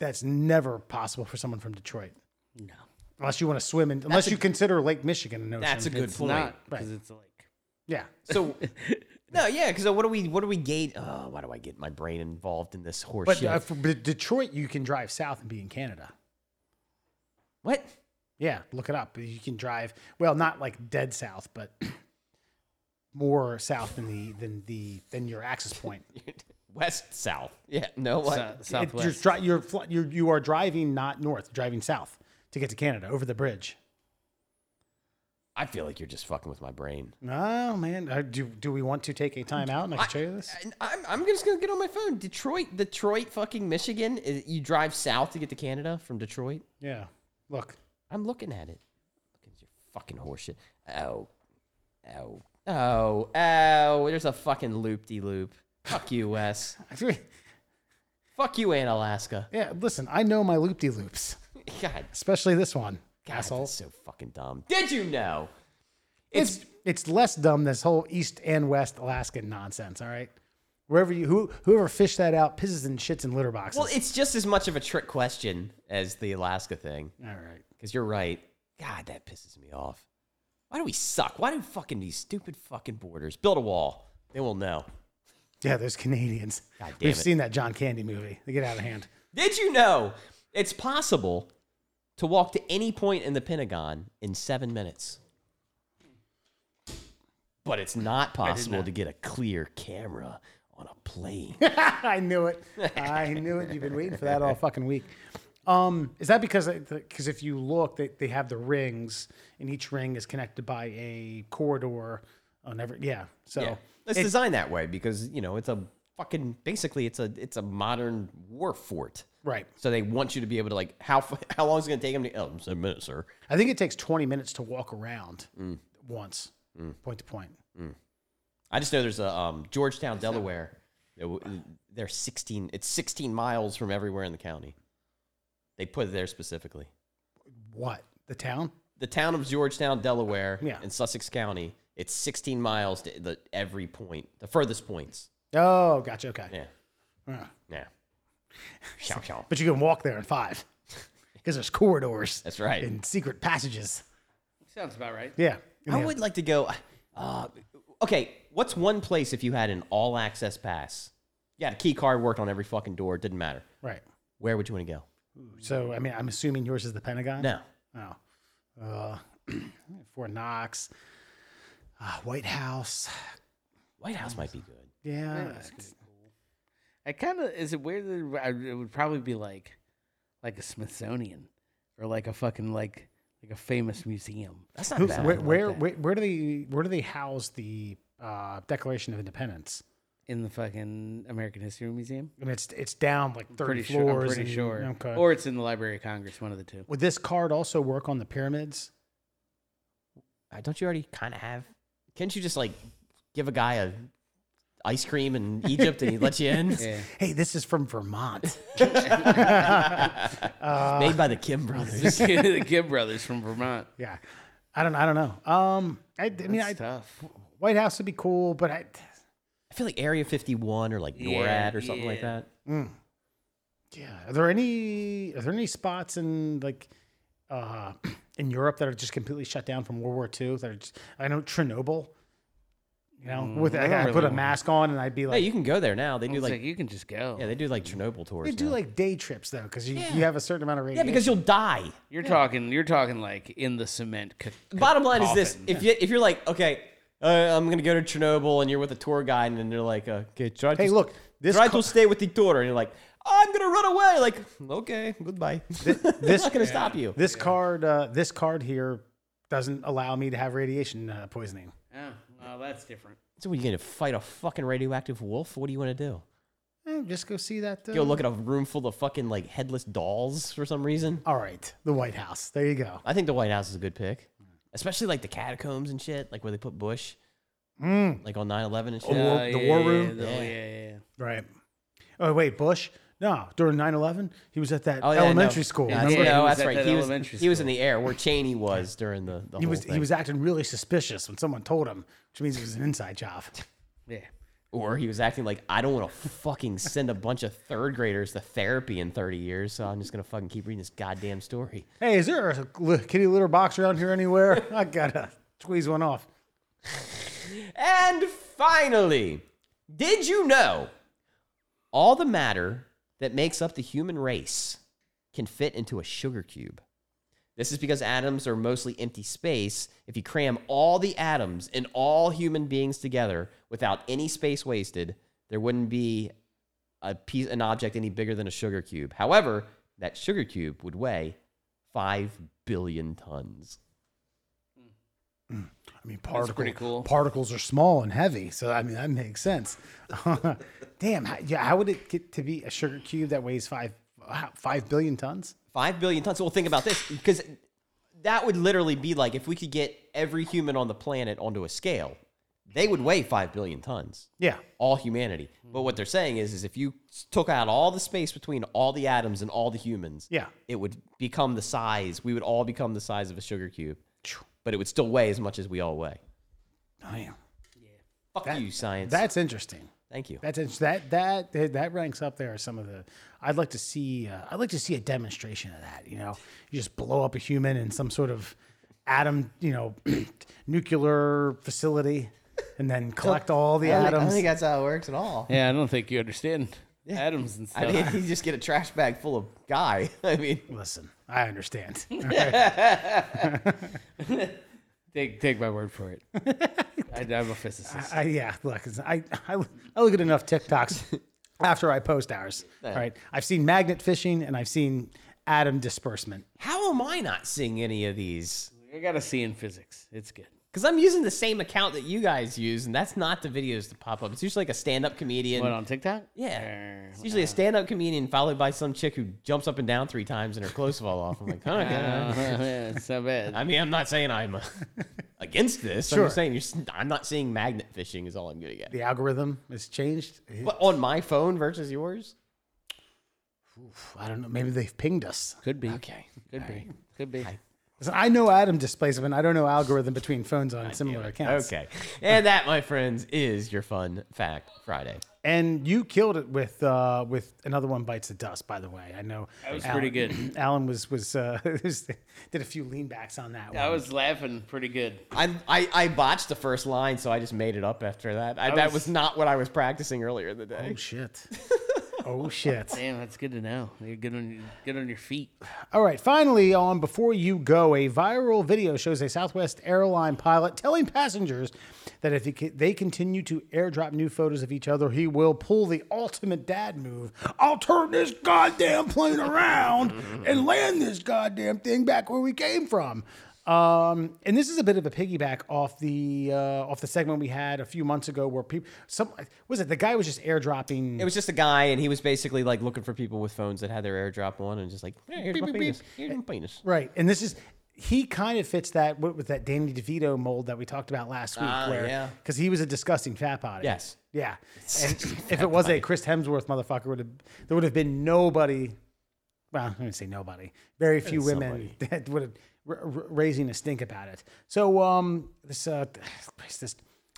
B: That's never possible for someone from Detroit.
D: No.
B: Unless you want to swim in, unless you consider Lake Michigan an ocean.
C: That's a good
D: It's
C: point.
D: not
B: Right.
D: because it's like
B: Yeah.
C: So no, yeah, because what do we what do we gauge? Oh, why do I get my brain involved in this horse
B: But
C: shit?
B: uh, for D- Detroit, you can drive south and be in Canada.
C: what?
B: Yeah, look it up. You can drive well, not like dead south, but more south than the than the than your access point.
C: West south? Yeah, no what?
D: so-
B: It- you're,
D: Southwest.
B: dri- you're, fl- you're you are driving not north, driving south to get to Canada over the bridge.
C: I feel like you're just fucking with my brain.
B: Oh man, Uh, do do we want to take a time out and I can show you this?
C: And I'm, I'm just gonna get on my phone. Detroit, Detroit, fucking Michigan. Is- You drive south to get to Canada from Detroit.
B: Yeah, look,
C: I'm looking at it. Look at your fucking horseshit. Oh, oh, oh, oh. There's a fucking loop de loop. Fuck you, Wes. Fuck you, Ann Alaska.
B: yeah. Listen, I know my loop de loops,
C: God,
B: especially this one.
C: God,
B: Assholes.
C: that's so fucking dumb. Did you know? It's,
B: it's it's less dumb this whole east and west Alaskan nonsense. All right, wherever you who whoever fished that out pisses and shits in litter boxes.
C: well, it's just as much of a trick question as the Alaska thing.
B: all right,
C: Because you're right. God, that pisses me off. Why do we suck? Why do fucking these stupid fucking borders build a wall? They will know.
B: yeah, those Canadians.
C: God damn
B: We've
C: it.
B: seen that John Candy movie. They get out of hand.
C: Did you know it's possible to walk to any point in the Pentagon in seven minutes? But it's not possible to get a clear camera on a plane.
B: I knew it. I knew it. You've been waiting for that all fucking week. Um, is that because because if you look, they, they have the rings, and each ring is connected by a corridor on every. Yeah, so
C: Yeah. It's designed that way because, you know, it's a fucking basically it's a it's a modern war fort.
B: right.
C: So they want you to be able to like how f- how long is it gonna take them to? Oh, seven minutes, sir.
B: I think it takes twenty minutes to walk around
C: Mm.
B: once, point to point.
C: I just know there's a um, Georgetown, Delaware. They're 16. It's 16 miles from everywhere in the county. They put it there specifically.
B: What the town?
C: The town of Georgetown, Delaware,
B: Yeah.
C: in Sussex County. It's 16 miles to the every point, the furthest points.
B: Oh, gotcha. Okay.
C: Yeah,
B: Yeah.
C: yeah. Shout, shout.
B: But you can walk there in five because there's corridors.
C: That's right.
B: And secret passages.
D: sounds about right.
B: Yeah.
C: I
B: Yeah.
C: would like to go. Uh, okay, what's one place if you had an all access pass? Yeah, key card worked on every fucking door. Didn't matter.
B: Right.
C: Where would you want to go?
B: So, I mean, I'm assuming yours is the Pentagon?
C: No.
B: Oh. Uh, Fort Knox, uh, White House.
C: White House might be good.
B: Yeah.
D: I kind of is it weird that I, it would probably be like like a Smithsonian or like a fucking like like a famous museum.
C: That's not
B: Who-
C: bad.
B: where, where, where, where do they where do they house the uh, Declaration of Independence?
D: in the fucking American History Museum.
B: I mean, it's it's down like 30
D: Pretty
B: floors.
D: sure. I'm pretty
B: and-
D: sure.
B: Okay.
D: Or it's in the Library of Congress. One of the two.
B: would this card also work on the pyramids?
C: Uh, don't you already kind of have? Can't you just like give a guy a ice cream in Egypt and he lets you in?
D: Yeah.
B: Hey, this is from Vermont.
C: Made by the Kim brothers.
D: the Gibb brothers from Vermont.
B: yeah. I don't. I don't know. Um. I, I mean,
D: That's
B: I,
D: tough.
B: White House would be cool, but I,
C: I feel like Area 51 or like NORAD
D: Yeah,
C: or something like
D: yeah.
C: that.
B: yeah. Are there any? Are there any spots in like, uh, in Europe that are just completely shut down from World War II? That are just, I know Chernobyl. You know,
C: Mm,
B: with I, I put a mask on and I'd be
C: Hey,
B: like,
C: you can go there now. They do
D: It's like,
C: like
D: you can just go.
C: yeah, they do like Chernobyl tours.
B: they do
C: now.
B: like day trips though, because you, you have a certain amount of
C: yeah,
B: radiation.
C: because you'll die.
D: You're talking. You're talking like in the cement. c- c-
C: Bottom line is this:
D: coffin.
C: if you if you're like okay. Uh, I'm gonna go to Chernobyl, and you're with a tour guide, and they're like, uh, "Okay, try
B: Hey,
C: to
B: look, this
C: try
B: co-
C: to stay with the tour," and you're like, "I'm gonna run away." Like, okay, goodbye. They're not gonna stop you.
B: this card, uh, this card here doesn't allow me to have radiation uh, poisoning.
D: Oh, well, that's different.
C: So, what, you gonna fight a fucking radioactive wolf? What do you want to do?
B: Eh, just go see that. Uh,
C: Go look at a room full of fucking like headless dolls for some reason.
B: uh, All right, the White House. There you go.
C: I think the White House is a good pick, especially like the catacombs and shit, like where they put Bush. like on 9-11 and shit.
B: Mm. Oh,
D: Uh,
B: the war room?
D: Yeah, the-
C: Yeah.
D: yeah, yeah.
B: Right. Oh wait, Bush? No, during 9-11, he was at that
C: Oh, yeah,
B: elementary
C: no.
B: school.
C: Yeah,
B: remember?
C: that's-
D: Yeah, he
C: no,
D: was
C: that's
D: at
C: right.
D: that
C: He was,
D: elementary
C: he was in
D: school.
C: the air where Cheney was during the, the
B: He
C: whole
B: was
C: thing.
B: he was acting really suspicious when someone told him, which means it was an inside job.
D: Yeah.
C: or he was acting like I don't want to fucking send a bunch of third graders to therapy in 30 years, so I'm just gonna fucking keep reading this goddamn story.
B: Hey, is there a li- kitty litter box around here anywhere? I gotta squeeze one off.
C: And finally, did you know all the matter that makes up the human race can fit into a sugar cube? This is because atoms are mostly empty space. If you cram all the atoms in all human beings together without any space wasted, there wouldn't be a piece, an object any bigger than a sugar cube. However, that sugar cube would weigh five billion tons.
B: I mean, particles,
D: pretty cool.
B: particles are small and heavy, so I mean that makes sense. Damn, how, yeah, how would it get to be a sugar cube that weighs five how- five billion tons?
C: Five billion tons. Well, think about this because that would literally be like if we could get every human on the planet onto a scale, they would weigh five billion tons.
B: Yeah,
C: All humanity. But what they're saying is, is if you s- took out all the space between all the atoms and all the humans,
B: Yeah.
C: it would become the size. We would all become the size of a sugar cube, but it would still weigh as much as we all weigh.
B: damn,
C: Fuck you, science.
B: that's interesting.
C: Thank you.
B: That's int- that that that that ranks up there. as Some of the I'd like to see. Uh, I'd like to see a demonstration of that. You know, you just blow up a human in some sort of atom, you know, nuclear facility, and then collect all the atoms.
C: that's how it works at all.
D: Yeah, I don't think you understand atoms and stuff.
C: I mean, you just get a trash bag full of guy. I mean,
B: Listen, I understand.
D: take take my word for it. I, am a physicist.
B: I, yeah, look, it's- I, I I look at enough TikToks after I post ours. All right, I've seen magnet fishing and I've seen atom disbursement.
C: how am I not seeing any of these?
D: I got to see in physics. It's good.
C: Because I'm using the same account that you guys use, and that's not the videos that pop up. It's usually like a stand up comedian.
D: What on TikTok?
C: yeah.
D: Uh,
C: It's usually a stand up comedian followed by some chick who jumps up and down three times and her clothes fall off. I'm like, huh, yeah.
D: yeah, it's not bad.
C: I mean, I'm not saying I'm uh, against this. I'm
B: Sure.
C: just saying you're, s- I'm not seeing magnet fishing, is all I'm going to get.
B: The algorithm has changed.
C: But on my phone versus yours?
B: I don't know. Maybe they've pinged us.
D: Could be.
C: Okay.
D: Could be. Could be.
B: Listen, I know atom displacement. I don't know algorithm between phones on similar accounts.
C: Okay. And that, my friends, is your fun fact Friday.
B: And you killed it with uh, with another one bites the dust. By the way, I know that
D: was pretty good.
B: Alan was was uh, did a few leanbacks on that one.
D: I was laughing pretty good.
C: I, I, I botched the first line, so I just made it up after that. I, that
D: was-
C: was not what I was practicing earlier in the day.
B: oh shit. Oh shit.
D: Damn, that's good to know. You're good on good on your feet.
B: All right, finally, on Before You Go, a viral video shows a Southwest airline pilot telling passengers that if he co- they continue to airdrop new photos of each other, he will pull the ultimate dad move. I'll turn this goddamn plane around and land this goddamn thing back where we came from. Um, and this is a bit of a piggyback off the uh, off the segment we had a few months ago where people some was it the guy was just airdropping
C: It was just a guy, and he was basically like looking for people with phones that had their AirDrop on, and just like, "Yeah, here's my
B: Beep, beep,
C: penis.
B: beep.
C: Here's my penis.
B: Right, and this is he kind of fits that with with that Danny DeVito mold that we talked about last week,
C: Ah,
B: where
C: yeah.
B: because he was a disgusting fat body.
C: Yes.
B: yeah. And if it was a Chris Hemsworth motherfucker, would have there would have been nobody. Well, let me say nobody. Very few women that would have r- r- raising a stink about it. So um, this uh, Christ, this.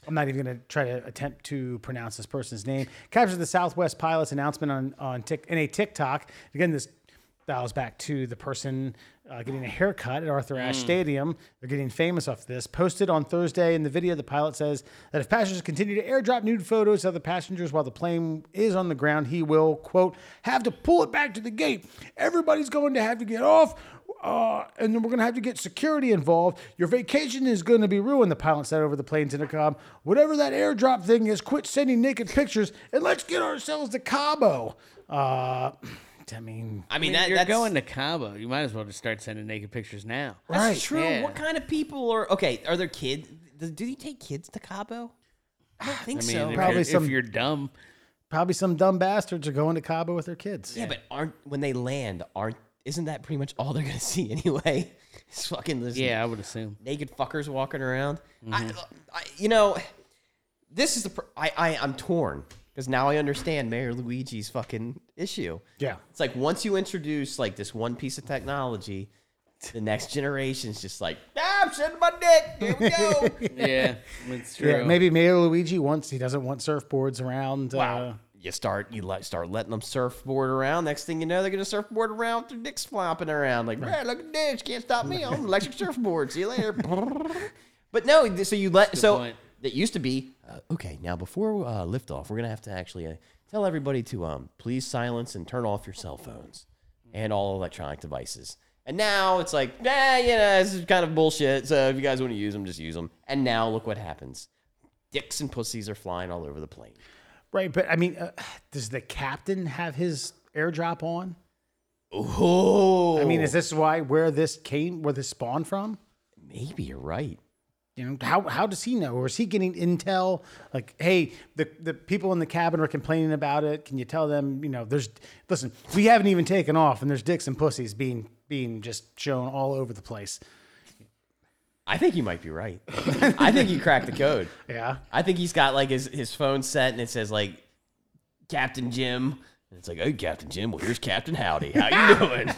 B: I'm not even going to try to attempt to pronounce this person's name. Captured the Southwest pilot's announcement on on Tik in a TikTok. Again, this dials back to the person uh, getting a haircut at Arthur Ashe Stadium. They're getting famous off this. Posted on Thursday in the video, the pilot says that if passengers continue to airdrop nude photos of the passengers while the plane is on the ground, he will, quote, have to pull it back to the gate. Everybody's going to have to get off. Uh, and then we're going to have to get security involved. Your vacation is going to be ruined, the pilot said over the plane's intercom. Whatever that airdrop thing is, quit sending naked pictures and let's get ourselves to Cabo. Uh, I mean,
C: I mean,
D: I mean,
C: that,
D: you're
C: that's
D: going to Cabo. You might as well just start sending naked pictures now.
C: that's
B: Right.
C: true.
D: Yeah.
C: What kind of people are okay? Are there kids? Do, do you take kids to Cabo? I don't think
D: I mean,
C: so.
D: if,
B: Probably
D: you're,
B: some-
D: if you're dumb,
B: probably some dumb bastards are going to Cabo with their kids.
C: yeah, but aren't when they land? Aren't isn't that pretty much all they're gonna see anyway? It's fucking this
D: yeah, I would assume.
C: Mm-hmm. naked fuckers walking around. I, I, you know, this is the pr- I, I I'm torn because now I understand Mayor Luigi's fucking issue.
B: Yeah.
C: it's like once you introduce like this one piece of technology, the next generation's just like, ah, I'm sending my dick. Here we go.
D: yeah, it's true.
B: Yeah, maybe Mayor Luigi wants he doesn't want surfboards around. Uh,
C: you start you let, start letting them surfboard around. Next thing you know, they're gonna surfboard around with their dicks flopping around. Like, man, look at this, can't stop me. I'm an electric surfboard. See you later. but no, th- so you let so
D: point.
C: it used to be uh, okay. Now before uh, liftoff, we're gonna have to actually uh, tell everybody to um please silence and turn off your cell phones and all electronic devices. And now it's like, nah, you know, this is kind of bullshit. So if you guys want to use them, just use them. And now look what happens. Dicks and pussies are flying all over the plane.
B: right, but I mean, uh, does the captain have his airdrop on?
C: Oh,
B: I mean, is this why where this came, where this spawned from?
C: maybe you're right.
B: You know, how how does he know? Or is he getting intel? Like, hey, the the people in the cabin are complaining about it. Can you tell them? You know, there's listen, we haven't even taken off, and there's dicks and pussies being being just shown all over the place.
C: I think you might be right. I think you cracked the code.
B: Yeah,
C: I think he's got like his, his phone set and it says like Captain Jim. And it's like, oh, Captain Jim. Well, here's Captain Howdy. How you doing?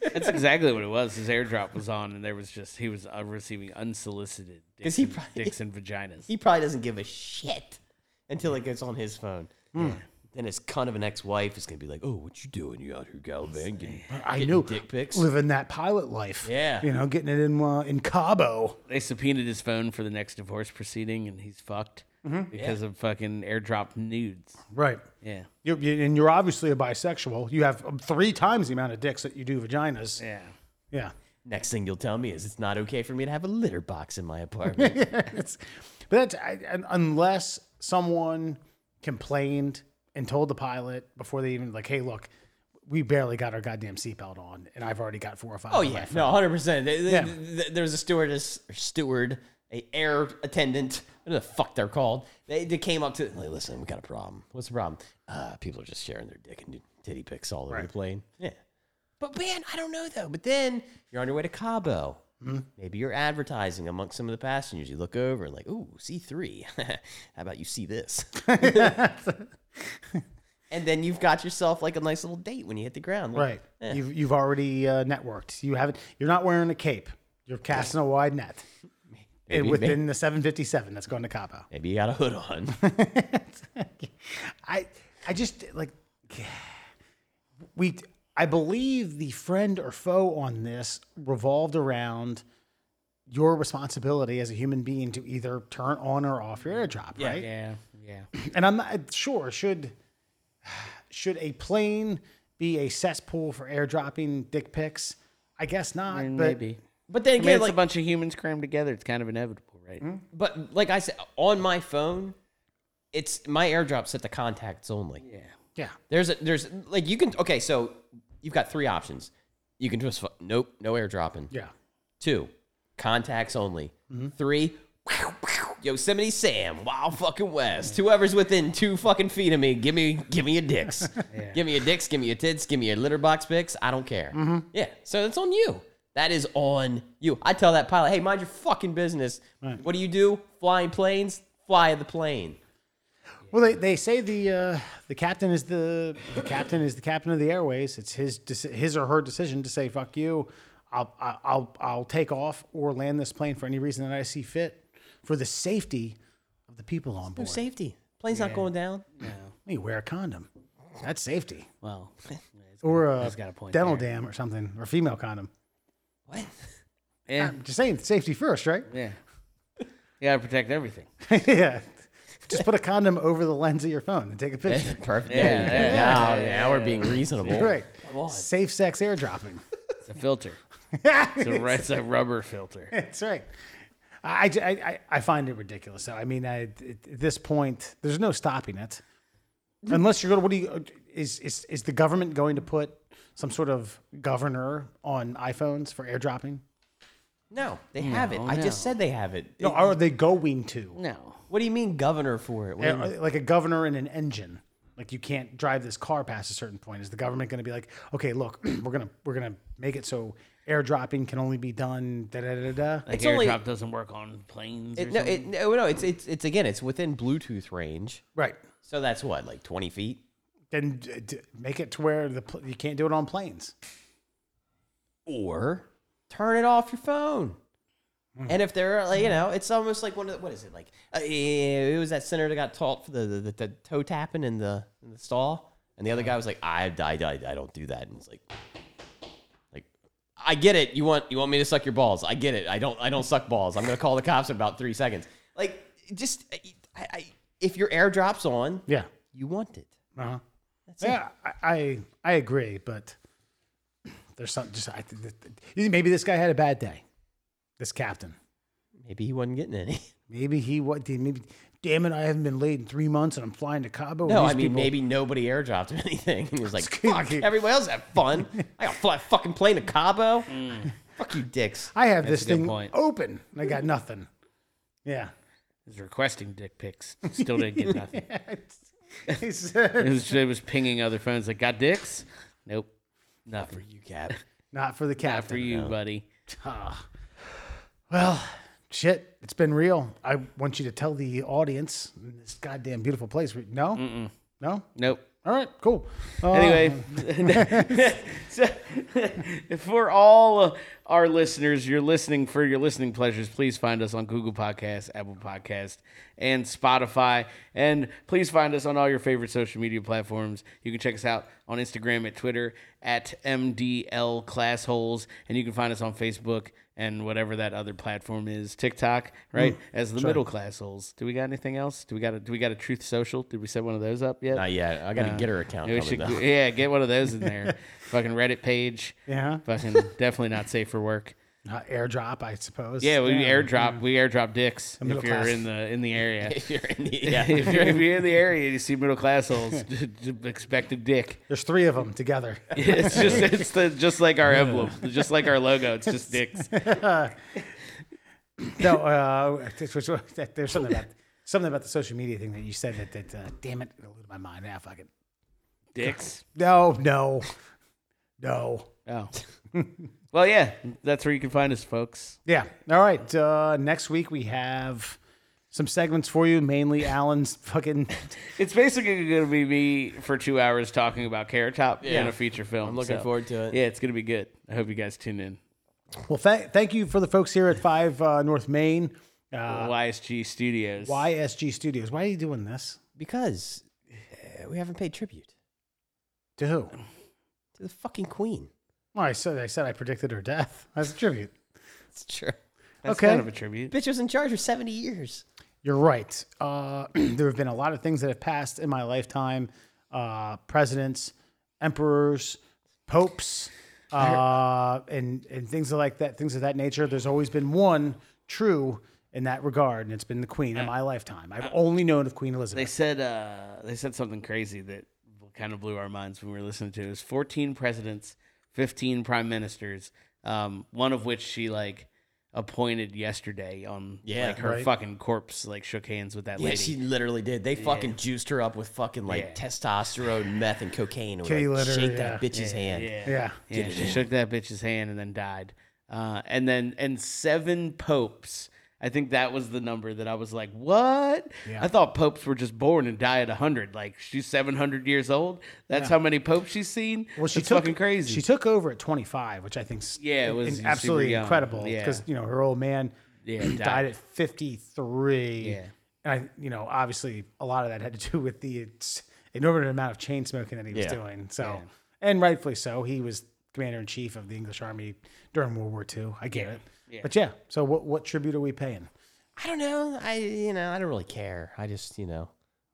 D: That's exactly what it was. His airdrop was on, and there was just he was uh, receiving unsolicited dicks,
C: he
D: and,
C: probably-
D: dicks and vaginas.
C: he probably doesn't give a shit until it gets on his phone. Then his cunt of an ex-wife is gonna be like, oh, what you doing? You out here gallivanting?
B: I
C: getting
B: knew
C: dick pics.
B: living that pilot life.
C: Yeah.
B: you know, getting it in uh, in Cabo.
D: they subpoenaed his phone for the next divorce proceeding, and he's fucked because of fucking airdrop nudes.
B: Right.
D: Yeah,
B: You're, you- and you're obviously a bisexual. You have um, three times the amount of dicks that you do vaginas.
D: yeah.
B: Yeah.
C: Next thing you'll tell me is it's not okay for me to have a litter box in my apartment.
B: It's, but that's, I, un- unless someone complained and told the pilot before they even, like, hey, look, we barely got our goddamn seatbelt on, and I've already got four or five.
C: Oh
B: on my
C: yeah,
B: phone."
C: no, hundred percent.
B: Yeah.
C: There was a stewardess, or steward, a air attendant, what the fuck they're called. They, they came up to, like, listen, we got a problem. What's the problem? Uh, people are just sharing their dick and titty pics all over the plane. Yeah, but man, I don't know though. But then you're on your way to Cabo. Maybe you're advertising amongst some of the passengers. You look over and like, ooh, C three. How about you see this? and then you've got yourself like a nice little date when you hit the ground. Like, eh,
B: Right. You've, you've already uh, networked. You haven't, you're not wearing a cape. You're casting a wide net. And
C: Maybe-
B: within the 757 that's going to Cabo.
C: Maybe you got a hood on.
B: I I just like we I believe the friend or foe on this revolved around your responsibility as a human being to either turn on or off your airdrop, right?
D: Yeah, yeah.
B: And I'm not sure should should a plane be a cesspool for airdropping dick pics? I guess not, but
D: Mm, Maybe.
C: But then
D: I
C: again,
D: mean, it's
C: like,
D: a bunch of humans crammed together. It's kind of inevitable, right?
C: but like I said, on my phone, it's my AirDrop set to contacts only.
B: yeah,
C: There's a there's like you can okay, so you've got three options. You can just fu- nope, no airdropping.
B: yeah.
C: Two, contacts only. Three, Yosemite Sam, Wild fucking West. Whoever's within two fucking feet of me, give me give me a dicks. Give me a dicks, give me a tits, give me a litter box pics. I don't care. Yeah. So it's on you. That is on you. I tell that pilot, hey, mind your fucking business. What do you do? Flying planes? Fly the plane.
B: Well, they, they say the uh, the captain is the, the captain is the captain of the airways. It's his deci- his or her decision to say fuck you. I'll I- I'll I'll take off or land this plane for any reason that I see fit for the safety of the people on board.
C: Safety. Plane's not going down.
B: Hey, wear a condom. That's safety.
D: Well,
B: Or a,
D: got a point
B: dental dam or something or female condom.
C: What?
D: yeah,
B: I'm just saying safety first, right?
D: yeah. You gotta protect everything.
B: yeah. Just put a condom over the lens of your phone and take a picture.
C: Perfect.
D: Yeah,
C: There you go.
D: yeah,
C: now,
D: yeah,
C: now we're being reasonable.
B: Right. Safe sex airdropping.
D: It's a filter. It's a, it's a rubber filter.
B: That's right. I, I- I, I find it ridiculous. So I mean, I, at at this point, there's no stopping it, unless you're going. to What do you? Is is is the government going to put some sort of governor on iPhones for airdropping?
C: No, they have it. I just said they have it.
B: No, are they going to?
D: No.
C: What do you mean governor for it? What do you mean?
B: Uh, Like a governor and an engine. Like you can't drive this car past a certain point. Is the government going to be like, okay, look, we're gonna we're gonna make it so airdropping can only be done. Da da da da.
D: Like
C: It's only-
D: airdrop doesn't work on planes. Or
C: It, no,
D: something.
C: it, no, no, it's it's it's again, it's within Bluetooth range.
B: Right.
C: So that's what, like twenty feet,
B: Then d- d- make it to where the pl- you can't do it on planes.
C: or turn it off your phone.
D: Hmm.
C: And if they're like, you know, it's almost like one of the, what is it like? Uh, it was that center that got taught for the the, the, the toe tapping in the in the stall, and the other guy was like, I I I, I don't do that, and it's like. like, I get it. You want you want me to suck your balls. I get it. I don't I don't suck balls. I'm gonna call the cops in about three seconds. Like just I, I, if your airdrops on,
B: Yeah.
C: you want it.
B: Uh huh. Yeah, I, I I agree, but there's something just I, th- th- maybe this guy had a bad day. This captain.
C: Maybe he wasn't getting any.
B: Maybe he what did maybe damn it, I haven't been laid in three months and I'm flying to Cabo.
C: No,
B: These
C: I mean
B: people-
C: maybe nobody airdropped him anything. He was like,
B: kidding.
C: "Fuck, everybody else had fun. I got to fly a fucking plane to Cabo.
D: Mm.
C: Fuck you, dicks."
B: I have
D: That's
B: this
D: a good
B: thing
D: point.
B: open and I got nothing. Yeah.
D: He's requesting dick pics. Still didn't get nothing.
B: He said,
D: It was, it was pinging other phones like, got dicks? Nope. Not for you.
C: You cap.
B: Not for the captain.
D: Not for you, buddy.
B: Ah. well, shit, it's been real. I want you to tell the audience in this goddamn beautiful place. No? No?
D: Nope.
B: All right, cool. Uh,
D: Anyway, so, for all our listeners, you're listening for your listening pleasures. Please find us on Google Podcasts, Apple Podcast, and Spotify, and please find us on all your favorite social media platforms. You can check us out on Instagram, at Twitter, at MDL Classholes, and you can find us on Facebook and whatever that other platform is, TikTok, right? As the middle class holes. Do we got anything else? Do we got a, do we got a Truth Social? Did we set one of those up yet?
C: Not yet. I got to get her account
D: Yeah,
C: coming
D: we should,
C: though.
D: yeah, get one of those in there. Fucking Reddit page.
B: Yeah.
D: Fucking definitely not safe for work.
B: uh, airdrop, I suppose.
D: Yeah, we airdrop. We airdrop dicks
B: middle
D: if you're
B: class.
D: in the in the area.
C: If you're in the- yeah.
D: if, you're, if you're in the area, and you see middle class holes. j- j- expect a dick.
B: There's three of them together.
D: It's just it's the, just like our emblem, just like our logo. It's just dicks.
B: no, uh, this was- that- there's something about something about the social media thing that you said that that uh, damn it, it eluded my mind. Ah, fuck it.
D: Dicks.
B: No, no, no.
D: Oh. Well, yeah, that's where you can find us, folks.
B: Yeah. All right. Uh, next week we have some segments for you, mainly Alan's fucking.
D: It's basically going to be me for two hours talking about Carrot Top
C: Yeah.
D: and a feature film.
C: I'm looking
D: so-
C: forward to it.
D: Yeah, it's going to be good. I hope you guys tune in.
B: Well, th- thank you for the folks here at Five uh, North Main, uh,
D: YSG Studios.
B: YSG Studios. Why are you doing this?
C: Because uh, we haven't paid tribute
B: To who?
C: to the fucking queen.
B: Well, I said I said I predicted her death as a tribute.
C: It's true.
D: That's
B: Okay.
D: kind of a tribute.
C: Bitch was in charge for seventy years.
B: You're right. Uh, there have been a lot of things that have passed in my lifetime uh, presidents, emperors, popes, uh, and, and things like that, things of that nature. There's always been one true in that regard, and it's been the queen in my lifetime. I've only known of Queen
D: They
B: Elizabeth.
D: said uh, they said something crazy that kind of blew our minds when we were listening to it. It was 14 presidents, 15 prime ministers, um, one of which she like appointed yesterday on
C: Yeah,
D: like her
B: right.
D: fucking corpse like shook hands with that
C: Yeah,
D: lady.
C: she literally did. They fucking juiced her up with fucking like
D: Yeah.
C: testosterone, meth, and cocaine.
B: Kitty
C: Or, like,
B: litter,
C: shake that
B: yeah.
C: bitch's hand.
D: yeah.
B: Yeah.
D: Yeah, she shook that bitch's hand and then died. Uh, and then and seven popes. I think that was the number that I was like, "What?"
B: Yeah.
D: I thought popes were just born and die at hundred. Like she's seven hundred years old. That's how many popes she's seen.
B: Well, she
D: That's
B: took
D: fucking crazy.
B: She took over at 25, which I think is
D: Yeah, it was super
B: absolutely
D: young.
B: incredible
D: Yeah.
B: because you know her old man
D: Yeah,
B: died.
D: died.
B: at 53.
D: Yeah.
B: and I, you know, obviously a lot of that had to do with the ex- inordinate amount of chain smoking that he was
C: Yeah.
B: doing. So, and rightfully so, he was commander in chief of the English army during World War II. I get it, but yeah. So, what what tribute are we paying?
C: I don't know. I you know I don't really care. I just you know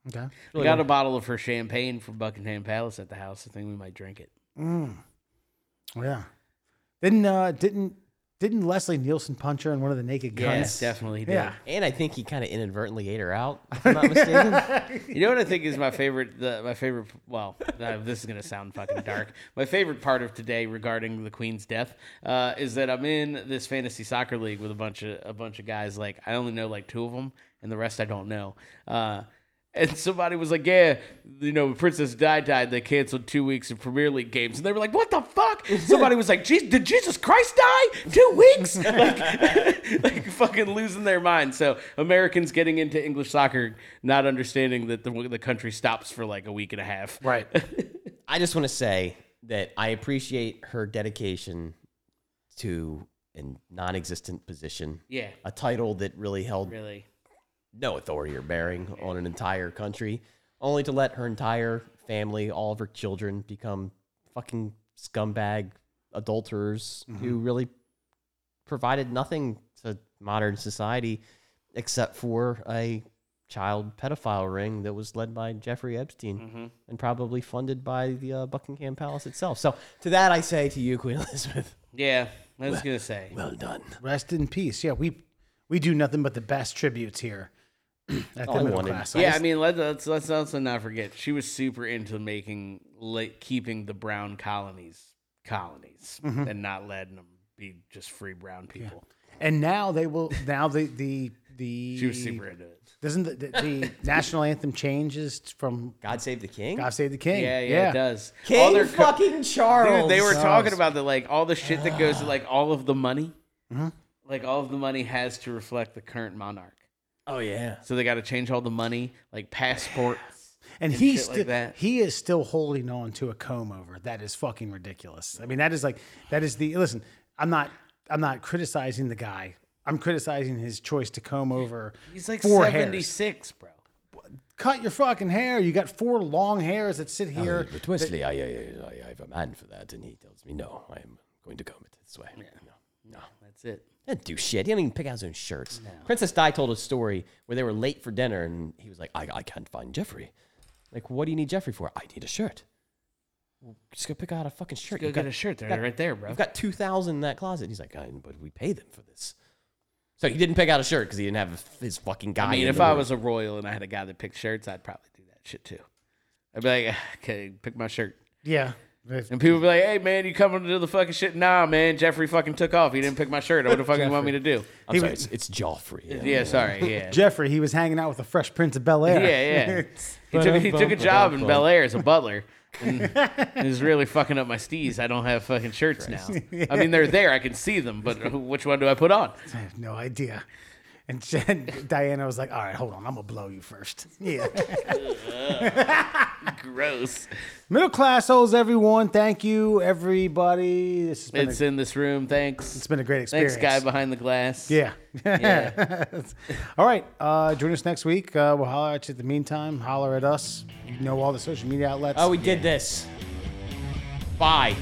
B: Okay,
D: we got a bottle of her champagne from Buckingham Palace at the house. I think we might drink it.
B: Well, yeah. Didn't uh, didn't didn't Leslie Nielsen punch her in one of the naked guns?
D: Yes, definitely. Did.
B: Yeah.
C: And I think he kind of inadvertently ate her out, if I'm not mistaken.
D: You know what I think is my favorite? The, my favorite. Well, uh, this is gonna sound fucking dark. My favorite part of today regarding the Queen's death uh, is that I'm in this fantasy soccer league with a bunch of a bunch of guys. Like I only know like two of them, and the rest I don't know. Uh, And somebody was like, "Yeah, you know, Princess Di died. They canceled two weeks of Premier League games." And they were like, "What the fuck?" Somebody was like, "Jeez, did Jesus Christ die? Two weeks? like, like fucking losing their mind." So Americans getting into English soccer, not understanding that the the country stops for like a week and a half.
B: Right.
C: I just want to say that I appreciate her dedication to a non-existent position,
D: Yeah.
C: a title that really held
D: Really.
C: no authority or bearing on an entire country, only to let her entire family, all of her children, become fucking scumbag adulterers who really provided nothing to modern society except for a child pedophile ring that was led by Jeffrey Epstein and probably funded by the uh, Buckingham Palace itself. So, to that, I say to you, Queen Elizabeth,
D: Yeah. I was gonna say.
C: well done.
B: Rest in peace. Yeah, we we do nothing but the best tributes here at
C: All I
B: the middle
C: wanted.
B: class.
D: Yeah, I mean, let, let's let's also not forget she was super into making like, keeping the brown colonies colonies and not letting them be just free brown people.
B: And now they will. Now the the the
D: She was super into it.
B: Doesn't the, the, the national anthem changes from
C: God save the king.
B: "God Save the King"?
D: Yeah, yeah, it does. All
C: King
D: their co-
C: fucking Charles.
D: Dude, they were talking about the like all the shit that goes to like all of the money.
C: Uh-huh.
D: Like all of the money has to reflect the current monarch.
C: Oh yeah.
D: So they got to change all the money, like passport.
B: and he's
D: shit like
B: sti-
D: that.
B: he is still holding on to a comb over. That is fucking ridiculous. I mean, that is like that is the listen. I'm not I'm not criticizing the guy. I'm criticizing his choice to comb over.
D: He's like
B: four
D: seventy
B: hairs.
D: six, bro.
B: Cut your fucking hair. You got four long hairs that
D: Oh,
B: sit here.
C: But Wesley, I, uh, I, I, I have a man for that, and he tells me, no, I'm going to comb it this way. No.
D: That's it.
C: He didn't do shit. He didn't even pick out his own shirts. Princess Di told a story where they were late for dinner, and he was like, I, I can't find Jeffrey. Like, what do you need Jeffrey for? I need a shirt. Well, just go pick out a fucking shirt.
D: Go
C: You've
D: get
C: got-
D: a shirt there, right there, bro.
C: I've got 2,000 in that closet. He's like, I, but we pay them for this. So he didn't pick out a shirt because he didn't have his fucking guy.
D: I mean,
C: in
D: if
C: the
D: I
C: room.
D: was a royal and I had a guy that picked shirts, I'd probably do that shit too. I'd be like, "Ah, okay, pick my shirt.
B: Yeah.
D: And people would be like, hey, man, you coming to do the fucking shit? Nah, man, Jeffrey fucking took off. He didn't pick my shirt. What the fuck do you want me to do?
C: I'm
B: he
C: sorry,
B: was-
C: it's, it's Joffrey. Yeah.
D: Yeah, sorry. Yeah.
B: Jeffrey, he was hanging out with the Fresh Prince of Bel Air.
D: Yeah, yeah. He took, he took a job in Bel Air as a butler. And is really fucking up my steez. I don't have fucking shirts now. I mean, they're there. I can see them, but who- which one do I put on?
B: I have no idea. And Jen, Diana was like, "All right, hold on, I'm gonna blow you first. Yeah.
D: Gross.
B: Middle class souls, everyone. Thank you, everybody. This has been,
D: It's
B: a,
D: in this room. Thanks.
B: it's been a great experience.
D: Thanks, guy behind the glass.
B: Yeah. all right. Uh, join us next week. Uh, we'll holler at you. In the meantime, holler at us. You know all the social media outlets.
C: Oh, we did this. Bye.